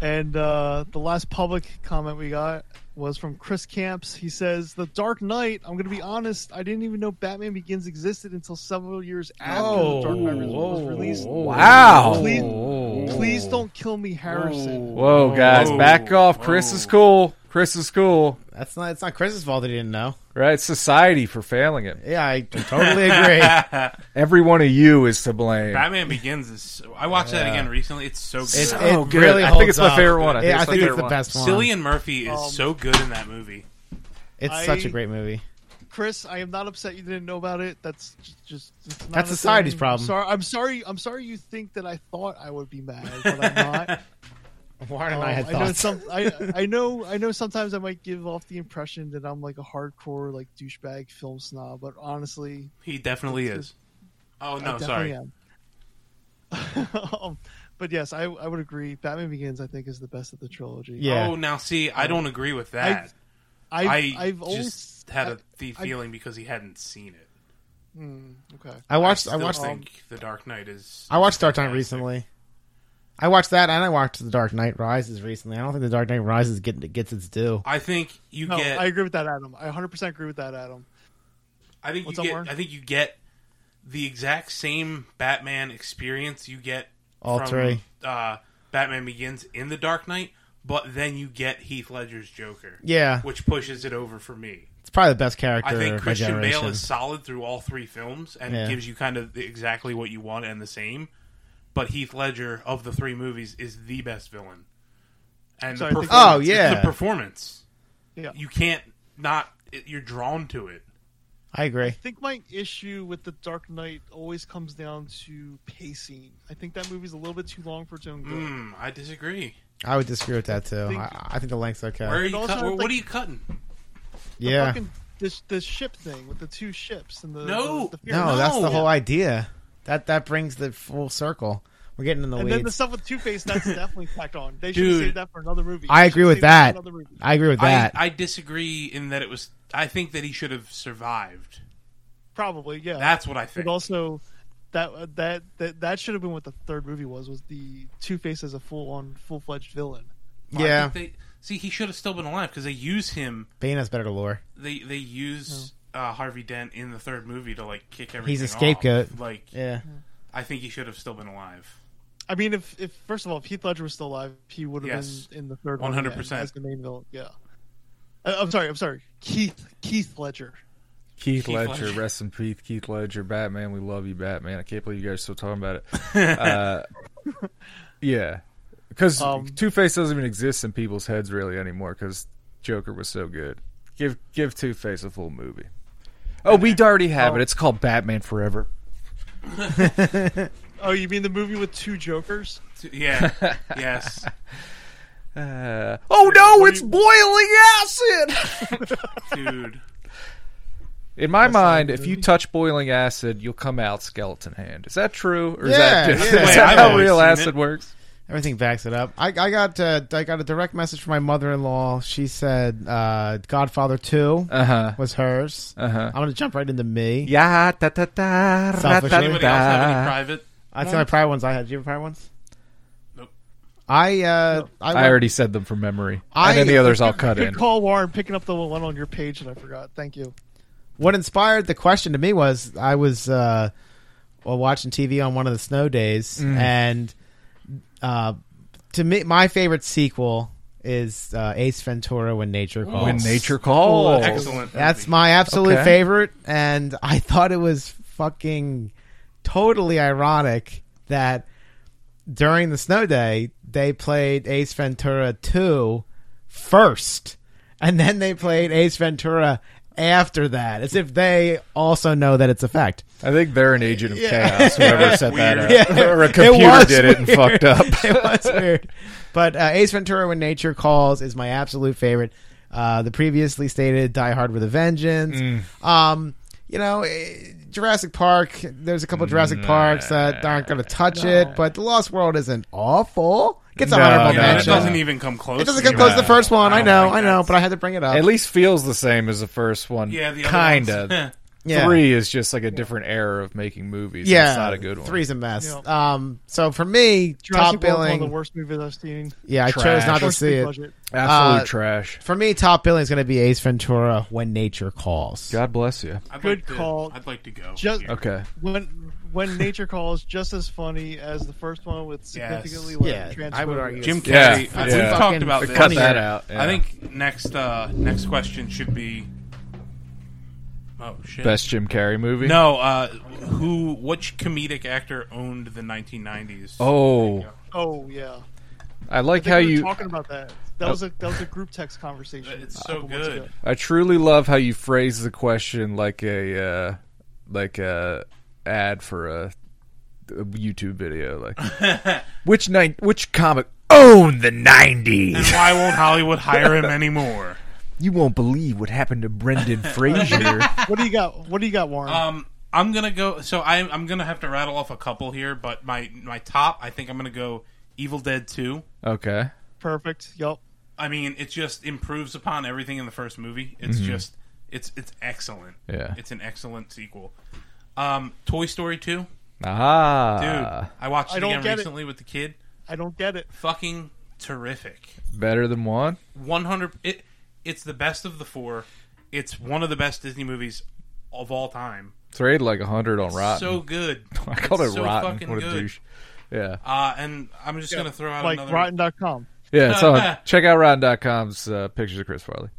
S3: And uh, the last public comment we got was from Chris Camps. He says, "The Dark Knight. I'm going to be honest. I didn't even know Batman Begins existed until several years after The Dark Knight was- was released.
S1: Wow!
S3: Please-
S1: Oh, Whoa.
S3: Please don't kill me, Harrison.
S1: Whoa, guys,
S4: Whoa.
S1: back off. Chris is
S4: Whoa.
S1: cool. Chris is cool.
S2: That's not. It's not Chris's fault. He didn't know.
S1: Right? Society for failing him.
S2: Yeah, I totally agree.
S1: Every one of you is to blame.
S4: Batman Begins is so- I watched that again recently it's so good
S2: It's-
S1: Oh,
S2: it
S1: good.
S2: really
S1: I think
S2: holds
S1: it's my
S2: up.
S1: favorite one. I think
S2: Yeah, I
S1: it's my
S2: think
S1: favorite
S2: it's the
S1: one.
S2: best one.
S4: Cillian Murphy is
S3: Um,
S4: so good in that movie
S2: It's
S3: I-
S2: such a great movie.
S3: Chris, I am not upset you didn't know about it. That's j- just it's not
S2: That's
S3: a
S2: society's
S3: thing.
S2: problem.
S3: Sorry, I'm sorry. I'm sorry. You think that I thought I would be mad, but I'm not.
S2: Warren
S3: Um,
S2: and Oh, I had
S3: know
S2: thoughts.
S3: some. I, I know. I know. Sometimes I might give off the impression that I'm like a hardcore like douchebag film snob, but honestly,
S4: he definitely
S3: It's
S4: is oh
S3: I
S4: no
S3: definitely
S4: sorry
S3: am. um, but yes, I I would agree. Batman Begins, I think, is the best of the trilogy.
S2: Yeah.
S4: oh now see I don't agree with that
S3: I
S4: I,
S3: I've always
S4: just had
S3: I-
S4: a the
S3: I-
S4: feeling because he hadn't seen it
S3: Hmm, okay.
S2: I watched. I
S4: still
S2: watched.
S4: think The Dark Knight is.
S2: I watched Dark Knight
S4: fantastic.
S2: recently. I watched that, and I watched The Dark Knight Rises recently. I don't think The Dark Knight Rises get, gets its due.
S4: I think you
S3: No,
S4: get.
S3: I
S4: I,
S3: agree with that, Adam. I 100% agree with that, Adam.
S4: think you
S3: What's up,
S4: get.
S3: Warren?
S4: I think you get the exact same Batman experience you get
S2: All
S4: from
S2: three.
S4: uh, Batman Begins in The Dark Knight, but then you get Heath Ledger's Joker,
S2: Yeah,
S4: which pushes it over for me.
S2: it's probably the best character
S4: I think
S2: of my
S4: Christian
S2: generation.
S4: Bale is solid through all three films and
S2: Yeah.
S4: gives you kind of exactly what you want and the same. But Heath Ledger of the three movies is the best villain. And
S3: Sorry, I
S4: the
S3: think-
S4: performance,
S2: Oh, yeah.
S4: it's the performance.
S3: Yeah.
S4: you can't not. It, you're drawn to it.
S2: I agree.
S3: I think my issue with The Dark Knight always comes down to pacing. I think that movie's a little bit too long for its own good.
S4: Mm, I disagree.
S2: I would disagree with that too.
S3: Think-
S2: I, I think the length's okay.
S4: Where are you
S3: also,
S4: cut, where-
S3: like-
S4: what are you cutting?
S3: The
S2: yeah,
S3: fucking, this, this ship thing with the two ships and the.
S4: No!
S3: the, the fear-
S2: no, that's the
S4: No.
S2: whole idea. That that brings the full circle. We're getting in the
S3: And
S2: weeds.
S3: then the stuff with Two Face, that's definitely tacked on. They should
S4: Dude.
S3: save that for another movie.
S2: I
S3: They
S2: agree
S3: should
S2: with
S3: save that.
S2: that.
S3: for another movie.
S2: I agree with that.
S4: I, I disagree in that it was. I think that he should have survived.
S3: Probably, yeah.
S4: That's what I
S3: but
S4: think.
S3: Uh, also, that that that that should have been what the third movie was. Was the Two Face as a full on, full fledged villain?
S4: I
S2: yeah,
S4: think they- see, he should have still been alive because they use him.
S2: Bane has better lore.
S4: They they use uh, Harvey Dent in the third movie to like kick everything.
S2: He's a
S4: off.
S2: scapegoat.
S4: Like
S2: Yeah,
S4: I think he should have still been alive.
S3: I mean, if, if first of all, if Heath Ledger was still alive, he would have
S4: Yes.
S3: been in the third
S4: 100%.
S3: one as the main villain. Yeah, Uh, I'm sorry, I'm sorry, Keith Keith Ledger.
S1: Keith,
S4: Keith
S1: Ledger,
S4: Ledger.
S1: rest in peace, Keith Ledger, Batman. We love you, Batman. I can't believe you guys are still talking about it. uh, yeah, because
S3: Um,
S1: Two Face doesn't even exist in people's heads really anymore. Because Joker was so good. Give give Two Face a full movie. Oh, we already have it. It's called Batman Forever.
S3: Oh, you mean the movie with two Jokers?
S4: Yeah. yes.
S1: Uh, oh no, it's boiling acid.
S4: Dude.
S1: In my
S3: That's not
S1: mind,
S3: a
S1: if
S3: movie.
S1: you touch boiling acid, you'll come out skeleton hand. Is that true, or is
S2: Yeah,
S1: that just
S2: yeah.
S1: is
S2: Wait,
S1: that
S4: I've
S1: how
S4: always
S1: real
S4: seen
S1: acid
S4: it.
S1: works?
S2: Everything backs it up. I, I got uh, I got a direct message from my mother in law. She said uh, Godfather Two
S1: Uh huh.
S2: was hers.
S1: Uh huh.
S2: I'm gonna jump right into me.
S1: Yeah, da da da. ra,
S2: Selfishly.
S1: da,
S4: Anybody else have any
S1: da.
S4: private?
S2: That's the only prior ones I had. Did you have prior ones?
S4: Nope.
S2: I uh, I,
S1: I already said them from memory.
S2: I-
S1: and then the others I'll cut
S3: Good
S1: in.
S3: call, Warren. Picking up the one on your page that I forgot. Thank you.
S2: what inspired the question to me was I was uh,
S1: Mm.
S2: well, watching TV on one of the snow days, and uh, to me, my favorite sequel is uh, Ace Ventura: When Nature Calls.
S1: When
S2: Oh,
S1: nature calls.
S4: Excellent.
S2: That's
S4: movie.
S2: my absolute
S1: Okay.
S2: favorite, and I thought it was fucking totally ironic that during the snow day they played Ace Ventura 2 first, and then they played Ace Ventura after that, as if they also know that it's a fact.
S1: I think they're an agent of chaos. Whoever said that,
S4: Weird.
S1: up. or a
S2: It was
S1: computer did it and
S2: weird.
S1: fucked up.
S2: it was weird. But uh, Ace Ventura: When Nature Calls is my absolute favorite. Uh, the previously stated Die Hard with a Vengeance.
S1: Mm.
S2: Um, you know, eh, Jurassic Park. There's a couple Jurassic Parks that aren't going to touch it, but The Lost World isn't awful. Gets an
S1: No,
S2: honorable
S1: no,
S4: Yeah, it
S2: mention.
S4: doesn't even come close.
S2: It doesn't
S4: to
S2: come close to the
S4: that.
S2: first one. I,
S4: don't
S2: know,
S4: like
S2: I know,
S4: that.
S2: but I had to bring it up.
S1: At least feels the same as the first one.
S4: Yeah, the other ones.
S1: kinda.
S4: Yeah.
S2: Yeah.
S1: Three is just like a different era of making movies. and
S2: yeah,
S1: it's not a good one.
S2: Three's a mess.
S3: Yep.
S2: Um, so for me, top
S3: Jurassic World, one of
S2: billing.
S3: the worst movies I've seen.
S2: yeah, I chose
S1: Trash.
S2: not to
S3: Worst
S2: see
S3: big
S2: it.
S3: budget.
S1: absolute
S2: uh,
S1: trash.
S2: For me, top billing is going to be Ace Ventura: When Nature Calls.
S1: God bless you.
S4: I'd
S3: Good
S4: like to-
S3: call.
S4: I'd like to go.
S3: Just-
S4: here.
S1: Okay,
S3: When when nature calls, just as funny as the first one with significantly less
S2: Yeah,
S3: transphobia.
S2: I would argue.
S4: Jim
S1: Yeah.
S4: Carrey. I-
S1: Yeah.
S4: We've
S2: Fucking
S4: talked about this.
S1: cut that out. yeah.
S4: I think next uh, next question should be. Oh shit!
S1: best Jim Carrey movie.
S4: No, uh, who? Which comedic actor owned the 1990s?
S1: Oh,
S3: Oh yeah.
S1: I like
S3: They
S1: how
S3: were
S1: you.
S3: talking about that.
S2: Oh.
S3: That was a that was a group text conversation.
S4: It's
S3: a
S4: so
S3: couple months
S4: good.
S3: ago.
S1: I truly love how you phrase the question like a uh, like a ad for a, a YouTube video. Like which night? Which comic owned the
S4: And
S1: '90s?
S4: why won't Hollywood hire him anymore?
S1: You won't believe what happened to Brendan Fraser.
S3: What do you got? What do you got, Warren?
S4: Um, I'm gonna go. So I, I'm gonna have to rattle off a couple here, but my my top, I think I'm gonna go Evil Dead Two.
S1: okay.
S3: Perfect. Yup.
S4: I mean, it just improves upon everything in the first movie. It's just, it's it's excellent.
S1: Mm-hmm. Yeah.
S4: it's an excellent sequel. Um, Toy Story Two, dude.
S1: Ah,
S4: I watched
S3: I
S4: it
S3: don't
S4: again
S3: get it.
S4: recently with the kid.
S3: I don't get it.
S4: Fucking terrific.
S1: better than one.
S4: 100 it it's the best of the four it's one of the best disney movies of all time
S1: It's rated like hundred on Rotten.
S4: so good
S1: I called
S4: It's
S1: it
S4: so
S1: Rotten.
S4: fucking
S1: What a
S4: good.
S1: douche. Yeah,
S4: uh and i'm just gonna throw out
S3: Like
S4: another
S3: Rotten.com.
S1: yeah. It's on. check out Rotten.com's uh, pictures of Chris Farley.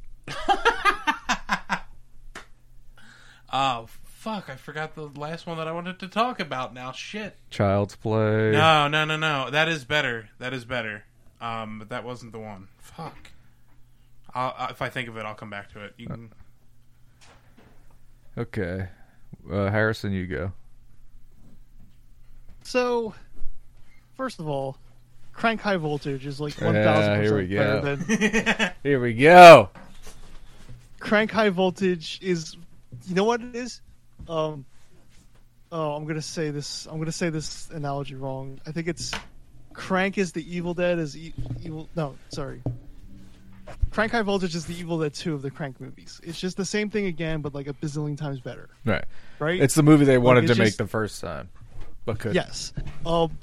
S4: oh fuck i forgot the last one that i wanted to talk about now shit
S1: Child's Play.
S4: no no no no that is better that is better um but that wasn't the one fuck I'll, I- if i think of it i'll come back to it you can
S1: Okay, uh, Harrison, you go.
S3: So, first of all, Crank High Voltage is like one thousand
S1: Yeah, here we
S3: percent better
S1: go.
S3: than
S1: Here we go.
S3: crank high voltage is you know what it is um oh i'm gonna say this i'm gonna say this analogy wrong i think it's crank is the evil dead is e- evil no sorry crank high voltage is the evil dead 2 of the crank movies it's just the same thing again but like a bazillion times better
S1: Right.
S3: right
S1: It's the movie they wanted
S3: it's
S1: to make
S3: just-
S1: the first time, but could
S3: yes um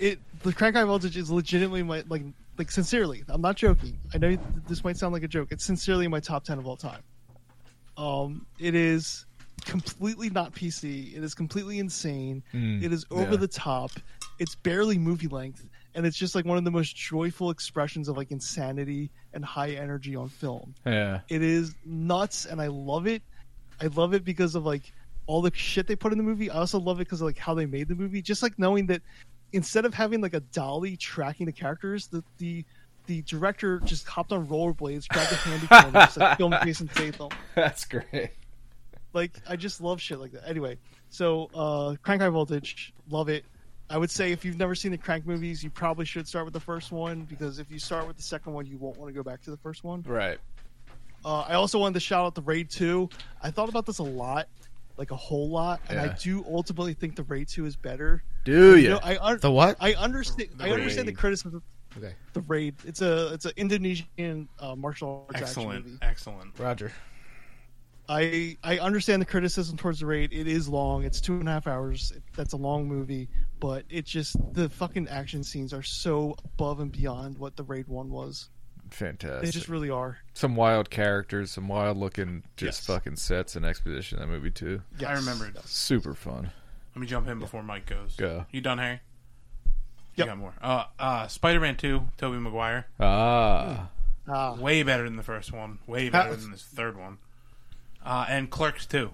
S3: it the crank high voltage is legitimately my like like sincerely i'm not joking i know this might sound like a joke it's sincerely my top 10 of all time Um, it is completely not PC. It is completely insane. it is over
S1: yeah.
S3: the top. It's barely movie length, and it's just like one of the most joyful expressions of like insanity and high energy on film.
S1: Yeah.
S3: It is nuts, and I love it. I love it because of like all the shit they put in the movie. I also love it because of like how they made the movie. Just like knowing that instead of having like a dolly tracking the characters, the the the director just hopped on rollerblades, grabbed a handy cam, and just like filmed Jason Statham
S1: That's great.
S3: like I just love shit like that. Anyway, so uh, Crank High Voltage, love it. I would say if you've never seen the Crank movies, you probably should start with the first one because if you start with the second one, you won't want to go back to the first one.
S1: Right.
S3: Uh, I also wanted to shout out the Raid Two. I thought about this a lot, like a whole lot, and I
S1: Yeah.
S3: do ultimately think the Raid Two is better.
S1: Do
S3: You
S1: you?
S3: know, I un-
S2: The what?
S3: I understand. I
S4: Raid.
S3: understand the criticism. of
S2: Okay.
S3: The Raid. It's a it's an Indonesian uh, martial arts action
S4: excellent
S3: movie.
S4: excellent
S2: Roger.
S3: I I understand the criticism towards the raid. It is long. It's two and a half hours. That's a long movie, but it just the fucking action scenes are so above and beyond what the raid one was. They
S1: Fantastic.
S3: just really are.
S1: some wild characters, some wild looking, just
S3: Yes.
S1: fucking sets and exposition in that movie too.
S3: Yes.
S4: i remembered
S1: Super fun.
S4: let me jump in before mike goes
S1: Go.
S4: you done harry You got more. Uh, uh, Spider Man 2, Tobey Maguire.
S1: Ah,
S3: Ah,
S4: Way better than the first one. Way better than this third one. Uh, and Clerks 2.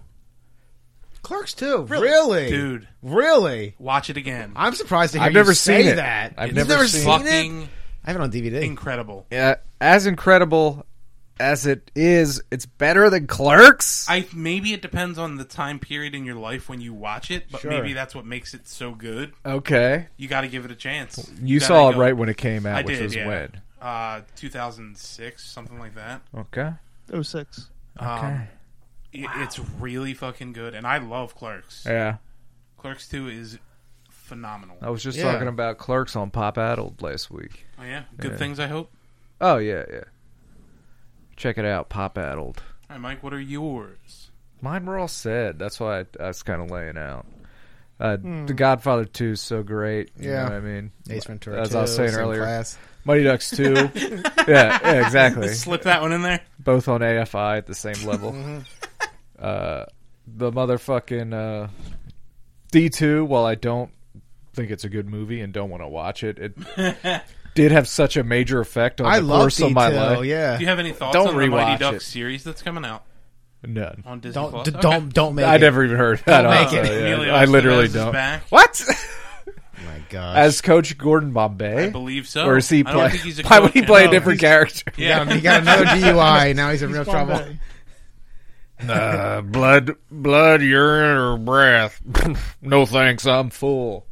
S2: Clerks too. Really,
S4: Dude,
S2: Really?
S4: watch it again.
S2: I'm surprised to hear
S1: I've
S2: you
S1: never
S2: say
S1: seen it.
S2: that.
S1: I've
S2: You've
S1: never seen it.
S4: Fucking
S2: I have it on DVD.
S4: incredible.
S1: yeah, as incredible as it is, it's better than Clerks.
S4: I maybe it depends on the time period in your life when you watch it, but
S2: Sure.
S4: maybe that's what makes it so good.
S1: okay,
S4: You got to give it a chance.
S1: you
S4: gotta
S1: saw it
S4: go-
S1: right when it came out,
S4: I
S1: which
S4: did,
S1: was
S4: yeah.
S1: when.
S4: Uh, 2006, something like that.
S1: Okay,
S3: 06.
S4: Um, it- It's really fucking good, and I love Clerks.
S1: yeah.
S4: Clerks Two is phenomenal.
S1: I was just
S2: Yeah.
S1: talking about Clerks on Pop Addled last week.
S4: Oh yeah, good
S1: Yeah.
S4: things. I hope.
S1: Oh yeah, yeah. Check it out, Pop Addled.
S4: All right, Mike, what are yours?
S1: Mine were all said. That's why I, I was kind of laying out. Uh, The Godfather Two is so great. You
S2: Hmm. Yeah.
S1: know what I mean,
S2: Ace Ventura.
S1: As I was
S2: too,
S1: saying
S2: same
S1: earlier.
S2: class.
S1: Mighty Ducks Two. yeah, yeah, exactly.
S4: Slip that one in there.
S1: Both on AFI at the same level.
S2: Mm-hmm.
S1: uh, the motherfucking uh, D Two. While I don't think it's a good movie and don't want to watch it, it did have such a major effect on
S2: I
S1: the
S2: love
S1: course
S2: detail.
S1: of my life.
S2: Yeah.
S4: Do you have any thoughts
S1: Don't
S4: on the Mighty
S1: rewatch
S4: Duck
S1: it.
S4: series that's coming out
S1: None.
S4: on Disney
S2: Don't
S4: Plus?
S2: d-
S4: Okay.
S2: don't don't make
S1: I
S2: it.
S1: never even heard that.
S2: make
S1: also,
S2: it.
S1: Oh, yeah.
S4: Emilio
S1: I literally
S4: Estevez is
S1: don't.
S4: back.
S1: What?
S2: Oh my gosh.
S1: As Coach Gordon Bombay?
S4: I believe so.
S1: Or is he
S4: I don't
S1: play?
S4: think he's a
S1: Why would
S4: coach
S1: he
S4: and-
S1: play a
S4: No,
S1: different
S4: he's-
S1: character?
S4: Yeah.
S2: he got another DUI. Now he's in real trouble.
S3: Bombay.
S1: Uh, blood, blood, urine, or breath. no thanks, I'm full.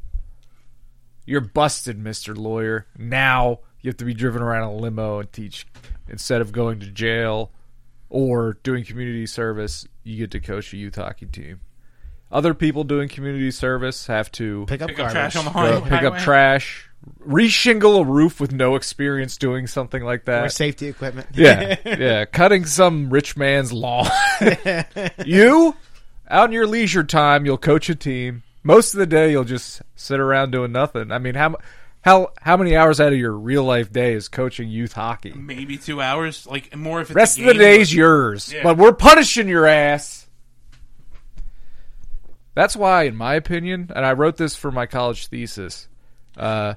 S1: You're busted, Mister Lawyer. Now you have to be driven around in a limo and teach instead of going to jail or doing community service. You get to coach a youth hockey team. Other people doing community service have to
S2: Pick up
S4: Pick up
S2: garbage.
S4: trash on the
S1: uh,
S4: highway.
S1: pick up trash, reshingle a roof with no experience doing something like
S2: Or
S1: that.
S2: safety equipment.
S1: Yeah, yeah. Cutting some rich man's lawn. you, out in your leisure time, you'll coach a team. Most of the day, you'll just sit around doing nothing. I mean, how mu- how how many hours out of your real life day is coaching youth hockey?
S4: Maybe two hours, like more if it's
S1: Rest
S4: a
S1: of the
S4: game,
S1: day's yours,
S4: Yeah.
S1: but we're punishing your ass. That's why, in my opinion, and I wrote this for my college thesis, uh,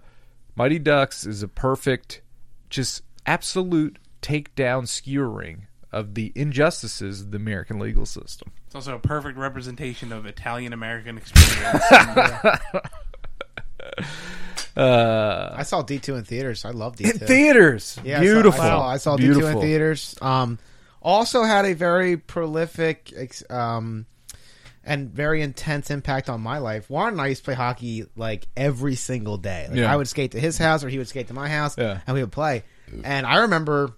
S1: Mighty Ducks is a perfect, just absolute takedown skewering of the injustices of the American legal system.
S4: It's also a perfect representation of Italian American experience.
S1: Uh,
S2: I saw D two in theaters. I love D
S1: in
S2: two.
S1: theaters,
S2: Yeah,
S1: beautiful.
S2: I saw, I saw
S1: beautiful.
S2: D2 in theaters. Um, also had a very prolific ex- um, and very intense impact on my life. Warren and I used to play hockey like every single day. Like,
S1: Yeah.
S2: I would skate to his house or he would skate to my house
S1: Yeah.
S2: and we would play. And I remember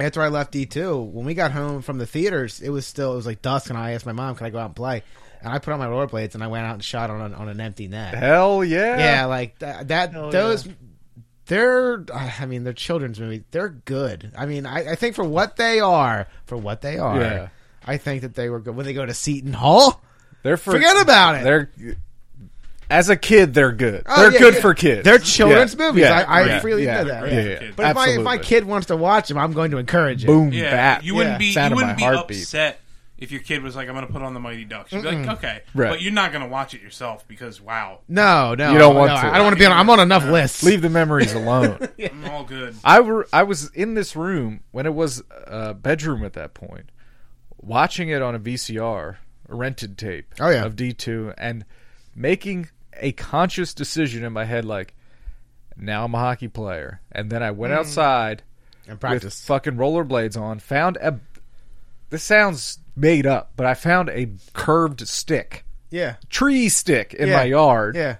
S2: after I left D2, when we got home from the theaters, it was still, it was like dusk and I asked my mom, can I go out and play? And I put on my rollerblades and I went out and shot on, an- on an empty net
S1: Hell yeah!
S2: yeah, like that. that
S3: Hell
S2: those, they're. I mean, they're children's movies. They're good. I mean, I, I think for what they are, for what they are,
S1: Yeah.
S2: I think that they were good. When they go to Seton Hall,
S1: They're for,
S2: Forget about it.
S1: They're as a kid, they're good.
S2: Oh,
S1: they're
S2: yeah,
S1: good
S2: yeah.
S1: for kids.
S2: they're children's
S1: Yeah.
S2: movies.
S1: Yeah.
S2: I, I
S1: Yeah.
S2: freely
S1: Yeah.
S2: know that.
S4: Right.
S1: Yeah,
S2: Yeah.
S1: yeah.
S2: But if my, if my
S1: Absolutely.
S2: kid wants to watch them, I'm going to encourage it.
S1: boom
S4: yeah,
S1: bap,
S4: you wouldn't
S2: Yeah.
S4: be
S1: Sound
S4: you
S1: of
S4: wouldn't
S1: my
S4: be
S1: heartbeat.
S4: upset if your kid was like, "I'm going to put on the Mighty Ducks." You'd be like, "Okay,"
S1: Right.
S4: but you're not going to watch it yourself because wow,
S2: No, no,
S1: You don't
S2: no,
S1: want to.
S2: I don't want to be on. I'm on enough lists.
S1: leave the memories alone.
S4: I'm all good.
S1: I were I was in this room when it was a bedroom at that point, watching it on a VCR, a rented tape.
S2: Oh, yeah.
S1: of D two and making a conscious decision in my head like, now I'm a hockey player, and then I
S2: Mm.
S1: went outside
S2: and
S1: with
S2: practice.
S1: fucking rollerblades on. Found a. This sounds made up, but I found a curved stick,
S2: yeah,
S1: tree stick in
S2: Yeah.
S1: my yard,
S2: yeah.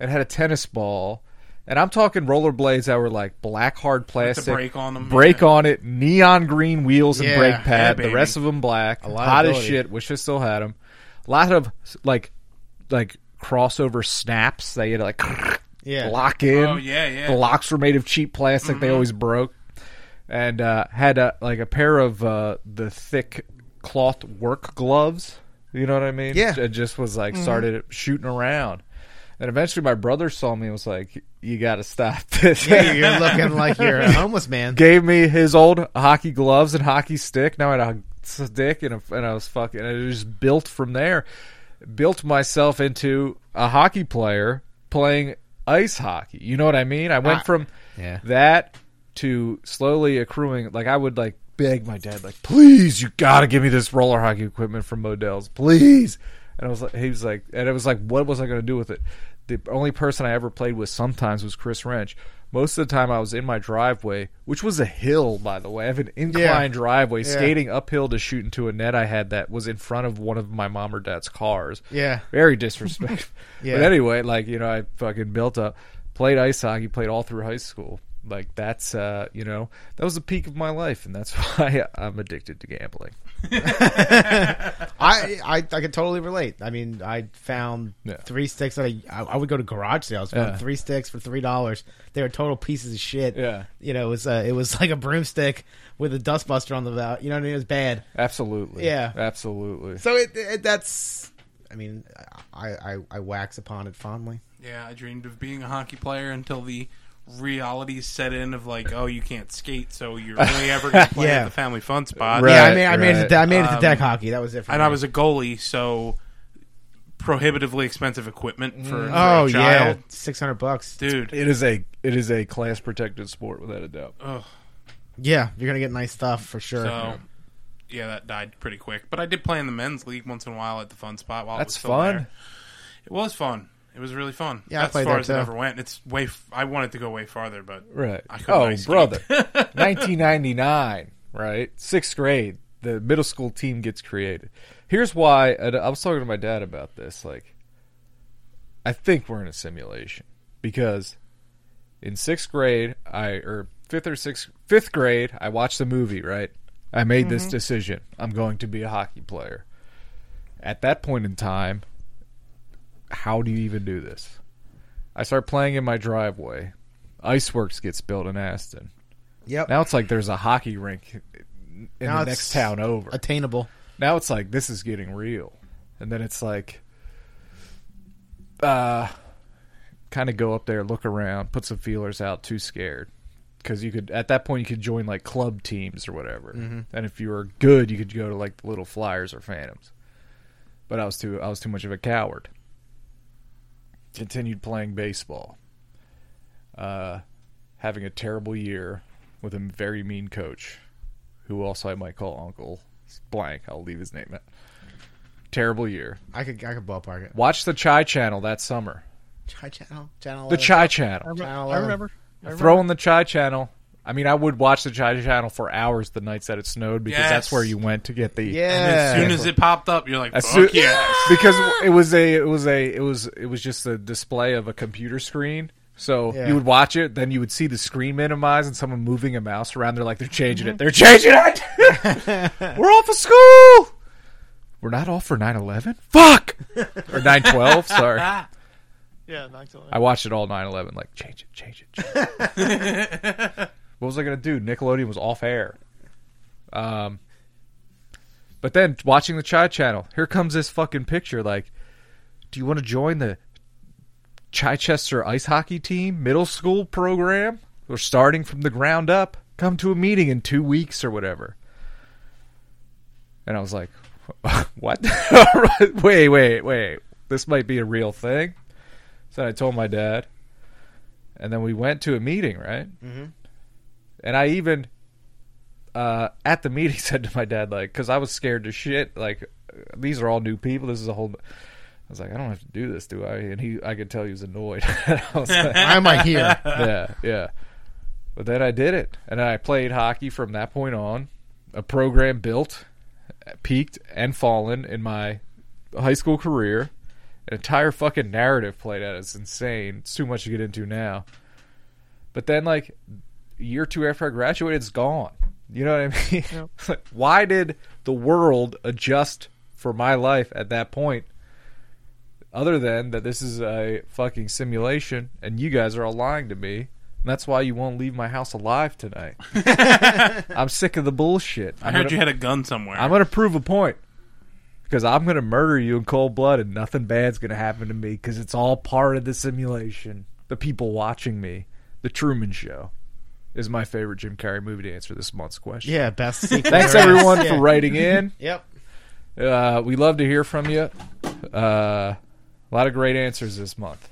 S1: and had a tennis ball. And I'm talking rollerblades that were like black hard plastic,
S4: brake on 'em,
S1: brake
S4: yeah.
S1: on it, neon green wheels and
S2: Yeah,
S1: brake pad.
S4: yeah,
S1: the
S4: baby.
S1: rest of them black,
S2: lot of
S1: hot as
S2: ability.
S1: shit. Wish I still had them. A lot of like, like crossover snaps. They had to, like
S2: Yeah.
S1: lock in.
S4: Oh, yeah, yeah.
S1: The locks were made of cheap plastic.
S2: Mm-hmm.
S1: They always broke. And uh, had a, like a pair of uh, the thick cloth work gloves. You know what I mean?
S2: Yeah. Mm-hmm.
S1: It just was like started shooting around. And eventually my brother saw me and was like, You got to stop this.
S2: Yeah, you're looking like you're a homeless man.
S1: Gave me his old hockey gloves and hockey stick. Now I had a stick and, a, and I was fucking, and it just built from there. Built myself into a hockey player playing ice hockey. You know what I mean? I went
S2: Ah.
S1: from
S5: Yeah.
S1: that to slowly accruing like I would like beg my dad like please you got to give me this roller hockey equipment from Modell's please and I was like he was like and it was like what was I going to do with it the only person I ever played with sometimes was Chris Wrench most of the time I was in my driveway which was a hill by the way I have an inclined driveway
S2: Yeah.
S1: skating uphill to shoot into a net I had that was in front of one of my mom or dad's cars
S2: Yeah.
S1: very disrespectful.
S2: Yeah.
S1: But anyway, like you know, I fucking built up, played ice hockey, played all through high school. Like that's uh, you know, that was the peak of my life, and that's why I'm addicted to gambling.
S2: I, I I could totally relate. I mean, I found
S1: Yeah.
S2: three sticks that I, I I would go to garage sales. Found
S1: Yeah.
S2: three sticks for three dollars. They were total pieces of shit.
S1: Yeah.
S2: you know, it was uh, it was like a broomstick with a dustbuster on the valve. You know what I mean? It was bad.
S1: Absolutely.
S2: Yeah.
S1: Absolutely.
S2: So it, it that's. I mean, I, I I wax upon it fondly.
S4: Yeah, I dreamed of being a hockey player until the reality set in of like, oh, you can't skate, so you're only ever going to play
S2: Yeah.
S4: at the family fun spot.
S1: Right.
S2: yeah, I made I made it.
S1: right.
S2: To, I made it to
S4: Um,
S2: deck hockey. That was it. For
S4: And
S2: me.
S4: I was a goalie, so prohibitively expensive equipment
S1: Mm-hmm.
S4: for, for
S2: oh
S4: a
S2: yeah,
S4: child.
S2: six hundred bucks.
S4: Dude,
S1: It is a it is a class protected sport without a doubt.
S4: ugh.
S2: Yeah, you're gonna get nice stuff for sure.
S4: So, yeah, that died pretty quick. But I did play in the men's league once in a while at the fun spot while it was
S1: That's
S4: still
S1: fun.
S4: there. It was fun. It was really fun.
S2: Yeah, I
S4: That's
S2: played
S4: as far
S2: that
S4: as it
S2: too.
S4: ever went. It's way. F- I wanted to go way farther, but
S1: Right.
S4: I couldn't
S1: Oh,
S4: ice skate.
S1: brother. 1999, right? Sixth grade, the middle school team gets created. Here's why. and I was talking to my dad about this. Like, I think we're in a simulation because in sixth grade, I or fifth or sixth fifth grade, I watched the movie. Right. I made this decision. I'm going to be a hockey player. At that point in time, how do you even do this? I start playing in my driveway. Iceworks gets built in Aston.
S2: yep,
S1: Now it's like there's a hockey rink in
S2: Now
S1: the
S2: it's
S1: next town over.
S2: attainable.
S1: now it's like this is getting real. And then it's like uh kind of go up there, look around, put some feelers out, too scared. Cuz you could at that point you could join like club teams or whatever. And if you were good, you could go to like the little Flyers or Phantoms. But I was too I was too much of a coward. Continued playing baseball. Uh having a terrible year with a very mean coach who also I might call Uncle Blank. I'll leave his name out. Terrible year.
S2: I could I could ballpark it.
S1: Watch the Chai Channel that summer.
S2: Chai channel channel.
S1: The
S2: 11.
S1: Chai
S3: Oh, I,
S1: Channel.
S3: rem-
S2: Channel
S3: I
S2: eleven.
S3: remember. I remember.
S1: Throw in the Chai Channel. I mean, I would watch the Chai Channel for hours the nights that it snowed because that's
S4: Yes.
S1: where you went to get the
S2: Yeah.
S4: And as soon as it popped up, you're like,
S1: As
S4: fuck
S1: soo-
S4: yes.
S1: because it was a it was a it was it was just a display of a computer screen. So
S2: Yeah.
S1: you would watch it, then you would see the screen minimize and someone moving a mouse around. They're like, they're changing it. They're changing it. We're off of school. We're not off for 9-11? Fuck. or 9-12, sorry. I
S3: Yeah, back to
S1: watched it all 9-11, like, change it, change it, change it. what was I going to do? Nickelodeon was off air. Um, but then watching the Chai Channel, here comes this fucking picture. Like, do you want to join the Chichester ice hockey team middle school program? We're starting from the ground up. Come to a meeting in two weeks or whatever. And I was like, what? wait, wait, wait. This might be a real thing. So I told my dad. And then we went to a meeting, right? Mm-hmm. And I even uh, at the meeting said to my dad like because i was scared to shit like these are all new people this is a whole i was like i don't have to do this do i and he i could tell he was annoyed I was like,
S2: Why am I here?
S1: yeah yeah but then i did it and i played hockey from that point on a program built peaked and fallen in my high school career an entire fucking narrative played out it's insane it's too much to get into now but then like a year or two after i graduated it's gone you know what i mean It's like, why did the world adjust for my life at that point other than that this is a fucking simulation and you guys are all lying to me and that's why you won't leave my house alive tonight i'm sick of the bullshit
S4: I heard you had a gun somewhere.
S1: I'm gonna prove a point because I'm gonna murder you in cold blood, and nothing bad's gonna happen to me because it's all part of the simulation. The people watching me, the Truman Show, is my favorite Jim Carrey movie to answer this month's question.
S2: Yeah, best. sequel
S1: Thanks
S2: there is.
S1: everyone
S2: Yeah.
S1: for writing in.
S2: Yep.
S1: Uh, we love to hear from you. Uh, a lot of great answers this month.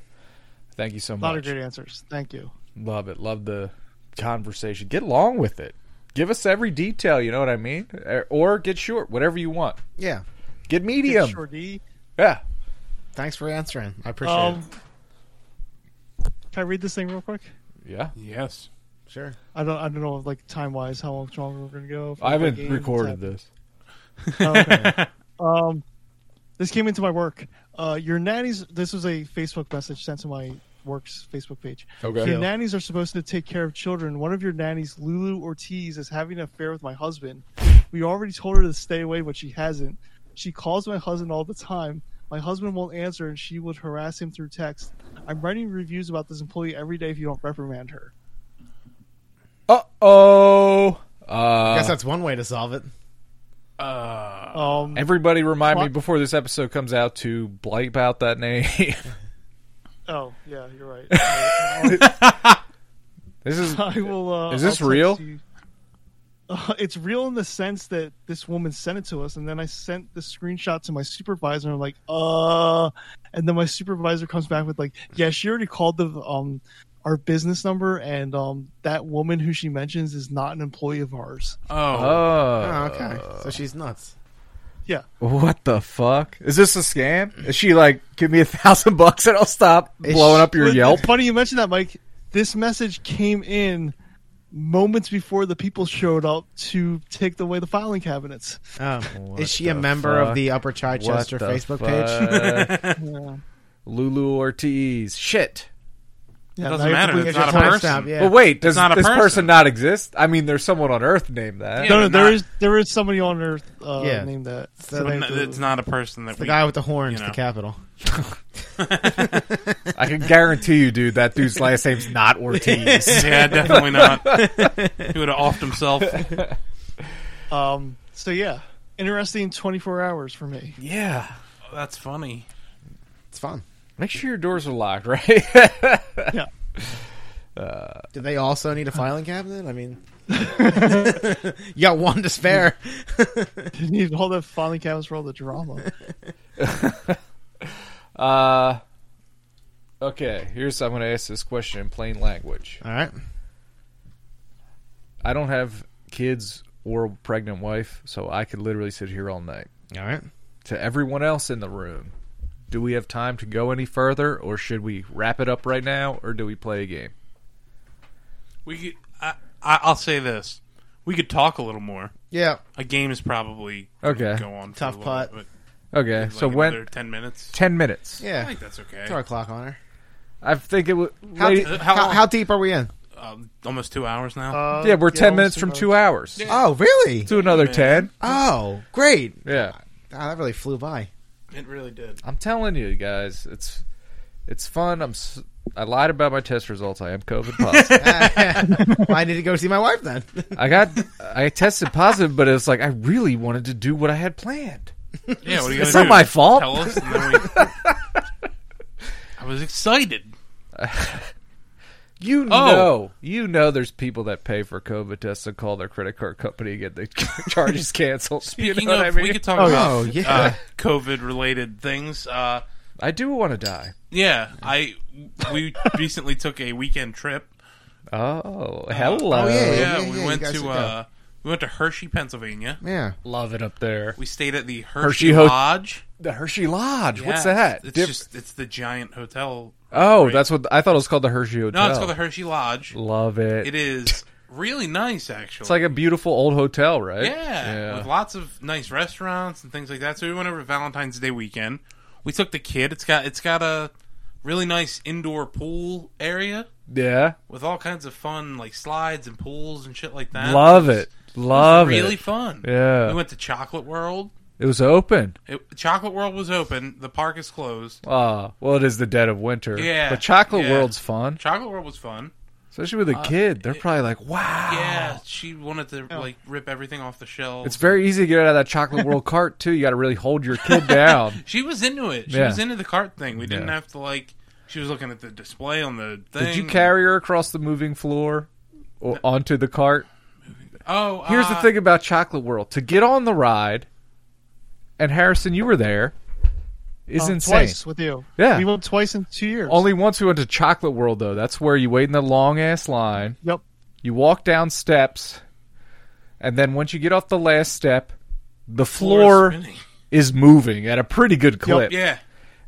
S5: Thank you so
S3: A lot
S5: much.
S3: of great answers. Thank you.
S5: Love it. Love the conversation. Get along
S1: Along with it, give us every detail. You know what I mean? Er, Or get short, whatever you want.
S2: Yeah.
S1: Get medium.
S3: Sure, D.
S1: Yeah.
S2: Thanks for answering. I appreciate
S3: Um,
S2: it.
S3: can I read this thing real quick?
S1: Yeah.
S4: Yes.
S2: Sure.
S3: I don't. I don't know, like time wise, how much longer we're gonna go.
S1: I haven't recorded this.
S3: Okay. um, this came into my work. Uh, your nannies. This was a Facebook message sent to my work's Facebook page.
S1: Okay.
S3: Your nannies are supposed to take care of children. One of your nannies, Lulu Ortiz, is having an affair with my husband. We already told her to stay away, but she hasn't. She calls my husband all the time. My husband won't answer, and she would harass him through text. I'm writing reviews about this employee every day if you don't reprimand her.
S1: Uh oh.
S2: I guess
S1: Uh,
S2: that's one way to solve it.
S4: Uh,
S3: Um,
S1: everybody, remind me
S3: What?
S1: before this episode comes out to blipe out that name.
S3: oh, yeah, you're right. I-
S1: this is
S3: I will. Uh,
S1: Is this
S3: I'll text
S1: real?
S3: you. Uh, it's real in the sense that this woman sent it to us, and then I sent the screenshot to my supervisor. And I'm like, uh, and then my supervisor comes back with like, yeah, she already called the um our business number, and um that woman who she mentions is not an employee of ours.
S4: Oh.
S1: oh.
S2: Oh, okay. So she's nuts.
S3: Yeah,
S1: What the fuck? Is this a scam? Is she like, give me a thousand bucks and I'll stop
S2: Is
S1: blowing
S2: she-
S1: up your
S3: But
S1: Yelp?
S3: It's funny you mentioned that, Mike. This message came in moments before the people showed up to take away the filing cabinets.
S2: Um, is she a
S1: the
S2: member
S1: fuck?
S2: of the Upper Chichester
S1: What the
S2: Facebook page?
S1: fuck?
S3: Yeah.
S1: Lulu Ortiz. Shit.
S3: Yeah,
S4: doesn't
S3: now you're
S4: matter.
S3: completely-
S4: It's
S2: Here's
S4: not
S2: your
S4: a
S2: timestamp,
S4: person.
S2: Yeah.
S1: But wait, does
S4: not a
S1: this person.
S4: person.
S1: not exist? I mean, there's someone on Earth named that.
S4: Yeah,
S3: No, no,
S4: but
S3: there
S4: not-
S3: is there is somebody on Earth uh,
S2: Yeah.
S3: named that.
S2: So
S3: But
S2: they-
S3: I-
S4: N- It's not a person that
S2: the
S4: we.
S2: guy with the horns,
S4: you know.
S2: the capital.
S1: I can guarantee you, dude, that dude's last name's not Ortiz.
S4: yeah, definitely not. He would have offed himself.
S3: um, so yeah, interesting twenty four hours for me.
S1: yeah.
S4: Oh, that's funny.
S2: It's fun.
S1: Make sure your doors are locked, right?
S3: Yeah,
S2: Do they also need a filing cabinet? I mean, you got one to spare.
S3: you need all the filing cabinets for all the drama.
S1: uh, okay, here's I'm going to ask this question in plain language.
S2: All right.
S1: I don't have kids or a pregnant wife, so I could literally sit here all night.
S2: All right.
S1: To everyone else in the room, do we have time to go any further, or should we wrap it up right now, or do we play a game?
S4: We. Could, I, I, I'll say this. We could talk a little more.
S2: Yeah.
S4: A game is probably
S1: Okay.
S4: Go on. for
S2: Tough
S4: a little
S2: putt.
S4: bit,
S1: Okay,
S4: like
S1: so when
S4: another ten minutes.
S1: ten minutes?
S4: I
S2: Yeah.
S4: think that's okay.
S2: Throw a clock on her.
S1: I think it would.
S2: How,
S1: lady-
S4: Uh, how
S2: how,
S4: long?
S2: how deep are we in?
S4: Um, almost two hours now.
S3: Uh,
S1: yeah, we're ten
S3: almost
S1: minutes
S3: two
S1: from two hours.
S2: Oh, really?
S1: To another
S4: Yeah.
S1: ten.
S2: Oh, great.
S1: Yeah,
S2: Oh, that really flew by.
S4: it really did.
S1: I'm telling you guys, it's it's fun. I'm s- I lied about my test results. I am COVID positive.
S2: Ah. I need to go see my wife then.
S1: I got I tested positive, but it's like I really wanted to do what I had planned.
S4: Yeah, what are you
S1: It's
S4: gonna
S1: not my
S4: do?
S1: fault.
S4: Tell us, and then we... I was excited.
S1: You
S4: Oh.
S1: know, you know, there's people that pay for COVID tests and call their credit card company and get the charges canceled.
S4: Speaking
S1: you know what
S4: of,
S1: I mean?
S4: we could talk
S2: Oh,
S4: about
S2: yeah.
S4: uh, COVID-related things. Uh,
S1: I do want to die.
S4: yeah, I we recently took a weekend trip.
S1: Oh, hello.
S4: Uh, yeah,
S2: oh, yeah, yeah,
S4: we
S2: yeah, you
S4: went
S2: guys
S4: to
S2: did
S4: uh, we went to Hershey, Pennsylvania.
S2: Yeah.
S1: Love it up there.
S4: We stayed at the
S1: Hershey
S4: Hershey,
S1: Ho-
S4: Lodge.
S1: The Hershey Lodge.
S4: Yeah,
S1: What's that?
S4: It's
S1: Diff-
S4: just it's the giant hotel.
S1: oh,
S4: right?
S1: that's what I thought it was called the Hershey Hotel.
S4: no, it's called the Hershey Lodge.
S1: Love it.
S4: It is really nice, actually.
S1: It's like a beautiful old hotel, right?
S4: Yeah, with lots of nice restaurants and things like that. So we went over Valentine's Day weekend. We took the kid. It's got it's got a really nice indoor pool area
S1: Yeah.
S4: with all kinds of fun like slides and pools and shit like that.
S1: Love
S4: was-
S1: it. Love
S4: was really
S1: it.
S4: fun.
S1: Yeah.
S4: we went to Chocolate World.
S1: It was open.
S4: It, Chocolate World was open. The park is closed.
S1: Ah, well, it is the dead of winter.
S4: Yeah,
S1: But Chocolate
S4: yeah. Uh,
S1: World's fun,
S4: Chocolate World was fun.
S1: especially with a kid. They're probably like, wow.
S4: Yeah, she wanted to like rip everything off the shelves.
S1: It's very easy to get out of that Chocolate World cart, too. You got to really hold your kid down.
S4: she was into it. She
S1: Yeah.
S4: was into the cart thing. We didn't
S1: Yeah.
S4: have to like. She was looking at the display on the thing.
S1: Did you carry her across the moving floor or onto the cart?
S4: Oh,
S1: Here's the
S4: uh,
S1: thing about Chocolate World to get on the ride, and Harrison, you were there. is
S4: Oh,
S3: Uh,
S1: insane.
S3: Twice with you.
S1: Yeah.
S3: We went twice in two years.
S1: Only once we went to Chocolate World though. That's where you wait in the long ass line.
S3: Yep.
S1: You walk down steps, and then once you get off the last step, the
S4: Floor
S1: floor
S4: is spinning.
S1: is moving at a pretty good clip.
S4: Yeah.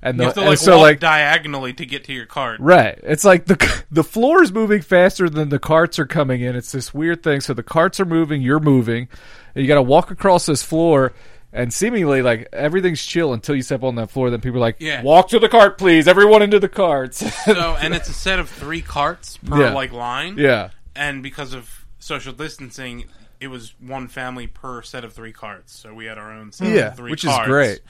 S1: And,
S4: You
S1: the,
S4: have to
S1: and
S4: like
S1: so
S4: walk
S1: like
S4: diagonally to get to your card.
S1: Right. It's like the the floor is moving faster than the carts are coming in. It's this weird thing. So the carts are moving, you're moving, and you got to walk across this floor, and seemingly like everything's chill until you step on that floor. Then people are like,
S4: Yeah.
S1: "Walk to the cart, please! Everyone into the carts."
S4: So and it's a set of three carts per
S1: Yeah.
S4: like line.
S1: yeah.
S4: And because of social distancing, it was one family per set of three carts. So we had our own set
S1: Yeah,
S4: of three
S1: which is
S4: carts.
S1: great.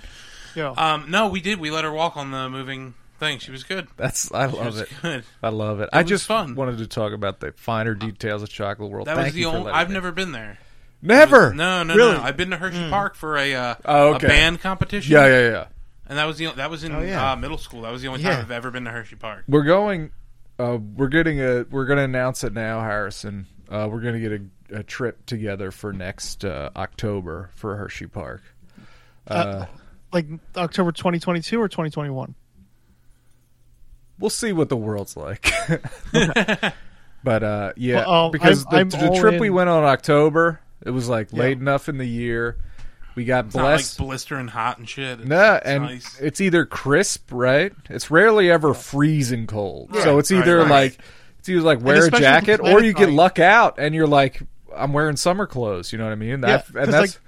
S3: Yeah.
S1: Uh,
S4: Um, no, we did. We let her walk on the moving thing. She was good.
S1: That's I
S4: She
S1: love
S4: was
S1: it.
S4: good.
S1: I love it. I
S4: was
S1: just
S4: fun.
S1: wanted to talk about the finer details of Chocolate World.
S4: That
S1: Thank
S4: was the
S1: you for
S4: only.
S1: letting
S4: I've
S1: me.
S4: never been there.
S1: never.
S4: No, no,
S3: Really?
S4: no. I've been to Hershey Park for a uh,
S1: Oh, okay.
S4: a band competition.
S1: Yeah, yeah, yeah.
S4: And that was the that was in
S2: Oh, yeah.
S4: uh, middle school. That was the only
S2: Yeah.
S4: time I've ever been to Hershey Park.
S1: we're going uh, we're getting a we're going to announce it now harrison uh, we're going to get a, a trip together for next uh, october for hershey park
S3: Uh, like October 2022 or 2021.
S1: we'll see what the world's like but uh, yeah
S3: Well, um,
S1: because
S3: I'm-
S1: the,
S3: I'm
S1: the
S3: all
S1: trip we
S3: in.
S1: went on in october it was like
S3: Yeah.
S1: late enough in the year we got
S4: It's not like
S1: blessed
S4: blistering hot and shit. It's,
S1: No,
S4: it's
S1: and
S4: nice.
S1: it's either crisp, right? It's rarely ever freezing cold. so
S4: Right,
S1: it's either
S4: right, right.
S1: like it's either like wear a
S3: especially with the
S1: jacket or
S3: climate
S1: you get
S3: like-
S1: luck out and you're like I'm wearing summer clothes, you know what I mean? That and that's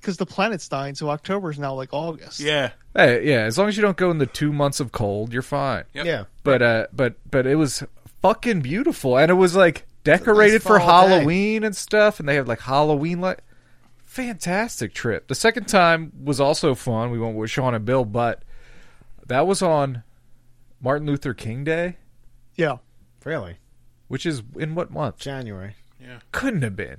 S3: because the planet's dying, so October is now like August.
S4: yeah.
S1: hey, yeah, as long as you don't go in the 2 months of cold, you're fine.
S4: Yep.
S2: Yeah.
S1: But uh but but it was fucking beautiful and it was like decorated for
S2: fall day.
S1: Halloween and stuff and they had like Halloween light fantastic trip. The second time was also fun. We went with Sean and Bill, but that was on Martin Luther King Day,
S3: Yeah.
S2: Really?
S1: which is in what month?
S2: January.
S1: Couldn't have been.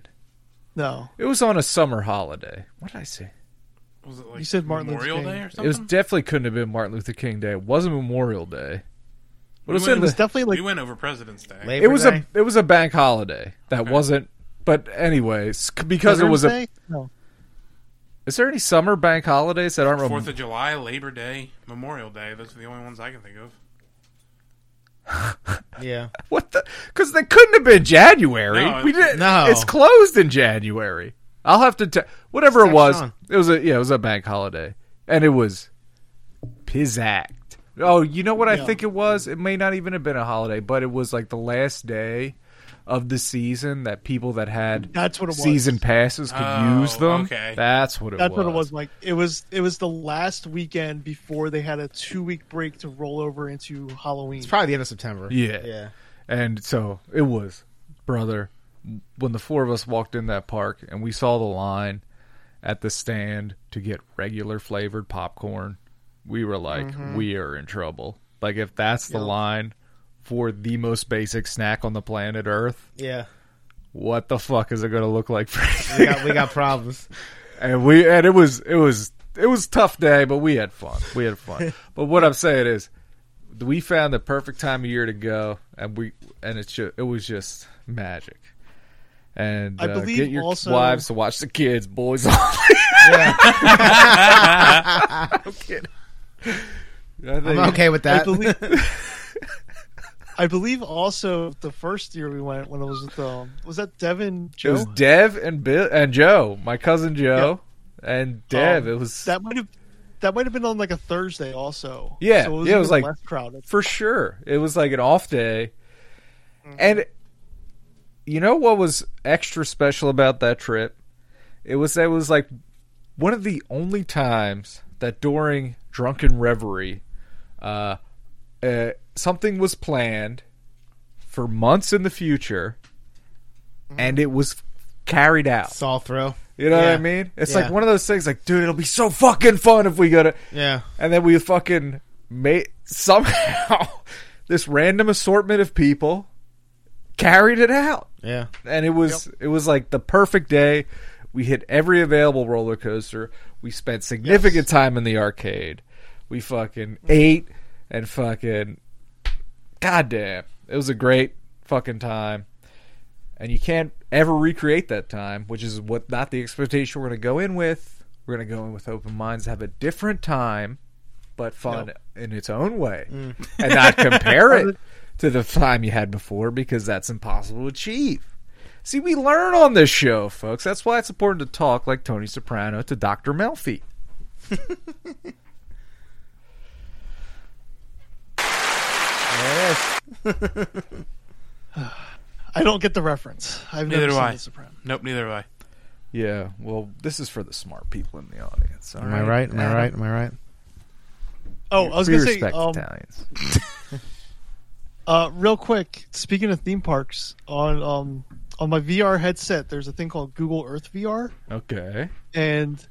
S3: No.
S1: It was on a summer holiday. What did I say?
S4: Was it like
S3: You said Martin Luther
S4: Memorial
S3: King.
S4: Day or
S1: It was
S4: something?
S1: definitely couldn't have been Martin Luther King Day. It wasn't Memorial Day. But it was,
S4: went-
S1: in
S3: It was
S1: the-
S3: definitely like
S4: we went over President's Day.
S2: Labor
S1: it was
S2: Day?
S1: a it was a bank holiday that wasn't. But anyways, c- because it was a.
S3: Veterans Day? No.
S1: Is there any summer bank holidays that aren't?
S4: Fourth of July, Labor Day, Memorial Day. Those are the only ones I can think of.
S2: Yeah.
S1: What the? Because they couldn't have been January.
S4: No,
S1: we didn't.
S2: No.
S1: it's closed in January. I'll have to t- whatever it
S2: Text
S1: was.
S2: on.
S1: It was a yeah, it was a bank holiday, and it was pizzacked. Oh, you know what I
S3: Yeah.
S1: think it was? It may not even have been a holiday, but it was like the last day of the season that people that had
S3: That's what it was.
S1: season passes could
S4: Oh,
S1: use them.
S4: okay.
S1: That's what it
S3: That's
S1: was.
S3: what it was like. It was it was the last weekend before they had a two week break to roll over into Halloween.
S2: It's probably the end of September.
S1: Yeah.
S2: Yeah.
S1: And so it was, brother. When the four of us walked in that park and we saw the line at the stand to get regular flavored popcorn, we were like, we are in trouble. Like, if that's the line for the most basic snack on the planet Earth,
S2: Yeah.
S1: what the fuck is it going to look like for anything?
S2: We got, we got problems.
S1: and we and it was it was it was a tough day, but we had fun. We had fun. but what I'm saying is, we found the perfect time of year to go, and we and it ju- it was just magic. And
S3: I
S1: uh,
S3: believe
S1: get your
S3: also-
S1: wives to watch the kids, boys. only. I'm kidding. I think-
S2: I'm okay with
S3: I
S2: that.
S3: believe I believe also the first year we went when it was with um was that Devin
S1: It
S3: Joe?
S1: was Dev and Bill and Joe, my cousin Joe, and Dev.
S3: Um,
S1: it was
S3: that might have that might have been on like a Thursday also.
S1: Yeah,
S3: So
S1: yeah, it was
S3: even
S1: like-
S3: less crowded.
S1: for sure. It was like an off day.
S2: Mm-hmm.
S1: And you know what was extra special about that trip? It was that it was like one of the only times that during drunken reverie uh, uh something was planned for months in the future and it was carried out.
S2: Saw throw.
S1: You know what
S2: Mm-hmm. Yeah.
S1: I mean? It's
S2: Yeah.
S1: like one of those things like dude, it'll be so fucking fun if we go to
S2: Yeah.
S1: and then we fucking made somehow this random assortment of people carried it out
S2: Yeah.
S1: and it was it was like the perfect day we hit every available roller coaster we spent significant
S2: Yes.
S1: time in the arcade we fucking ate and fucking goddamn it was a great fucking time and you can't ever recreate that time which is what not the expectation we're going to go in with we're going to go in with open minds have a different time but fun in its own way, and not compare it to the time you had before because that's impossible to achieve. See, we learn on this show, folks. That's why it's important to talk like Tony Soprano to Dr. Melfi.
S2: Yes.
S3: I don't get the reference. I've
S4: Neither
S3: never
S4: do
S3: seen
S4: I.
S3: The Sopranos.
S4: Nope, neither do I.
S1: Yeah, well, this is for the smart people in the audience. all
S2: Am I right? Am I
S1: Adam?
S2: right? Am I right?
S3: Oh, I was
S1: We
S3: gonna say,
S1: respect
S3: um,
S1: Italians.
S3: uh, real quick. Speaking of theme parks, on um, on my VR headset, there's a thing called Google Earth VR,
S1: Okay.
S3: and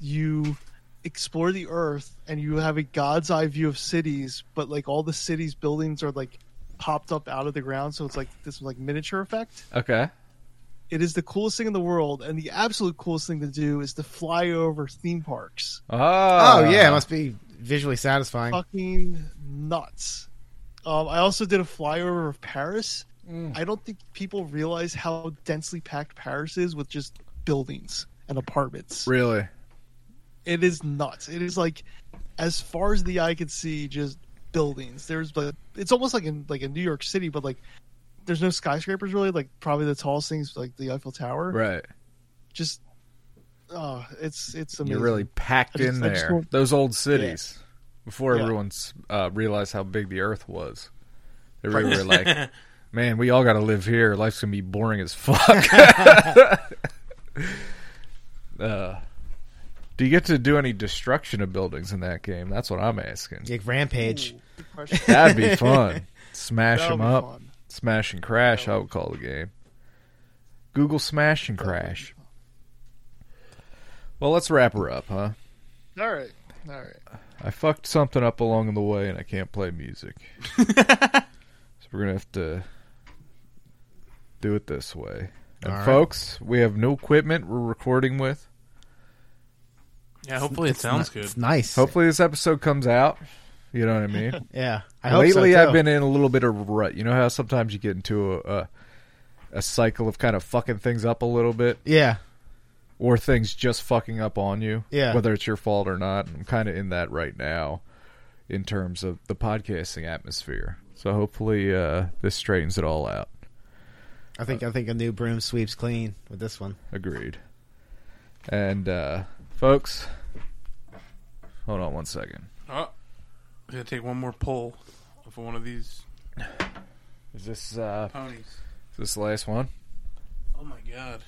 S3: you explore the Earth, and you have a god's eye view of cities, but like all the cities' buildings are like popped up out of the ground, so it's like this like miniature effect.
S1: Okay.
S3: It is the coolest thing in the world, and the absolute coolest thing to do is to fly over theme parks.
S1: Oh,
S2: Oh yeah, it must be visually satisfying.
S3: fucking nuts. Um, I also did a flyover of Paris.
S1: Mm.
S3: I don't think people realize how densely packed Paris is with just buildings and apartments.
S1: really?
S3: It is nuts. It is like as far as the eye can see, just buildings. There's but it's almost like in like in New York City, but like there's no skyscrapers really. Like probably the tallest things like the Eiffel Tower.
S1: Right.
S3: Just oh, it's it's amazing.
S1: You're really packed
S3: I just-
S1: in
S3: I just
S1: there.
S3: want-
S1: Those old cities. Before
S3: Yeah.
S1: everyone's uh, realized how big the Earth was, they really were like, "Man, we all got to live here. Life's gonna be boring as fuck." uh, do you get to do any destruction of buildings in that game? That's what I'm asking.
S2: Like rampage.
S3: Ooh, good question.
S1: That'd be fun. Smash
S3: That'll
S1: them
S3: be
S1: up.
S3: fun.
S1: Smash and Crash, I would call the game. Google Smash and Crash. Well, let's wrap her up, huh?
S3: All right, all right.
S1: I fucked something up along the way and I can't play music. so we're going to have to do it this way. And
S2: All right.
S1: folks, we have no equipment we're recording with.
S4: Yeah, hopefully it sounds
S2: Ni- It's
S4: good.
S2: nice.
S1: Hopefully this episode comes out. You know what I mean?
S2: Yeah.
S1: Lately,
S2: so,
S1: I've
S2: too.
S1: been in a little bit of a rut. You know how sometimes you get into a, a a cycle of kind of fucking things up a little bit,
S2: Yeah.
S1: or things just fucking up on you,
S2: Yeah.
S1: whether it's your fault or not. I'm kind of in that right now, in terms of the podcasting atmosphere. So hopefully, uh, this straightens it all out.
S2: I think I think a new broom sweeps clean with this one.
S1: Agreed. And uh, folks, hold on one second.
S4: Oh, I'm gonna take one more pull of one of these
S1: Is this uh,
S4: ponies.
S1: is this the last one?
S4: Oh my god,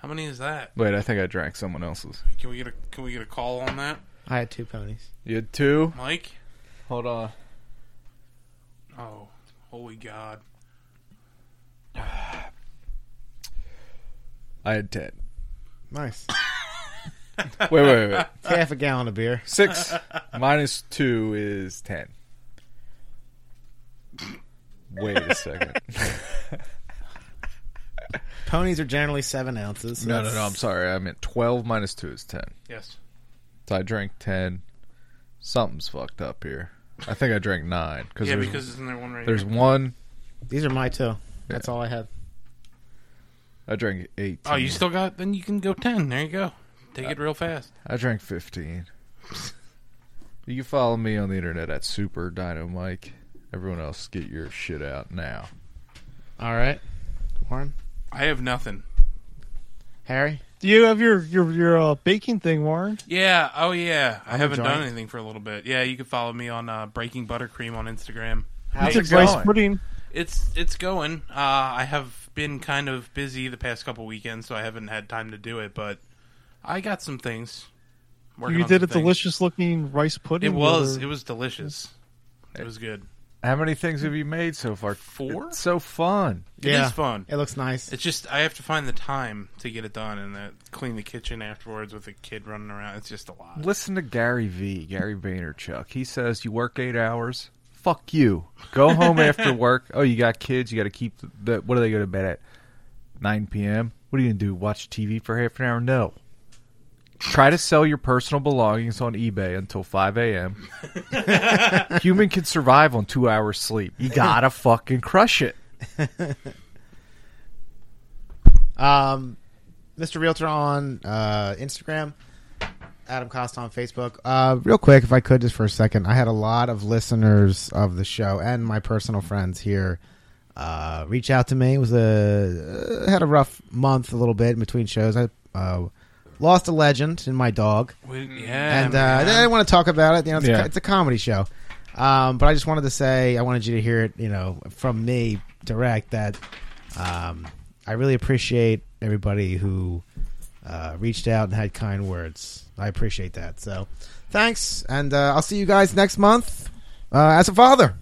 S4: how many is that?
S1: Wait, I think I drank someone else's.
S4: Can we get a Can we get a call on that,
S2: I had two ponies.
S1: You had two.
S4: Mike?
S1: Hold on.
S4: Oh, holy god!
S1: I had ten.
S2: Nice.
S1: Wait, wait, wait.
S2: It's half a gallon of beer.
S1: Six minus two is ten. Wait a second.
S2: Ponies are generally seven ounces.
S1: no, no, no. I'm sorry. I meant twelve minus two is ten.
S4: Yes,
S1: So I drank ten. Something's fucked up here. I think I drank nine because
S4: yeah,
S1: there's,
S4: because isn't there one right
S1: there's
S4: here?
S1: one.
S2: These are my two. That's all I had.
S1: I drank eighteen.
S4: Oh, you still got? Then you can go ten. There you go. Take it real fast.
S1: I drank fifteen. you can follow me on the internet at Super Dino Mike. Everyone else, get your shit out now.
S2: All right. Warren,
S4: I have nothing.
S2: Harry.
S3: Do you have your your your uh, baking thing, Warren?
S4: Yeah. Oh, yeah. I haven't
S2: enjoying
S4: done
S2: it.
S4: anything for a little bit. Yeah, you can follow me on uh, Breaking Buttercream on Instagram.
S1: How's
S3: It's
S1: it
S3: a rice
S1: going?
S3: pudding.
S4: It's it's going. Uh, I have been kind of busy the past couple weekends, so I haven't had time to do it. But I got some things. working
S3: You
S4: on
S3: did
S4: some
S3: a
S4: things.
S3: delicious looking rice pudding.
S4: It was. It
S3: the
S4: was delicious. It was good.
S1: How many things have you made so far?
S4: Four?
S1: It's so fun.
S4: It is fun.
S2: It looks nice.
S4: It's just I have to find the time to get it done and uh, clean the kitchen afterwards with a kid running around. It's just a lot.
S1: Listen to Gary V, Gary Vaynerchuk. He says you work eight hours. Fuck you. Go home after work. Oh, you got kids. You got to keep the, the. What do they go to bed at? Nine p.m. What are you gonna do? Watch TV for half an hour? No. Try to sell your personal belongings on eBay until five a.m. Human can survive on two hours sleep. You gotta fucking crush it.
S2: Um, Mr. Realtor on uh, Instagram. Adam Costa on Facebook. Uh, real quick, if I could, just for a second, I had a lot of listeners of the show and my personal friends here uh, reach out to me. It was a uh, had a rough month, a little bit in between shows. I uh, lost a legend in my dog,
S4: We- yeah,
S2: and uh, I
S4: man.
S2: didn't want to talk about it. You know, it's, a,
S1: Yeah.
S2: co- it's a comedy show, um, but I just wanted to say I wanted you to hear it. You know, from me direct that um, I really appreciate everybody who uh, reached out and had kind words. I appreciate that. So, thanks, and uh, I'll see you guys next month uh, as a father.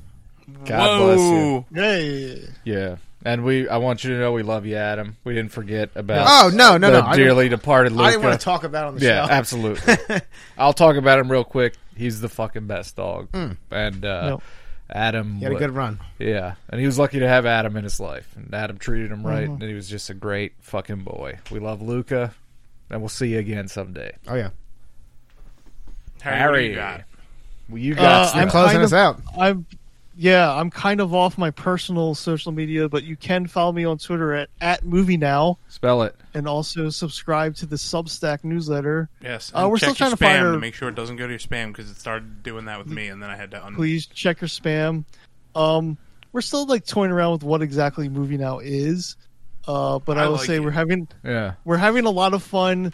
S1: God
S4: Whoa.
S1: bless you.
S3: Hey,
S1: Yeah. And we, I want you to know we love you, Adam. We didn't forget about
S2: Oh no, no,
S1: the
S2: no! I didn't-
S1: dearly departed Luca.
S2: I didn't want to talk about it on the
S1: Yeah,
S2: show.
S1: absolutely. I'll talk about him real quick. He's the fucking best dog. And uh,
S3: No.
S1: Adam,
S2: Hmm. He had a
S1: wa-
S2: good run.
S1: yeah, and he was lucky to have Adam in his life. And Adam treated him right,
S2: Mm-hmm.
S1: and he was just a great fucking boy. We love Luca, and we'll see you again someday.
S2: Oh yeah,
S4: Harry, what do you
S1: Harry.
S4: got?
S1: Well, you
S3: Uh,
S1: got
S3: I'm
S1: Snoop.
S2: closing
S3: kind
S2: us
S3: of-
S2: out.
S3: I'm. Yeah, I'm kind of off my personal social media, but you can follow me on Twitter at, at movie now
S1: spell it.
S3: and also subscribe to the Substack newsletter.
S4: Yes,
S3: Uh,
S4: and
S3: we're
S4: check
S3: still trying
S4: your
S3: to find
S4: spam
S3: our-
S4: make sure it doesn't go to your spam because it started doing that with me, and then I had to un-
S3: Please check your spam. Um, we're still like toying around with what exactly movie now is, uh, but I,
S4: I
S3: will
S4: like
S3: say
S4: it.
S3: we're having
S1: Yeah,
S3: we're having a lot of fun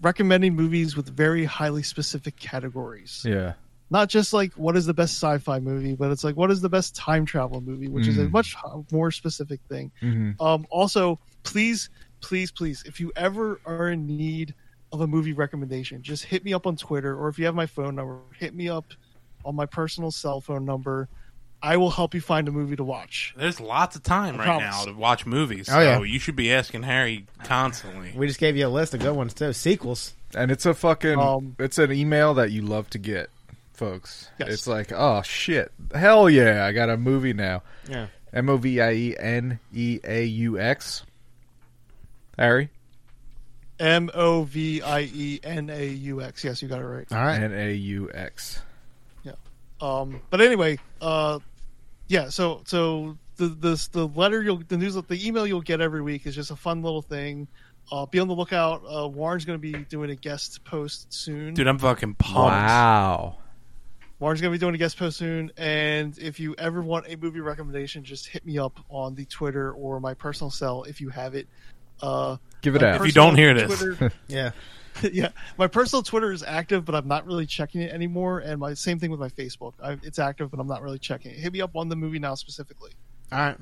S3: recommending movies with very highly specific categories.
S1: yeah,
S3: Not just like what is the best sci-fi movie, but it's like what is the best time travel movie, which is a
S1: Mm.
S3: much h- more specific thing.
S1: hmm
S3: Um, also, please, please, please, if you ever are in need of a movie recommendation, just hit me up on Twitter, or if you have my phone number, hit me up on my personal cell phone number. I will help you find a movie to watch.
S4: There's lots of time right
S3: promise.
S4: now to watch movies, so
S2: Oh, yeah.
S4: you should be asking Harry constantly.
S2: We just gave you a list of good ones too. Sequels.
S1: and it's a fucking,
S3: Um,
S1: it's an email that you love to get, folks.
S3: Yes.
S1: It's like, oh shit, hell yeah, I got a movie now.
S2: Yeah.
S1: M O V I E N E A U X. Harry.
S3: M O V I E N A U X. Yes, you got it right.
S2: All right.
S1: N A U X.
S3: Um, but anyway, uh, yeah. So so the the the letter you'll the news the email you'll get every week is just a fun little thing. Uh, be on the lookout. Uh, Warren's going to be doing a guest post soon.
S4: Dude, I'm fucking pumped.
S1: Wow.
S3: Warren's gonna be doing a guest post soon, and if you ever want a movie recommendation, just hit me up on the Twitter or my personal cell if you have it. Uh,
S1: Give it
S3: my
S1: out.
S4: you don't
S3: personal
S4: hear this.
S3: Twitter-
S2: Yeah.
S3: yeah, my personal Twitter is active, but I'm not really checking it anymore. And my same thing with my Facebook. I, it's active, but I'm not really checking it. Hit me up on the movie now specifically.
S2: All right.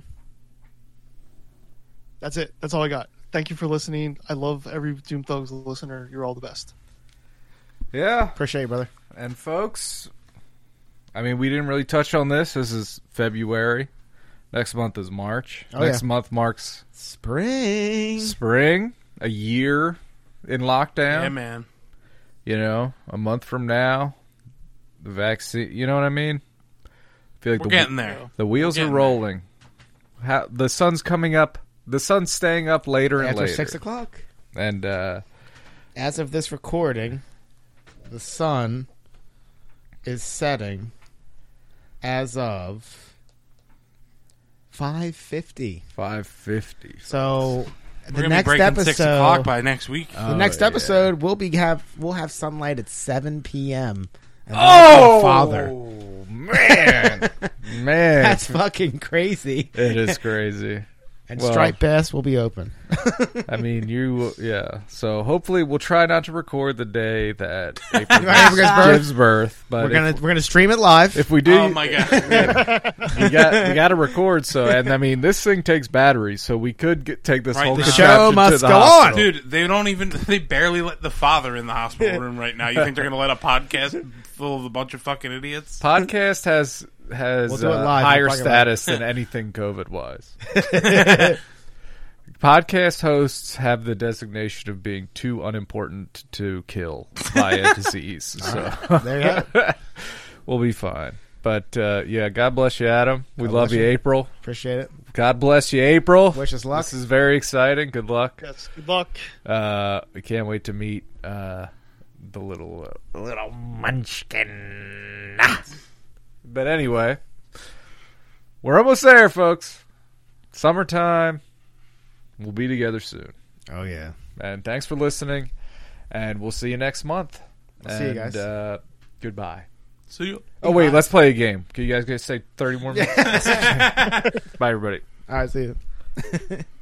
S3: That's it. That's all I got. Thank you for listening. I love every Doom Thugs listener. You're all the best.
S1: Yeah.
S2: Appreciate you, brother.
S1: And folks, I mean, we didn't really touch on this. This is February. Next month is March.
S2: Oh,
S1: Next
S2: yeah.
S1: month marks
S2: Spring.
S1: spring, a year in lockdown.
S4: Yeah, man.
S1: You know, a month from now, the vaccine. You know what I mean? I feel like
S4: We're
S1: the,
S4: getting there.
S1: the wheels are
S4: getting there.
S1: rolling. How, the sun's coming up. The sun's staying up later and
S2: After
S1: later.
S2: six o'clock.
S1: and uh,
S2: As of this recording, the sun is setting as of five fifty.
S1: five fifty.
S2: So
S4: We're
S2: the
S4: gonna
S2: next
S4: be breaking
S2: episode.
S4: six o'clock by next week.
S2: the next
S1: Oh,
S2: episode we'll be have we'll have sunlight at seven p.m. And that'll be a Oh, father,
S1: Oh, man, man,
S2: that's fucking crazy.
S1: it is crazy.
S2: And
S1: Well-
S2: striped bass will be open.
S1: I mean, you, yeah. So hopefully, we'll try not to record the day that April
S2: Abigail's birth.
S1: gives birth. But
S2: We're gonna
S1: if,
S2: we're gonna stream it live.
S1: if we do,
S4: Oh my god.
S1: we got we got to record. So, and I mean, this thing takes batteries, so we could get, take this
S4: Right,
S1: whole
S4: the
S1: contraption
S2: show
S1: to
S2: must
S1: the
S2: go on.
S1: hospital.
S4: Dude, they don't even they barely let the father in the hospital room right now. You think they're gonna let a podcast full of a bunch of fucking idiots?
S1: Podcast has has
S2: We'll do it
S1: uh,
S2: live.
S1: higher
S2: We'll talk about
S1: status than anything COVID wise. Podcast hosts have the designation of being too unimportant to kill by a disease, so
S2: there you go.
S1: we'll be fine. But uh, yeah, God bless you, Adam. We love
S2: bless
S1: you,
S2: you.
S1: April.
S2: Appreciate it.
S1: God bless you, April.
S2: Wish us luck.
S1: This is very exciting. Good luck.
S3: Yes. Good luck.
S1: Uh, we can't wait to meet uh, the little uh, little munchkin. But anyway, we're almost there, folks. Summertime. We'll be together soon.
S2: Oh yeah.
S1: And thanks for listening. And we'll see you next month.
S2: I'll see you guys.
S5: Uh, goodbye.
S4: So you.
S1: Oh wait, let's play a game. Can you guys guys say thirty more minutes? Bye everybody.
S2: All right, see you.